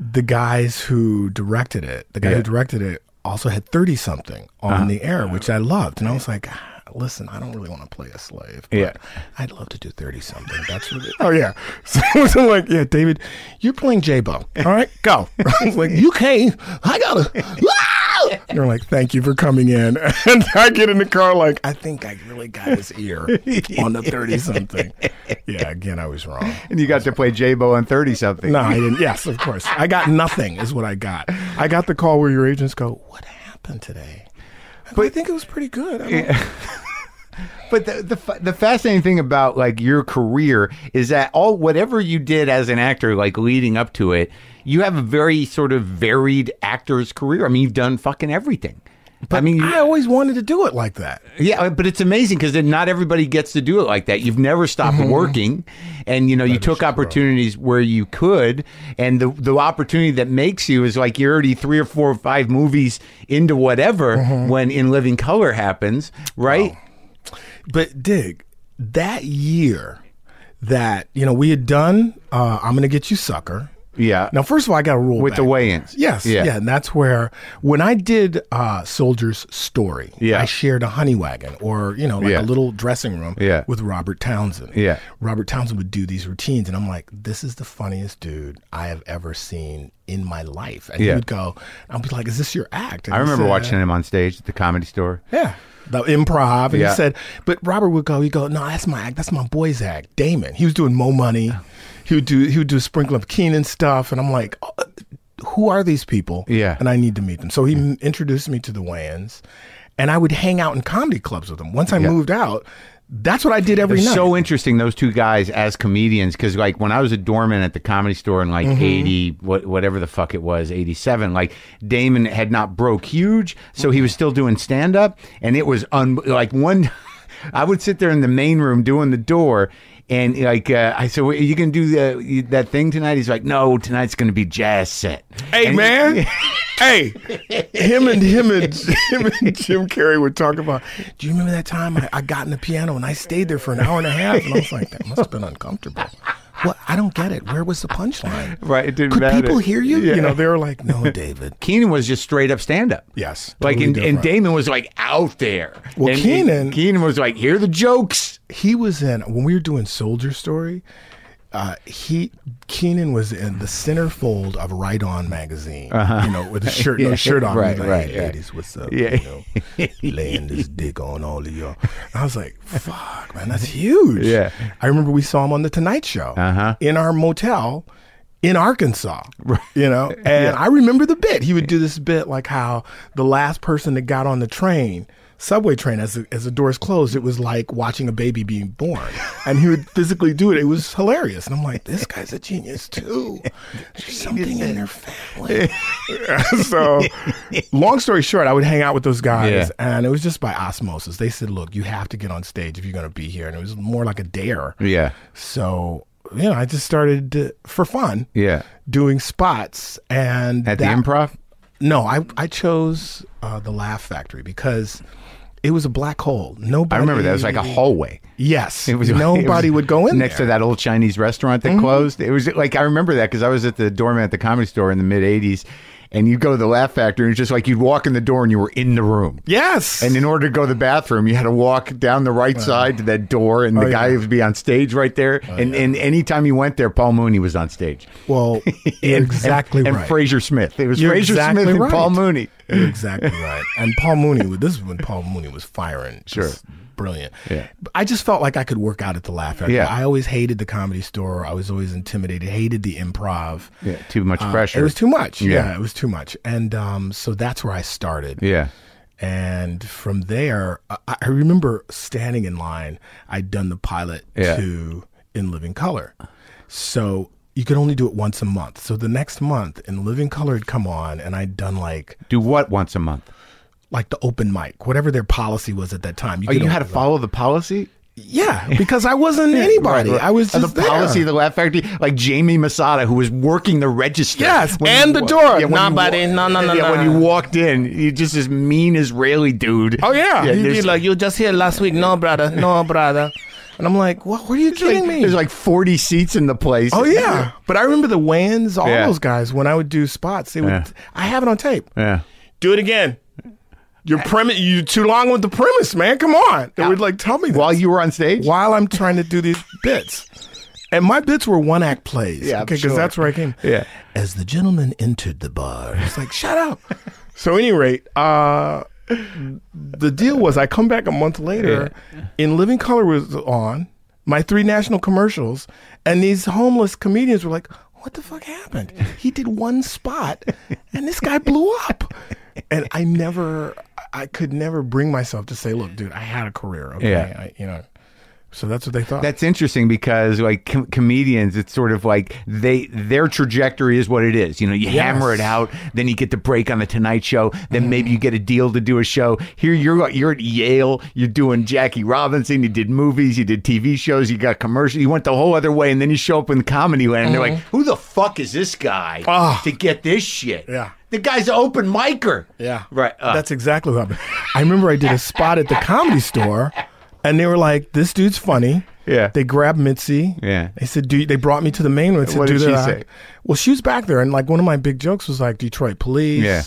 Speaker 4: the guys who directed it, the guy
Speaker 1: Yeah. Uh-huh.
Speaker 4: who directed it, also had thirty something on the air, which I loved, and I was like. "Ah, Listen, I don't really want to play a slave. But
Speaker 1: Yeah.
Speaker 4: I'd love to do thirty something. That's what. It, oh yeah. So I'm like, yeah, David, you're playing J Bo. All right, go. I was like, you can't. I gotta. Ah! And They're like, thank you for coming in. And I get in the car like, I think I really got his ear on the 30 something. Yeah, again, I was wrong.
Speaker 1: And you got to play J-Bo on 30 something.
Speaker 4: No, I didn't. Yes, of course. I got nothing, is what I got. I got the call where your agents go, What happened today? But I think it was pretty good. I don't-
Speaker 1: But the, the fa- the fascinating thing about like your career is that all whatever you did as an actor, like leading up to it, you have a very sort of varied actor's career. I mean, you've done fucking everything. I mean, you-
Speaker 4: I always wanted to do it like that.
Speaker 1: yeah, uh, but it's amazing because then not everybody gets to do it like that. You've never stopped working, and you know you took opportunities where you could, and the the opportunity that makes you is like you're already three or four or five movies into whatever when In Living Color happens, right?
Speaker 4: But dig that year that you know we had done. Uh, I'm gonna get you, sucker.
Speaker 1: Yeah.
Speaker 4: Now, first of all, I got a rule
Speaker 1: With the
Speaker 4: back.
Speaker 1: weigh-ins.
Speaker 4: Yes.
Speaker 1: Yeah.
Speaker 4: Yeah. And that's where when I did uh, Soldier's Story,
Speaker 1: Yeah.
Speaker 4: I shared a honey wagon or you know like
Speaker 1: Yeah.
Speaker 4: a little dressing room
Speaker 1: Yeah.
Speaker 4: with Robert Townsend.
Speaker 1: Yeah.
Speaker 4: Robert Townsend would do these routines, and I'm like, this is the funniest dude I have ever seen in my life. And
Speaker 1: Yeah.
Speaker 4: he would go, I'll be like, is this your act? And
Speaker 1: I
Speaker 4: he
Speaker 1: remember
Speaker 4: said,
Speaker 1: watching him on stage at the comedy store.
Speaker 4: yeah. The improv. And
Speaker 1: Yeah.
Speaker 4: he said, but Robert would go, he'd go, no, that's my act. That's my boy's act. Damon. He was doing Mo Money. He would do he would do a sprinkle of Keenan stuff. And I'm like, "Oh, uh, who are these people?
Speaker 1: Yeah. Mm-hmm.
Speaker 4: And I need to meet them. So he m- introduced me to the Wayans. And I would hang out in comedy clubs with them. Once I moved out, that's what I did every
Speaker 1: It's
Speaker 4: night.
Speaker 1: so interesting those two guys as comedians because like when I was a doorman at the comedy store in like
Speaker 4: Mm-hmm.
Speaker 1: eighty what whatever the fuck it was eighty seven like Damon had not broke huge so he was still doing stand up and it was un like one I would sit there in the main room doing the door. And like uh, I said, "Well, are you gonna do the, you- that thing tonight? He's like, no, tonight's gonna be jazz set.
Speaker 4: Hey
Speaker 1: And-
Speaker 4: man, hey, him and him and him and Jim Carrey would talk about. Do you remember that time I, I got in the piano and I stayed there for an hour and a half and I was like, that must have been uncomfortable. What? I don't get it. Where was the punchline?
Speaker 1: Right, it didn't
Speaker 4: Could
Speaker 1: matter.
Speaker 4: people hear you?
Speaker 1: Yeah.
Speaker 4: You know, they were like, no, David.
Speaker 1: Keenan was just straight up stand up.
Speaker 4: Yes,
Speaker 1: Like, and,
Speaker 4: totally
Speaker 1: and
Speaker 4: different.
Speaker 1: Damon was like out there.
Speaker 4: Well,
Speaker 1: And- and
Speaker 4: Keenan-
Speaker 1: Keenan was like, hear the jokes.
Speaker 4: He was in when we were doing Soldier Story. Uh, he Keenan was in the centerfold of Right On magazine, you know, with a shirt, no shirt on.
Speaker 1: Uh-huh. right,
Speaker 4: He's like,
Speaker 1: right,
Speaker 4: "Hey,
Speaker 1: right.
Speaker 4: ladies, what's up?
Speaker 1: Yeah.
Speaker 4: You know, laying this dick on all of y'all. And I was like, fuck, man, that's huge.
Speaker 1: Yeah.
Speaker 4: I remember we saw him on the Tonight Show
Speaker 1: Uh-huh.
Speaker 4: in our motel in Arkansas. You know, and I remember the bit. He would do this bit like how the last person that got on the train, subway train, as the, as the doors closed, it was like watching a baby being born. and he would physically do it. It was hilarious. And I'm like, this guy's a genius too. There's something in their family. so, long story short, I would hang out with those guys,
Speaker 1: Yeah.
Speaker 4: and it was just by osmosis. They said, "Look, you have to get on stage if you're going to be here," and it was more like a dare.
Speaker 1: Yeah.
Speaker 4: So, you know, I just started uh, for fun.
Speaker 1: Yeah.
Speaker 4: Doing spots and
Speaker 1: At
Speaker 4: that-
Speaker 1: the improv?
Speaker 4: No, I I chose uh, the Laugh Factory because It was a black hole. Nobody.
Speaker 1: I remember that. It was like a hallway.
Speaker 4: Yes.
Speaker 1: It was
Speaker 4: nobody
Speaker 1: it was
Speaker 4: would go in
Speaker 1: next
Speaker 4: there. Mm-hmm.
Speaker 1: to that old Chinese restaurant that closed. It was like I remember that because I was at the doorman at the comedy store in the mid '80s, and you go to the Laugh Factory, and it's just like you'd walk in the door and you were in the room.
Speaker 4: Yes.
Speaker 1: And in order to go to the bathroom, you had to walk down the right side to that door, and the
Speaker 4: Oh,
Speaker 1: guy would be on stage right there. and and anytime you went there, Paul Mooney was on stage.
Speaker 4: well,
Speaker 1: And-
Speaker 4: you're exactly
Speaker 1: and,
Speaker 4: right.
Speaker 1: And Fraser Smith. It was
Speaker 4: You're
Speaker 1: Fraser
Speaker 4: exactly
Speaker 1: Smith and
Speaker 4: right.
Speaker 1: Paul Mooney.
Speaker 4: You're exactly right. And Paul Mooney, was- this is when Paul Mooney was firing. Just Brilliant.
Speaker 1: Yeah.
Speaker 4: But I just felt like I could work out at the Laugh Factory.
Speaker 1: Yeah.
Speaker 4: I always hated the comedy store. I was always intimidated. Hated the improv.
Speaker 1: Yeah, too much
Speaker 4: Uh,
Speaker 1: pressure.
Speaker 4: It was too much. Yeah.
Speaker 1: Yeah.
Speaker 4: it was too much. And um, so that's where I started.
Speaker 1: Yeah.
Speaker 4: And from there, I, I remember standing in line. I'd done the pilot
Speaker 1: Yeah.
Speaker 4: to In Living Color. So you could only do it once a month. So the next month, In Living Color had come on, and I'd done like
Speaker 1: Do what once a month?
Speaker 4: like the open mic, whatever their policy was at that time.
Speaker 1: Oh,
Speaker 4: could
Speaker 1: you had to
Speaker 4: only-
Speaker 1: follow the policy?
Speaker 4: yeah, because I wasn't anybody.
Speaker 1: Right, right.
Speaker 4: I was
Speaker 1: Uh,
Speaker 4: just
Speaker 1: the policy
Speaker 4: there.
Speaker 1: of the Laugh Factory, like Jamie Masada, who was working the register.
Speaker 4: Yes,
Speaker 1: when
Speaker 4: and
Speaker 1: you
Speaker 4: the
Speaker 1: wa-
Speaker 4: door.
Speaker 1: when you wa-
Speaker 4: Nobody, no, no, no,
Speaker 1: Yeah, when
Speaker 4: no.
Speaker 1: you walked in, you just this mean Israeli dude.
Speaker 4: Oh yeah,
Speaker 1: yeah
Speaker 4: He'd be
Speaker 1: there's-
Speaker 4: like, "You just here last week, no brother, no brother," and I'm like, "What? What are you
Speaker 1: there's
Speaker 4: kidding
Speaker 1: like-
Speaker 4: me?"
Speaker 1: There's like 40 seats in the place.
Speaker 4: Oh yeah, but I remember the Wans, all
Speaker 1: Yeah.
Speaker 4: those guys. When I would do spots, they would.
Speaker 1: Yeah.
Speaker 4: I have it on tape.
Speaker 1: Yeah.
Speaker 4: Do it again. Your premise. You too long with the premise, man. Come on. They would like tell me this
Speaker 1: While you were on stage?
Speaker 4: while I'm trying to do these bits. And my bits were one act plays.
Speaker 1: Yeah, I'm
Speaker 4: because
Speaker 1: sure.
Speaker 4: that's where I came.
Speaker 1: Yeah.
Speaker 4: As the gentleman entered the bar, it's like, shut up. So, at any rate, uh, the deal was I come back a month later, In Living Color was on, my three national commercials, and these homeless comedians were like, what the fuck happened? He did one spot and this guy blew up. And I never, I could never bring myself to say, look, dude, I had a career. Okay.
Speaker 1: Yeah.
Speaker 4: I, you know, so that's what they thought.
Speaker 1: That's interesting because like com- comedians, it's sort of like they their trajectory is what it is. You know, you hammer it out, then you get the break on the Tonight Show, then maybe
Speaker 4: Mm-hmm.
Speaker 1: you get a deal to do a show. Here you're you're at Yale, you're doing Jackie Robinson, you did movies, you did TV shows, you got commercial, you went the whole other way, and then you show up in comedy land. And they're like, who the fuck is this guy
Speaker 4: Mm-hmm. Ah.
Speaker 1: to get this shit?
Speaker 4: Yeah.
Speaker 1: the guy's an open micer.
Speaker 4: Yeah.
Speaker 1: right. Uh,
Speaker 4: That's exactly what happened. I remember I did a spot at the comedy store and they were like, this dude's funny.
Speaker 1: Yeah.
Speaker 4: They grabbed Mitzi.
Speaker 1: Yeah.
Speaker 4: They said, do you, they brought me to the main one. and Said,
Speaker 1: What
Speaker 4: "Do
Speaker 1: did
Speaker 4: the-
Speaker 1: she say?
Speaker 4: Well, she was back there. And like one of my big jokes was like Detroit police,
Speaker 1: Yeah.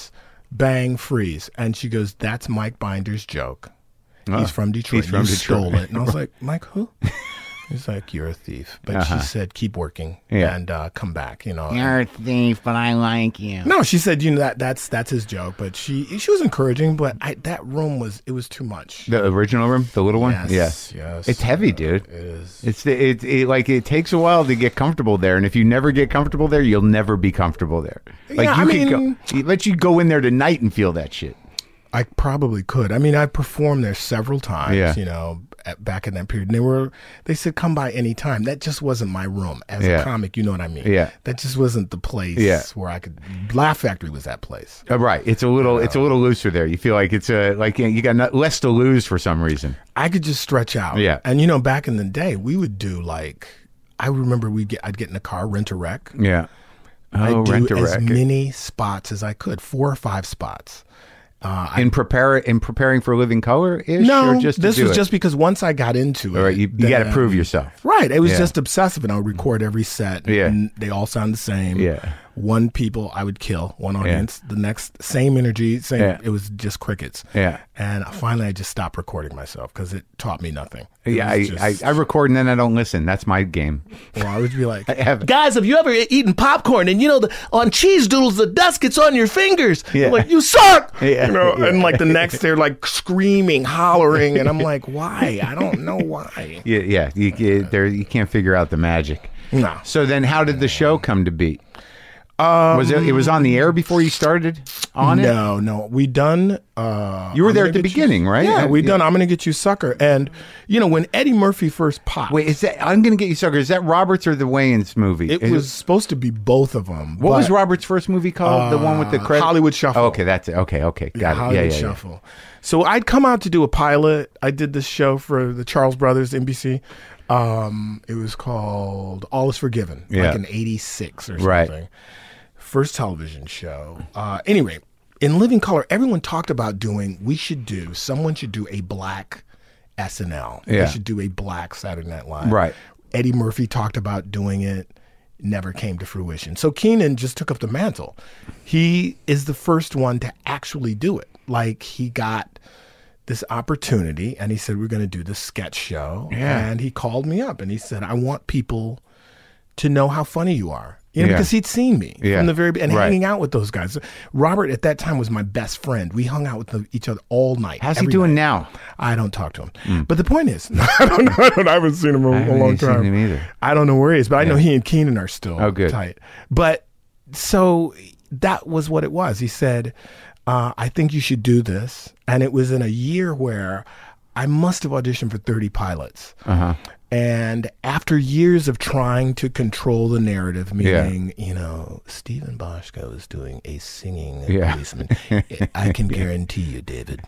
Speaker 4: bang, freeze. And she goes, that's Mike Binder's joke. He's from Detroit.
Speaker 1: from
Speaker 4: you
Speaker 1: Detroit."
Speaker 4: stole it. And I was like, Mike, who? He's like, you're a thief. But she said, keep working
Speaker 1: Uh-huh. Yeah.
Speaker 4: and uh, come back, you know.
Speaker 6: You're a thief, but I like you.
Speaker 4: No, she said, you know that that's that's his joke, but she she was encouraging, but I, that room was it was too much.
Speaker 1: the original room, the little one.
Speaker 4: Yes,
Speaker 1: yeah.
Speaker 4: yes.
Speaker 1: It's heavy, dude.
Speaker 4: It is.
Speaker 1: It's the it, it like it takes a while to get comfortable there, and if you never get comfortable there, you'll never be comfortable there. Like
Speaker 4: Yeah,
Speaker 1: you
Speaker 4: I
Speaker 1: could
Speaker 4: mean-
Speaker 1: go, let you go in there tonight and feel that shit.
Speaker 4: I probably could. I mean, I performed there several times,
Speaker 1: Yeah.
Speaker 4: you know, at, back in that period. And they were they said come by any time. That just wasn't my room as
Speaker 1: Yeah.
Speaker 4: a comic, you know what I mean?
Speaker 1: Yeah.
Speaker 4: That just wasn't the place
Speaker 1: Yeah.
Speaker 4: where I could Laugh Factory was that place.
Speaker 1: Uh, right, it's a little it's a little looser there. You feel like it's a like you got no, less to lose for some reason.
Speaker 4: I could just stretch out.
Speaker 1: Yeah.
Speaker 4: And you know, back in the day, we would do like I remember we would get I'd get in a car, rent a wreck.
Speaker 1: Yeah. Oh,
Speaker 4: I'd do
Speaker 1: rent a
Speaker 4: as
Speaker 1: wreck.
Speaker 4: many spots as I could, four or five spots.
Speaker 1: in prepare in preparing for living color ish.
Speaker 4: No,
Speaker 1: or just to
Speaker 4: this
Speaker 1: do
Speaker 4: was
Speaker 1: it?
Speaker 4: just because once I got into it,
Speaker 1: all right. You, you
Speaker 4: then
Speaker 1: got to
Speaker 4: I-
Speaker 1: prove yourself.
Speaker 4: Right, it was
Speaker 1: Yeah.
Speaker 4: just obsessive, and I would record every set.
Speaker 1: Yeah.
Speaker 4: and they all sound the same.
Speaker 1: Yeah.
Speaker 4: one people I would kill, one audience. The next, same energy, same.
Speaker 1: Yeah.
Speaker 4: It was just crickets.
Speaker 1: Yeah.
Speaker 4: and finally I just stopped recording myself because it taught me nothing. It
Speaker 1: Yeah, I,
Speaker 4: was just-
Speaker 1: I, I record and then I don't listen. That's my game.
Speaker 4: well, I would be like,
Speaker 1: I have
Speaker 7: Guys, have you ever eaten popcorn and you know the, on cheese doodles the dust gets on your fingers?
Speaker 1: Yeah.
Speaker 7: Like you suck.
Speaker 1: Yeah.
Speaker 4: you know, and like the next, they're like screaming, hollering, and I'm like, why? I don't know why.
Speaker 1: Yeah, yeah. You, you, there, you can't figure out the magic.
Speaker 4: No.
Speaker 1: So then, how did the show come to be? was it? It was on the air before you started on it.
Speaker 4: no, no. We done. Uh,
Speaker 1: You were there
Speaker 4: gonna
Speaker 1: at the
Speaker 4: get
Speaker 1: beginning, right?
Speaker 4: Yeah,
Speaker 1: Uh,
Speaker 4: we
Speaker 1: yeah.
Speaker 4: done. I'm gonna get you, sucker. And you know when Eddie Murphy first popped,
Speaker 1: Wait, is that? I'm gonna get you, sucker. Is that Roberts or the Wayans movie?
Speaker 4: it
Speaker 1: Is-
Speaker 4: was supposed to be both of them.
Speaker 1: What was Roberts' first movie called? the one with the credit?
Speaker 4: Uh, Hollywood Shuffle.
Speaker 1: Oh, okay, that's it. Okay, okay, got it.
Speaker 4: Hollywood
Speaker 1: yeah, yeah, yeah.
Speaker 4: Shuffle. So I'd come out to do a pilot. I did this show for the Charles Brothers NBC. Um, it was called All Is Forgiven,
Speaker 1: Yeah.
Speaker 4: like in '86 or something.
Speaker 1: Right.
Speaker 4: First television show. Uh, anyway, in Living Color, everyone talked about doing. We should do. Someone should do a black SNL.
Speaker 1: Yeah.
Speaker 4: We should do a black Saturday Night Live.
Speaker 1: Right.
Speaker 4: Eddie Murphy talked about doing it. Never came to fruition. So Keenan just took up the mantle. He is the first one to actually do it. Like he got this opportunity and he said we're going to do this sketch show and he called me up and he said i want people to know how funny you are you know
Speaker 1: Yeah.
Speaker 4: because he'd seen me
Speaker 1: Yeah.
Speaker 4: from the very be- and
Speaker 1: Right.
Speaker 4: hanging out with those guys robert at that time was my best friend we hung out with the, each other all night
Speaker 1: How's
Speaker 4: every
Speaker 1: he doing
Speaker 4: night.
Speaker 1: now?
Speaker 4: i don't talk to him but the point is i don't know i, don't, I haven't seen him in a,
Speaker 1: Hmm. haven't
Speaker 4: long
Speaker 1: seen
Speaker 4: time
Speaker 1: him either.
Speaker 4: i don't know where he is but i know he and keenan are still
Speaker 1: Oh, good.
Speaker 4: tight but so that was what it was. He said, uh, I think you should do this. And it was in a year where I must have auditioned for 30 pilots.
Speaker 1: Uh-huh.
Speaker 4: And after years of trying to control the narrative, meaning, you know, Stephen Boschko is doing a singing
Speaker 1: Yeah.
Speaker 4: policeman. I can guarantee you, David,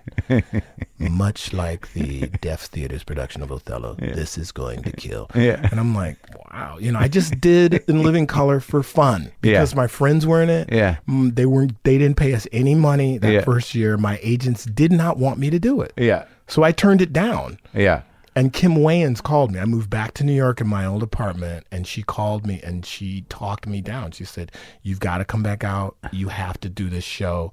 Speaker 4: much like the Deaf Theater's production of Othello, this is going to kill.
Speaker 1: Yeah.
Speaker 4: And I'm like, wow. You know, I just did In Living Color for fun because my friends were in it.
Speaker 1: Yeah.
Speaker 4: Mm, They weren't they didn't pay us any money that
Speaker 1: Yeah.
Speaker 4: first year. My agents did not want me to do it.
Speaker 1: Yeah.
Speaker 4: So I turned it down.
Speaker 1: Yeah.
Speaker 4: And Kim Wayans called me. I moved back to New York in my old apartment, and she called me and she talked me down. She said, You've got to come back out. You have to do this show.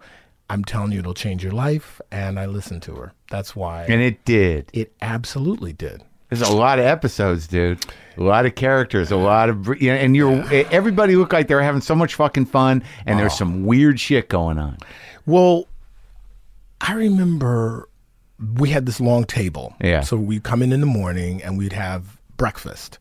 Speaker 4: I'm telling you, it'll change your life. And I listened to her. That's why
Speaker 1: And it did.
Speaker 4: it absolutely did.
Speaker 1: There's a lot of episodes, dude. A lot of characters, a lot of you know, and you're e-, everybody looked like they were having so much fucking fun, and
Speaker 4: Oh.
Speaker 1: there's some weird shit going on.
Speaker 4: Well, I remember we had this long table.
Speaker 1: Yeah.
Speaker 4: So we'd come in in the morning and we'd have breakfast.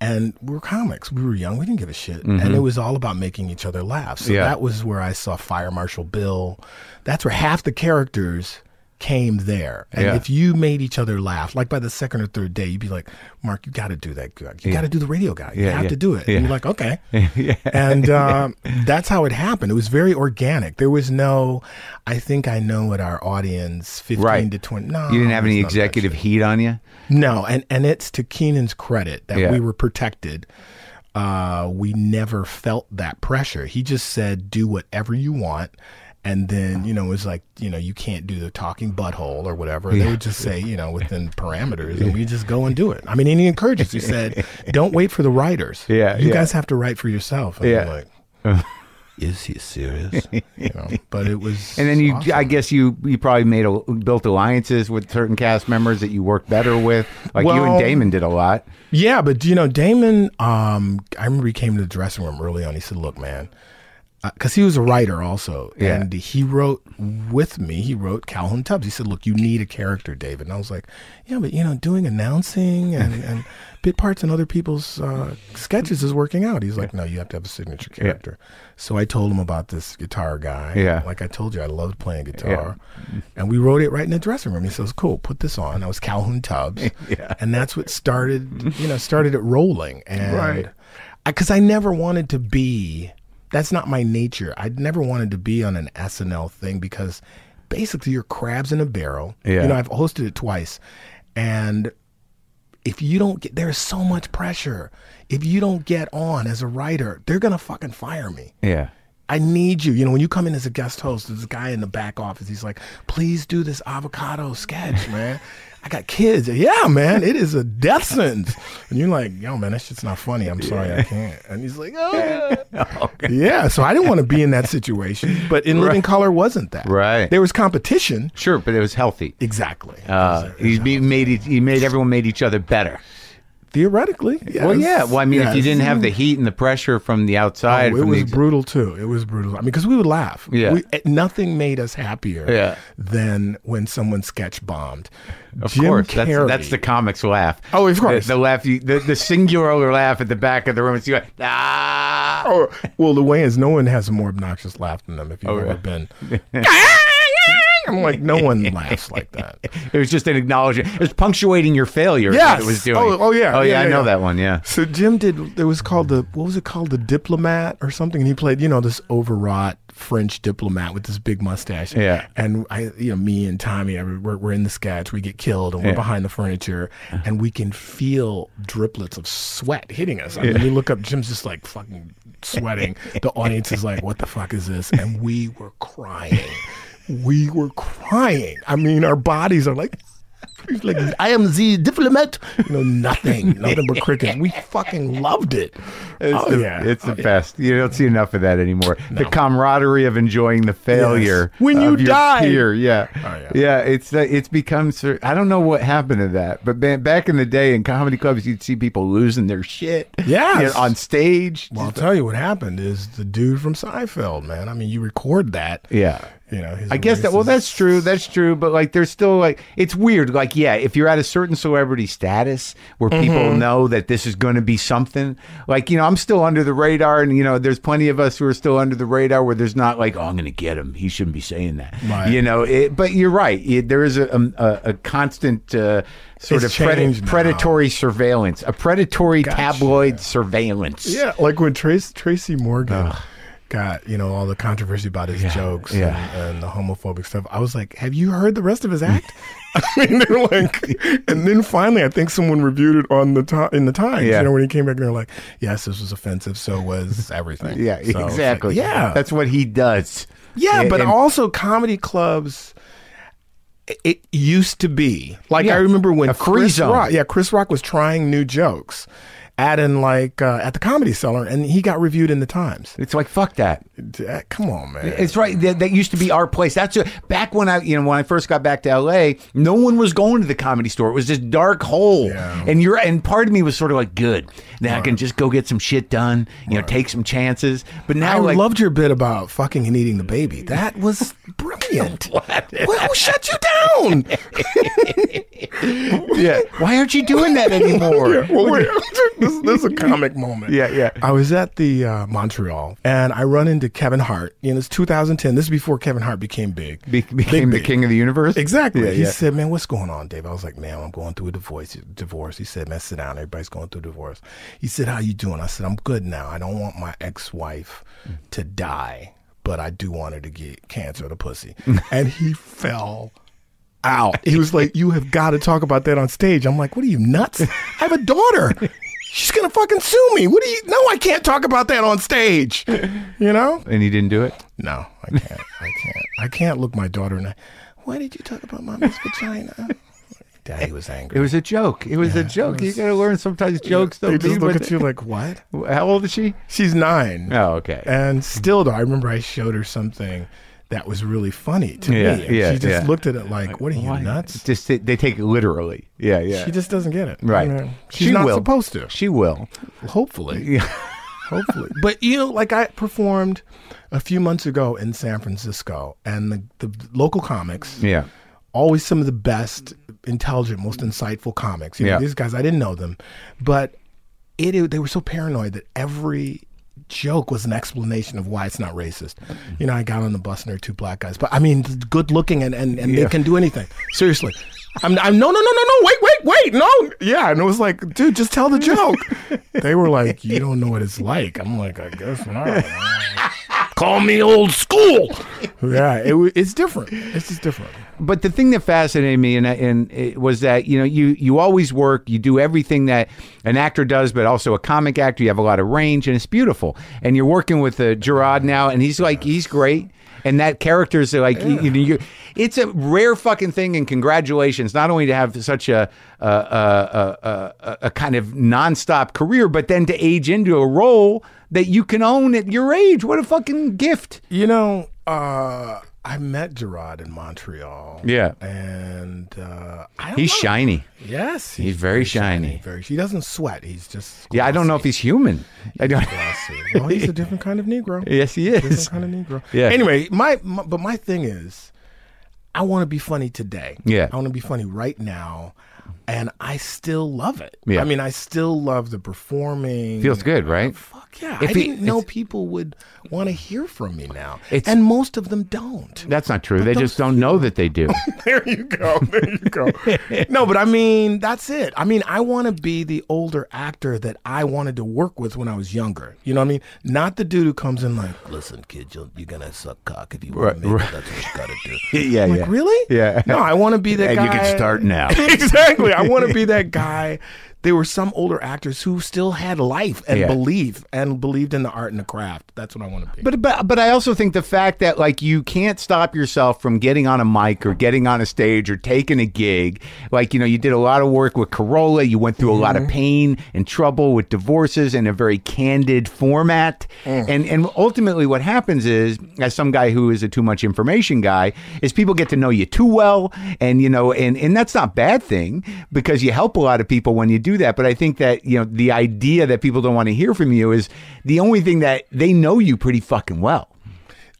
Speaker 4: And we were comics. We were young. We didn't give a shit. And it was all about making each other laugh. So
Speaker 1: Mm-hmm. Yeah.
Speaker 4: that was where I saw Fire Marshal Bill. That's where half the characters came there. And
Speaker 1: Yeah.
Speaker 4: if you made each other laugh, like by the second or third day, you'd be like, Mark, you got to do that. You got to do the radio guy. You
Speaker 1: Yeah,
Speaker 4: have
Speaker 1: yeah.
Speaker 4: to do it.
Speaker 1: Yeah.
Speaker 4: And you're like, okay. And um, that's how it happened. It was very organic. There was no, I think I know what our audience, 15
Speaker 1: Right.
Speaker 4: to 20. Oh, No.
Speaker 1: You didn't have any
Speaker 4: it's not that
Speaker 1: executive
Speaker 4: shit.
Speaker 1: heat on you.
Speaker 4: No. And, and it's to Keenan's credit that
Speaker 1: Yeah.
Speaker 4: we were protected. Uh, we never felt that pressure. He just said, do whatever you want. And then, you know, it was like, you know, you can't do the talking butthole or whatever. They would just say, you know, within parameters, and we just go and do it. I mean, and he encouraged us. He said, don't wait for the writers.
Speaker 1: Yeah,
Speaker 4: You
Speaker 1: yeah.
Speaker 4: guys have to write for yourself. And I'm
Speaker 1: Yeah.
Speaker 4: like, is he serious? you know, but it was.
Speaker 1: And then you,
Speaker 4: awesome.
Speaker 1: I guess you, you probably made a, built alliances with certain cast members that you worked better with. Like you
Speaker 4: Well-
Speaker 1: and Damon did a lot.
Speaker 4: yeah, but you know, Damon. Um, I remember he came to the dressing room early on. He said, "Look, man." Because he was a writer also,
Speaker 1: Yeah.
Speaker 4: and he wrote with me. He wrote Calhoun Tubbs. He said, "Look, you need a character, David." And I was like, "Yeah, but you know, doing announcing and, and bit parts in other people's uh, sketches is working out." He's like, "No, you have to have a signature character." So I told him about this guitar guy.
Speaker 1: Yeah.
Speaker 4: like I told you, I loved playing guitar, and we wrote it right in the dressing room. He says, "Cool, put this on." I was Calhoun Tubbs, and that's what started, you know, started it rolling. And
Speaker 1: Right.
Speaker 4: because I never wanted to be. That's not my nature. I never wanted to be on an SNL thing because basically you're crabs in a barrel.
Speaker 1: Yeah.
Speaker 4: You know, I've hosted it twice, and if you don't get there's so much pressure. If you don't get on as a writer, they're gonna fucking fire me.
Speaker 1: Yeah.
Speaker 4: I need you. You know, when you come in as a guest host, there's a guy in the back office. He's like, please do this avocado sketch, man. I got kids. Yeah, man, it is a death sentence. And you're like, yo, man, that shit's not funny. I'm sorry, I can't. And he's like, oh. Yeah, so I didn't want to be in that situation. But in Living Color wasn't that.
Speaker 1: Right.
Speaker 4: There was competition.
Speaker 1: Sure, but it was healthy.
Speaker 4: Exactly.
Speaker 1: Uh, he be- made it, he made everyone made each other better.
Speaker 4: Theoretically.
Speaker 1: Well,
Speaker 4: yes.
Speaker 1: yeah. Well, I mean, if you
Speaker 4: Yes.
Speaker 1: didn't have the heat and the pressure from the outside,
Speaker 4: Oh, it
Speaker 1: from the
Speaker 4: was
Speaker 1: ex-
Speaker 4: brutal too. It was brutal. I mean, because we would laugh.
Speaker 1: Yeah.
Speaker 4: We, eh, nothing made us happier.
Speaker 1: Yeah.
Speaker 4: Than when someone sketch bombed.
Speaker 1: Of course, that's, that's the comics laugh.
Speaker 4: Oh, of course.
Speaker 1: the, the laugh, you, the, the singular laugh at the back of the room. It's you like, ah,
Speaker 4: Or, Oh, well, the Wayans, no one has a more obnoxious laugh than them. If you've ever
Speaker 1: Oh, really?
Speaker 4: been, I'm like, no one laughs like that.
Speaker 1: it was just an acknowledgement. It was punctuating your failure. is what
Speaker 4: Yes.
Speaker 1: it was doing.
Speaker 4: Oh, oh, yeah.
Speaker 1: oh yeah,
Speaker 4: Yeah,
Speaker 1: I
Speaker 4: yeah,
Speaker 1: know
Speaker 4: yeah.
Speaker 1: that one. Yeah,
Speaker 4: So Jim did. It was called the what was it called? The diplomat or something. And he played, you know, this overwrought French diplomat with this big mustache.
Speaker 1: Yeah.
Speaker 4: And I, you know, me and Tommy, I, we're, we're in the sketch. We get killed, and we're behind the furniture,
Speaker 1: Uh-huh.
Speaker 4: and we can feel driplets of sweat hitting us. I mean, we look up. Jim's just like fucking sweating. the audience is like, "What the fuck is this?" And we were crying. We were crying. I mean, our bodies are like like I am the diplomat. You know, nothing, nothing but crickets. We fucking loved it.
Speaker 1: It's
Speaker 4: oh
Speaker 1: the,
Speaker 4: yeah,
Speaker 1: it's the best. You don't see enough of that anymore. The camaraderie of enjoying the failure
Speaker 4: Yes. When you
Speaker 1: of your
Speaker 4: die.
Speaker 1: peer. Yeah.
Speaker 4: Oh,
Speaker 1: yeah,
Speaker 4: yeah.
Speaker 1: It's uh, it's become. cer- I don't know what happened to that, but ba- back in the day in comedy clubs, you'd see people losing their shit.
Speaker 4: Yes.
Speaker 1: you know, on stage.
Speaker 4: Well, I'll tell you what happened is the dude from Seinfeld, man. I mean, you record that.
Speaker 1: yeah.
Speaker 4: You know, his
Speaker 1: I guess that. Well,
Speaker 4: racist-
Speaker 1: that's true. That's true. But like, there's still like, it's weird. Like, yeah, if you're at a certain celebrity status where
Speaker 4: Mm-hmm.
Speaker 1: people know that this is going to be something, like, you know, I'm still under the radar, and you know, there's plenty of us who are still under the radar where there's not like, oh, I'm going to get him. He shouldn't be saying that.
Speaker 4: Right.
Speaker 1: You know. It, but you're right. It, there is a um, a, a constant uh, sort
Speaker 4: It's
Speaker 1: of pred-
Speaker 4: changed now.
Speaker 1: predatory surveillance, a predatory tabloid surveillance.
Speaker 4: Yeah, like when Trace, Tracy Morgan got you know all the controversy about his jokes
Speaker 1: yeah.
Speaker 4: and, and the homophobic stuff. I was like, have you heard the rest of his act? I mean, they're like, and then finally, I think someone reviewed it on the time in the Times.
Speaker 1: Yeah.
Speaker 4: You know, when he came back, they're like, yes, this was offensive. So was everything.
Speaker 1: Yeah,
Speaker 4: So it's like,
Speaker 1: exactly.
Speaker 4: yeah,
Speaker 1: that's what he does.
Speaker 4: Yeah,
Speaker 1: And-
Speaker 4: but
Speaker 1: and-
Speaker 4: also comedy clubs. i- It used to be like I remember when
Speaker 1: a free
Speaker 4: Chris
Speaker 1: zone.
Speaker 4: Rock, yeah, Chris Rock was trying new jokes, at in like uh, at the Comedy Cellar, and he got reviewed in the Times.
Speaker 1: It's like fuck that.
Speaker 4: Uh, Come on, man.
Speaker 1: It's right. That, that used to be our place. That's a, back when I, you know, when I first got back to L.A. No one was going to the comedy store. It was this dark hole,
Speaker 4: Yeah.
Speaker 1: and you're and part of me was sort of like, good. Now I can just go get some shit done. You know, take some chances. But
Speaker 4: I
Speaker 1: now, like,
Speaker 4: loved your bit about fucking and eating the baby. That was brilliant. Well, who shut you down?
Speaker 1: yeah, why aren't you doing that anymore?
Speaker 4: Well, wait, this, this is a comic moment.
Speaker 1: Yeah, yeah.
Speaker 4: I was at the uh, Montreal and I run into Kevin Hart. You know, it's 2010. This is before Kevin Hart became big.
Speaker 1: Be- became the
Speaker 4: big.
Speaker 1: king of the universe.
Speaker 4: Exactly.
Speaker 1: Yeah,
Speaker 4: he
Speaker 1: yeah.
Speaker 4: said, "Man, what's going on, Dave?" I was like, "Man, I'm going through a divorce." Divorce. He said, "Man, sit down. Everybody's going through a divorce." He said, "How you doing?" I said, "I'm good now. I don't want my ex-wife to die, but I do want her to get cancer of the pussy." and he fell out. He was like, "You have got to talk about that on stage." I'm like, "What are you nuts? I have a daughter." She's gonna fucking sue me. What do you? No, I can't talk about that on stage. You know?
Speaker 1: And he didn't do it.
Speaker 4: No, I can't. I can't. I can't look my daughter in the Why did you talk about mommy's vagina? Daddy was angry.
Speaker 1: It was a joke. It was a joke. you got to learn sometimes jokes
Speaker 4: they
Speaker 1: don't
Speaker 4: just
Speaker 1: mean
Speaker 4: look
Speaker 1: what
Speaker 4: at you like, what?
Speaker 1: they- How old is she?
Speaker 4: She's nine.
Speaker 1: Oh, okay.
Speaker 4: And still, though, I remember I showed her something that was really funny to
Speaker 1: Yeah,
Speaker 4: me. and
Speaker 1: yeah,
Speaker 4: she just
Speaker 1: yeah.
Speaker 4: looked at it like, what are you,
Speaker 1: Why?
Speaker 4: nuts?
Speaker 1: Just they they take it literally. Yeah, yeah.
Speaker 4: She just doesn't get it.
Speaker 1: Right.
Speaker 4: You know, She's
Speaker 1: She
Speaker 4: not
Speaker 1: will.
Speaker 4: supposed to.
Speaker 1: she will.
Speaker 4: Hopefully.
Speaker 1: Yeah.
Speaker 4: hopefully. But you know, like I performed a few months ago in San Francisco, and the, the local comics,
Speaker 1: Yeah.
Speaker 4: always some of the best, intelligent, most insightful comics. You know,
Speaker 1: Yeah.
Speaker 4: these guys I didn't know them, but it, it- they were so paranoid that every joke was an explanation of why it's not racist. You know, I got on the bus and there were two black guys, but I mean, good looking and and, and they can do anything. Seriously. I'm, I'm no no no no no wait wait wait no yeah and it was like dude just tell the joke they were like you don't know what it's like I'm like I guess not call me old school yeah it, wa- it's different it's just different
Speaker 1: But the thing that fascinated me and uh, and it was that you know you you always work, you do everything that an actor does, but also a comic actor. You have a lot of range, and it's beautiful. And you're working with uh, Gerard now, and he's like he's great. And that character's like you- you, know, you, it's a rare fucking thing. And congratulations, not only to have such a a, a, a, a, a kind of nonstop career, but then to age into a role that you can own at your age. What a fucking gift!
Speaker 4: You know, uh, I met Gerard in Montreal.
Speaker 1: Yeah.
Speaker 4: and uh, I don't
Speaker 1: He's
Speaker 4: know.
Speaker 1: shiny.
Speaker 4: Yes,
Speaker 1: He's very shiny.
Speaker 4: Very. He doesn't sweat. He's just.
Speaker 1: Yeah, I don't know if he's human. I don't.
Speaker 4: glossy. well, he's a different kind of Negro.
Speaker 1: Yes, he
Speaker 4: Different
Speaker 1: is.
Speaker 4: kind of Negro.
Speaker 1: Yeah.
Speaker 4: Anyway, my, my but my thing is, I want to be funny today.
Speaker 1: Yeah.
Speaker 4: I want to be funny right now. and I still love it.
Speaker 1: Yeah.
Speaker 4: I mean, I still love the performing.
Speaker 1: Feels good, right?
Speaker 4: Fuck yeah!
Speaker 1: If
Speaker 4: I
Speaker 1: it-
Speaker 4: didn't know
Speaker 1: it's-
Speaker 4: people would want to hear from me now,
Speaker 1: It's-
Speaker 4: and most of them don't.
Speaker 1: That's not true. They just don't know that they do.
Speaker 4: There you go. Oh, There you go. no, but I mean, that's it. I mean, I want to be the older actor that I wanted to work with when I was younger. You know what I mean? Not the dude who comes in like, listen, kid, you're, you're going to suck cock if you want to make it. That's what you got to do.
Speaker 1: yeah,
Speaker 4: I'm like, really?
Speaker 1: Yeah.
Speaker 4: No, I want to be that
Speaker 1: And
Speaker 4: guy.
Speaker 1: you can start now.
Speaker 4: exactly. I want to be that guy. There were some older actors who still had life and
Speaker 1: Yeah.
Speaker 4: belief and believed in the art and the craft. That's what I want to be.
Speaker 1: But, but but I also think the fact that like you can't stop yourself from getting on a mic or getting on a stage or taking a gig, like you know you did a lot of work with Corolla, you went through a lot
Speaker 4: Mm-hmm.
Speaker 1: of pain and trouble with divorces in a very candid format,
Speaker 4: Mm.
Speaker 1: and and ultimately what happens is, as some guy who is a too much information guy, is people get to know you too well, and you know and and that's not a bad thing because you help a lot of people when you do that. But I think that you know the idea that people don't want to hear from you is the only thing that they know you pretty fucking well.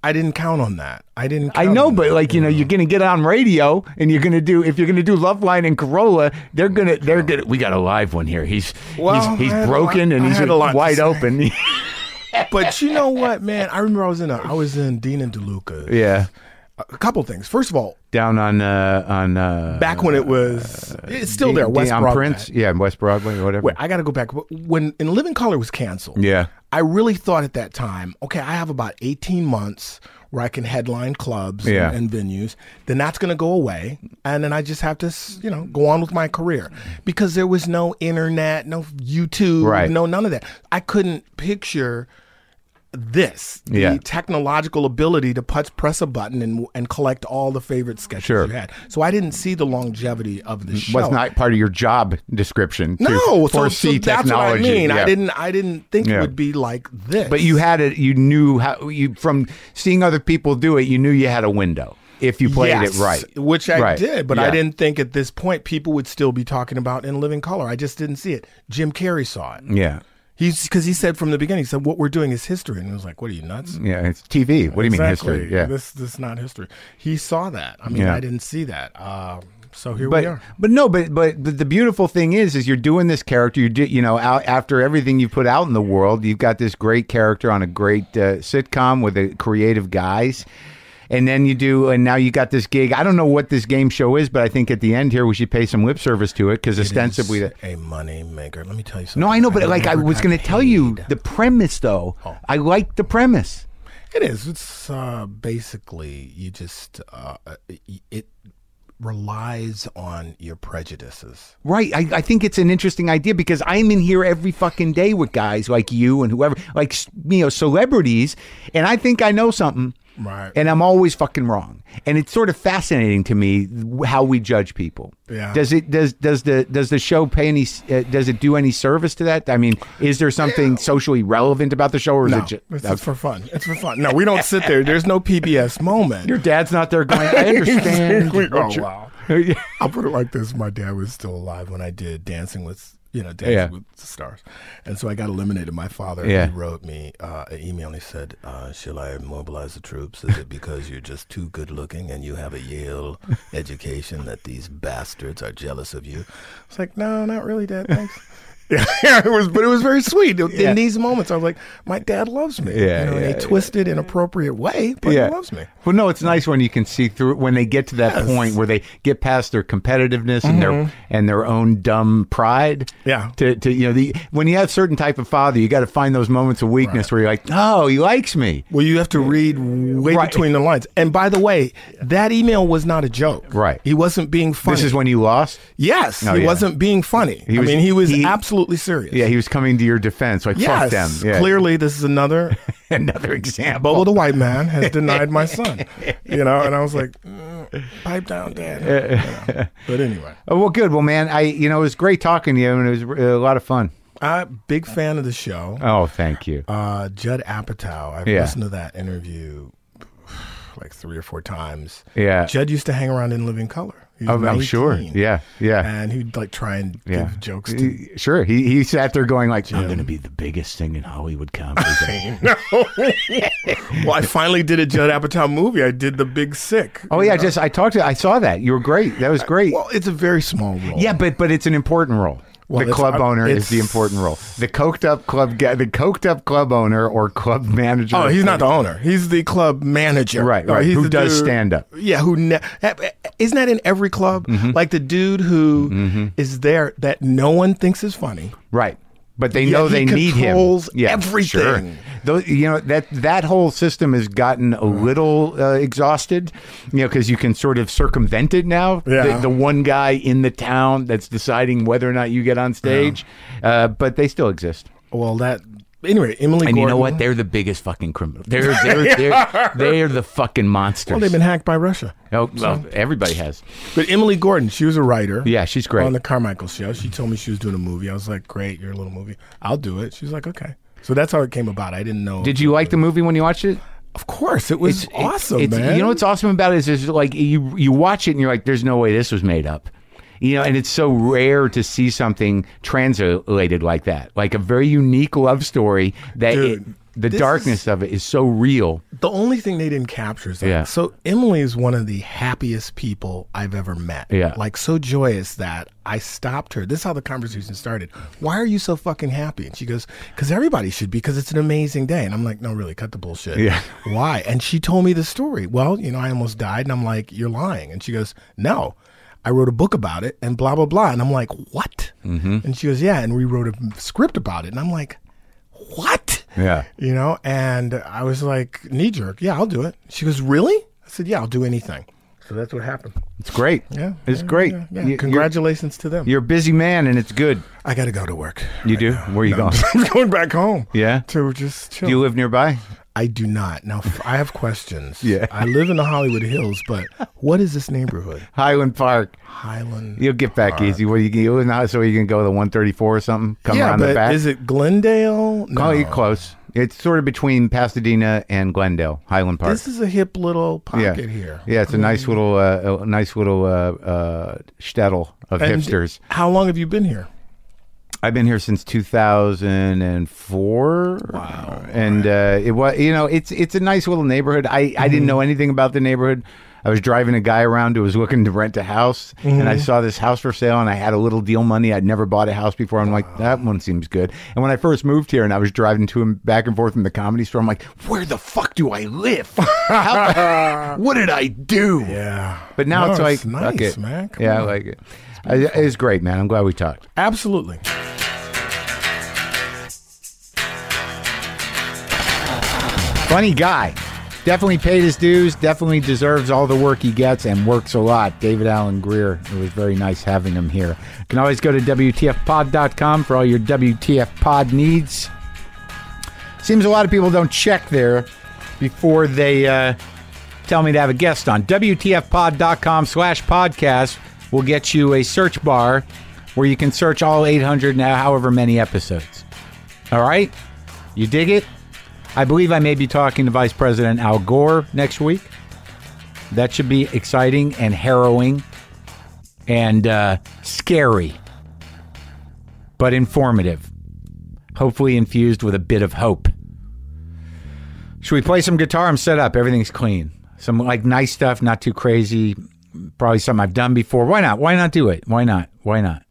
Speaker 4: I didn't count on that. I didn't.
Speaker 1: I
Speaker 4: count
Speaker 1: know,
Speaker 4: on
Speaker 1: but
Speaker 4: that.
Speaker 1: like you know, you're gonna get on radio and you're gonna do if you're gonna do Loveline and Corolla, they're gonna they're gonna we got a live one here. He's
Speaker 4: Well,
Speaker 1: he's,
Speaker 4: I
Speaker 1: he's
Speaker 4: had a
Speaker 1: broken
Speaker 4: lot-
Speaker 1: and
Speaker 4: I
Speaker 1: he's
Speaker 4: had a lot to
Speaker 1: wide
Speaker 4: say.
Speaker 1: open.
Speaker 4: but you know what, man? I remember I was in a, I was in Dean and DeLuca.
Speaker 1: yeah,
Speaker 4: A couple things. First of all,
Speaker 1: down on uh, on uh,
Speaker 4: back when it was, it's still there.
Speaker 1: D-
Speaker 4: West
Speaker 1: on
Speaker 4: Broadway.
Speaker 1: Prince, yeah, West Broadway, whatever.
Speaker 4: Wait, I got to go back. When In Living Color was canceled.
Speaker 1: Yeah.
Speaker 4: I really thought at that time, okay, I have about 18 months where I can headline clubs
Speaker 1: Yeah.
Speaker 4: and, and venues. Then that's going to go away. And then I just have to, s- you know, go on with my career because there was no internet, no YouTube,
Speaker 1: Right.
Speaker 4: no none of that. I couldn't picture this the
Speaker 1: Yeah.
Speaker 4: technological ability to putz, press a button and and collect all the favorite sketches
Speaker 1: Sure.
Speaker 4: you had so i didn't see the longevity of the show
Speaker 1: was not part of your job description. to
Speaker 4: no, so, so
Speaker 1: foresee
Speaker 4: that's what I
Speaker 1: technology.
Speaker 4: mean. I
Speaker 1: Yeah.
Speaker 4: didn't, I didn't think
Speaker 1: Yeah.
Speaker 4: it would be like this.
Speaker 1: But you had it. You knew how you from seeing other people do it. You knew you had a window if you played
Speaker 4: Yes,
Speaker 1: it right.
Speaker 4: which I
Speaker 1: Right.
Speaker 4: did. But I
Speaker 1: Yeah.
Speaker 4: didn't think at this point people would still be talking about in living color. I just didn't see it. Jim Carrey saw it.
Speaker 1: Yeah,
Speaker 4: He's because he said from the beginning, he said what we're doing is history, and it was like, what are you nuts?
Speaker 1: yeah. It's TV. What do Mm. you
Speaker 4: Exactly.
Speaker 1: mean history? Yeah.
Speaker 4: this this is not history. He saw that. I mean,
Speaker 1: Yeah.
Speaker 4: I didn't see that. Um, so here we
Speaker 1: but
Speaker 4: are.
Speaker 1: but no but, but but the beautiful thing is is you're doing this character you did you know out, after everything you put out in the world you've got this great character on a great uh, sitcom with a creative guys and then you do and now you got this gig I don't know what this game show is but I think at the end here we should pay some lip service to it because ostensibly
Speaker 4: It
Speaker 1: that
Speaker 4: is a money maker. Let me tell you something.
Speaker 1: no I know but like I
Speaker 4: never
Speaker 1: was
Speaker 4: got
Speaker 1: going to tell you
Speaker 4: paid. Oh.
Speaker 1: the premise though I like the premise
Speaker 4: It is. It's uh, basically you just uh, it- it relies on your prejudices.
Speaker 1: Right. I, I think it's an interesting idea because I'm in here every fucking day with guys like you and whoever, like, s- you know, celebrities. And I think I know something.
Speaker 4: Right.
Speaker 1: And I'm always fucking wrong. And it's sort of fascinating to me w- how we judge people.
Speaker 4: Yeah.
Speaker 1: Does it, does, does the, does the show pay any, s- uh, does it do any service to that? I mean, is there something socially relevant about the show or
Speaker 4: No,
Speaker 1: is it uh,
Speaker 4: it's
Speaker 1: just,
Speaker 4: just for fun. It's for fun. No, we don't sit there. There's no PBS moment.
Speaker 1: your dad's not there going, I understand.
Speaker 4: We- oh,
Speaker 1: what you're-"
Speaker 4: wow. I'll put it like this: My dad was still alive when I did Dancing with, you know, Dancing
Speaker 1: Yeah.
Speaker 4: with the Stars, and so I got eliminated. My father
Speaker 1: Yeah.
Speaker 4: he wrote me uh, an email. and He said, uh, "Shall I mobilize the troops? Is it because you're just too good looking and you have a Yale education that these bastards are jealous of you?" It's like, no, not really, Dad. Thanks. yeah, it was, but it was very sweet. In these moments, I was like, my dad loves me.
Speaker 1: Yeah,
Speaker 4: you know, in
Speaker 1: yeah,
Speaker 4: a twisted, inappropriate way, but he loves me.
Speaker 1: Well, no, it's nice when you can see through when they get to that
Speaker 4: Yes. Mm-hmm.
Speaker 1: point where they get past their competitiveness and their and their own dumb pride.
Speaker 4: Yeah.
Speaker 1: To, to you know the when you have certain type of father, you got to find those moments of weakness where you're like, oh, he likes me.
Speaker 4: Well, you have to read way
Speaker 1: Right.
Speaker 4: between the lines. And by the way, that email was not a joke.
Speaker 1: Right.
Speaker 4: He wasn't being funny.
Speaker 1: This is when you lost.
Speaker 4: yes,
Speaker 1: Oh,
Speaker 4: he
Speaker 1: yeah.
Speaker 4: wasn't being funny.
Speaker 1: He
Speaker 4: I
Speaker 1: was-
Speaker 4: mean, he was
Speaker 1: he-
Speaker 4: absolutely serious.
Speaker 1: Yeah, he was coming to your defense. Like fuck
Speaker 4: yes,
Speaker 1: them. Yeah.
Speaker 4: clearly this is another
Speaker 1: Another example.
Speaker 4: Bobo the white man has denied my son. You know, and I was like, mm, pipe down, dad. You know. But anyway,
Speaker 1: Oh, well, good. Well, man, I you know it was great talking to you, and it was uh, a lot of fun.
Speaker 4: I'm big fan of the show.
Speaker 1: Oh, thank you.
Speaker 4: Uh, Judd Apatow. I've
Speaker 1: Yeah.
Speaker 4: listened to that interview like three or four times.
Speaker 1: Yeah. Oh,
Speaker 4: Judd used to hang around in Living Color. He's
Speaker 1: I'm, I'm sure.
Speaker 4: 19.
Speaker 1: Yeah, yeah,
Speaker 4: And he'd like try and
Speaker 1: yeah.
Speaker 4: give jokes to
Speaker 1: He- sure. He he sat there going like, "I'm going to be the biggest thing in Hollywood comedy."
Speaker 4: Well, I finally did a Judd Apatow movie. I did The Big Sick.
Speaker 1: oh yeah, just I talked to I saw that. You were great. That was great.
Speaker 4: Well, it's a very small role.
Speaker 1: Yeah, but but it's an important role.
Speaker 4: Well,
Speaker 1: the
Speaker 4: it's-
Speaker 1: club
Speaker 4: I-
Speaker 1: owner is the
Speaker 4: it's-
Speaker 1: important role. The coked up club guy, the coked up club owner or club manager.
Speaker 4: Oh, he's not the owner. He's the club manager.
Speaker 1: Right,
Speaker 4: Or
Speaker 1: right.
Speaker 4: He's
Speaker 1: Who
Speaker 4: the
Speaker 1: does
Speaker 4: dude-
Speaker 1: stand-up.
Speaker 4: Yeah, who ne- eh, isn't that in every club?
Speaker 1: Mm-hmm.
Speaker 4: Like the dude who is there that no one thinks is funny.
Speaker 1: right. But they
Speaker 4: Yeah,
Speaker 1: know
Speaker 4: he
Speaker 1: they need him.
Speaker 4: controls
Speaker 1: sure.
Speaker 4: everything.
Speaker 1: Those, you know that that whole system has gotten
Speaker 4: Mm.
Speaker 1: a little uh, exhausted, you know, because you can sort of circumvent it now. The,
Speaker 4: Yeah.
Speaker 1: the one guy in the town that's deciding whether or not you get on stage, uh, but they still exist.
Speaker 4: Well, that anyway. Emily
Speaker 1: And you know
Speaker 4: Gordon-
Speaker 1: what? They're the biggest fucking criminal. They're they're they're, they're the fucking monsters.
Speaker 4: Well, they've been hacked by Russia.
Speaker 1: Oh, well, everybody has.
Speaker 4: But Emily Gordon, she was a writer.
Speaker 1: Yeah, she's great.
Speaker 4: On the Carmichael show, she told me she was doing a movie. I was like, "Great, your little movie. I'll do it." She was like, "Okay." So that's how it came about. I didn't know.
Speaker 1: Did you like the movie when you watched it?
Speaker 4: Of course, it was awesome,
Speaker 1: it's,
Speaker 4: man.
Speaker 1: You know what's awesome about it is, is like you you watch it and you're like, there's no way this was made up. You know, and it's so rare to see something translated like that, like a very unique love story that
Speaker 4: Dude,
Speaker 1: it, the
Speaker 4: this
Speaker 1: darkness of it is so real.
Speaker 4: The only thing they didn't capture is that.
Speaker 1: Yeah.
Speaker 4: So Emily is one of the happiest people I've ever met.
Speaker 1: Yeah.
Speaker 4: Like so joyous that I stopped her. This is how the conversation started. Why are you so fucking happy? And she goes, "Because everybody should be. Because it's an amazing day." And I'm like, "No, really, cut the bullshit.
Speaker 1: Yeah.
Speaker 4: Why?" And she told me the story. Well, you know, I almost died, and I'm like, "You're lying." And she goes, "No." I wrote a book about it and blah, blah, blah. And I'm like, what?
Speaker 1: Mm-hmm.
Speaker 4: And she goes, yeah. And we wrote a script about it. And I'm like, what?
Speaker 1: Yeah.
Speaker 4: You know, and I was like, knee jerk, yeah, I'll do it. She goes, really? I said, yeah, I'll do anything. So that's what happened.
Speaker 1: It's great.
Speaker 4: Yeah.
Speaker 1: it's
Speaker 4: yeah,
Speaker 1: great.
Speaker 4: yeah, yeah.
Speaker 1: You- you're-
Speaker 4: Congratulations to them.
Speaker 1: You're a busy man, and it's good.
Speaker 4: I got to go to work.
Speaker 1: You do? Where are you going?
Speaker 4: I'm going back home.
Speaker 1: Yeah?
Speaker 4: To just chill.
Speaker 1: Do you live nearby?
Speaker 4: I do not. Now, f- I have questions.
Speaker 1: Yeah.
Speaker 4: I live in the Hollywood Hills, but what is this neighborhood?
Speaker 1: Highland Park.
Speaker 4: Highland.
Speaker 1: You'll get back easy. What are you, you in the house? So you can go to 134 or something? Come
Speaker 4: yeah,
Speaker 1: around
Speaker 4: but
Speaker 1: the back?
Speaker 4: is it Glendale? No.
Speaker 1: Oh, you're close. It's sort of between Pasadena and Glendale, Highland Park.
Speaker 4: This is a hip little
Speaker 1: yeah.
Speaker 4: pocket here. Mm.
Speaker 1: Yeah, it's a nice little, uh, a nice little uh, uh, shtetl of
Speaker 4: And
Speaker 1: hipsters.
Speaker 4: How long have you been here?
Speaker 1: I've been here since 2004. Wow. And uh, it was, you know, it's it's a nice little neighborhood. I, I
Speaker 4: Mm-hmm.
Speaker 1: didn't know anything about the neighborhood. I was driving a guy around who was looking to rent a house, and
Speaker 4: Mm-hmm.
Speaker 1: I saw this house for sale, and I had a little deal money. I'd never bought a house before. I'm like, that one seems good. And when I first moved here, and I was driving to him back and forth from the comedy store, I'm like, where the fuck do I live? How- what did I do?
Speaker 4: Yeah.
Speaker 1: But now
Speaker 4: No,
Speaker 1: it's like,
Speaker 4: nice,
Speaker 1: fuck it.
Speaker 4: man. Come
Speaker 1: yeah, I
Speaker 4: on.
Speaker 1: like it. It's, it's great, man. I'm glad we talked.
Speaker 4: Absolutely.
Speaker 8: Funny guy. Definitely paid his dues, definitely deserves all the work he gets and works a lot. David Allen Greer. It was very nice having him here. You can always go to WTFpod.com for all your WTF pod needs. Seems a lot of people don't check there before they uh, tell me to have a guest on. WTFpod.com slash podcast will get you a search bar where you can search all 800 now, however many episodes. All right? You dig it? I believe I may be talking to Vice President Al Gore next week. That should be exciting and harrowing and uh, scary, but informative. Hopefully, infused with a bit of hope. Should we play some guitar? I'm set up. Everything's clean. Some like nice stuff, not too crazy. Probably something I've done before. Why not? Why not do it? Why not? Why not?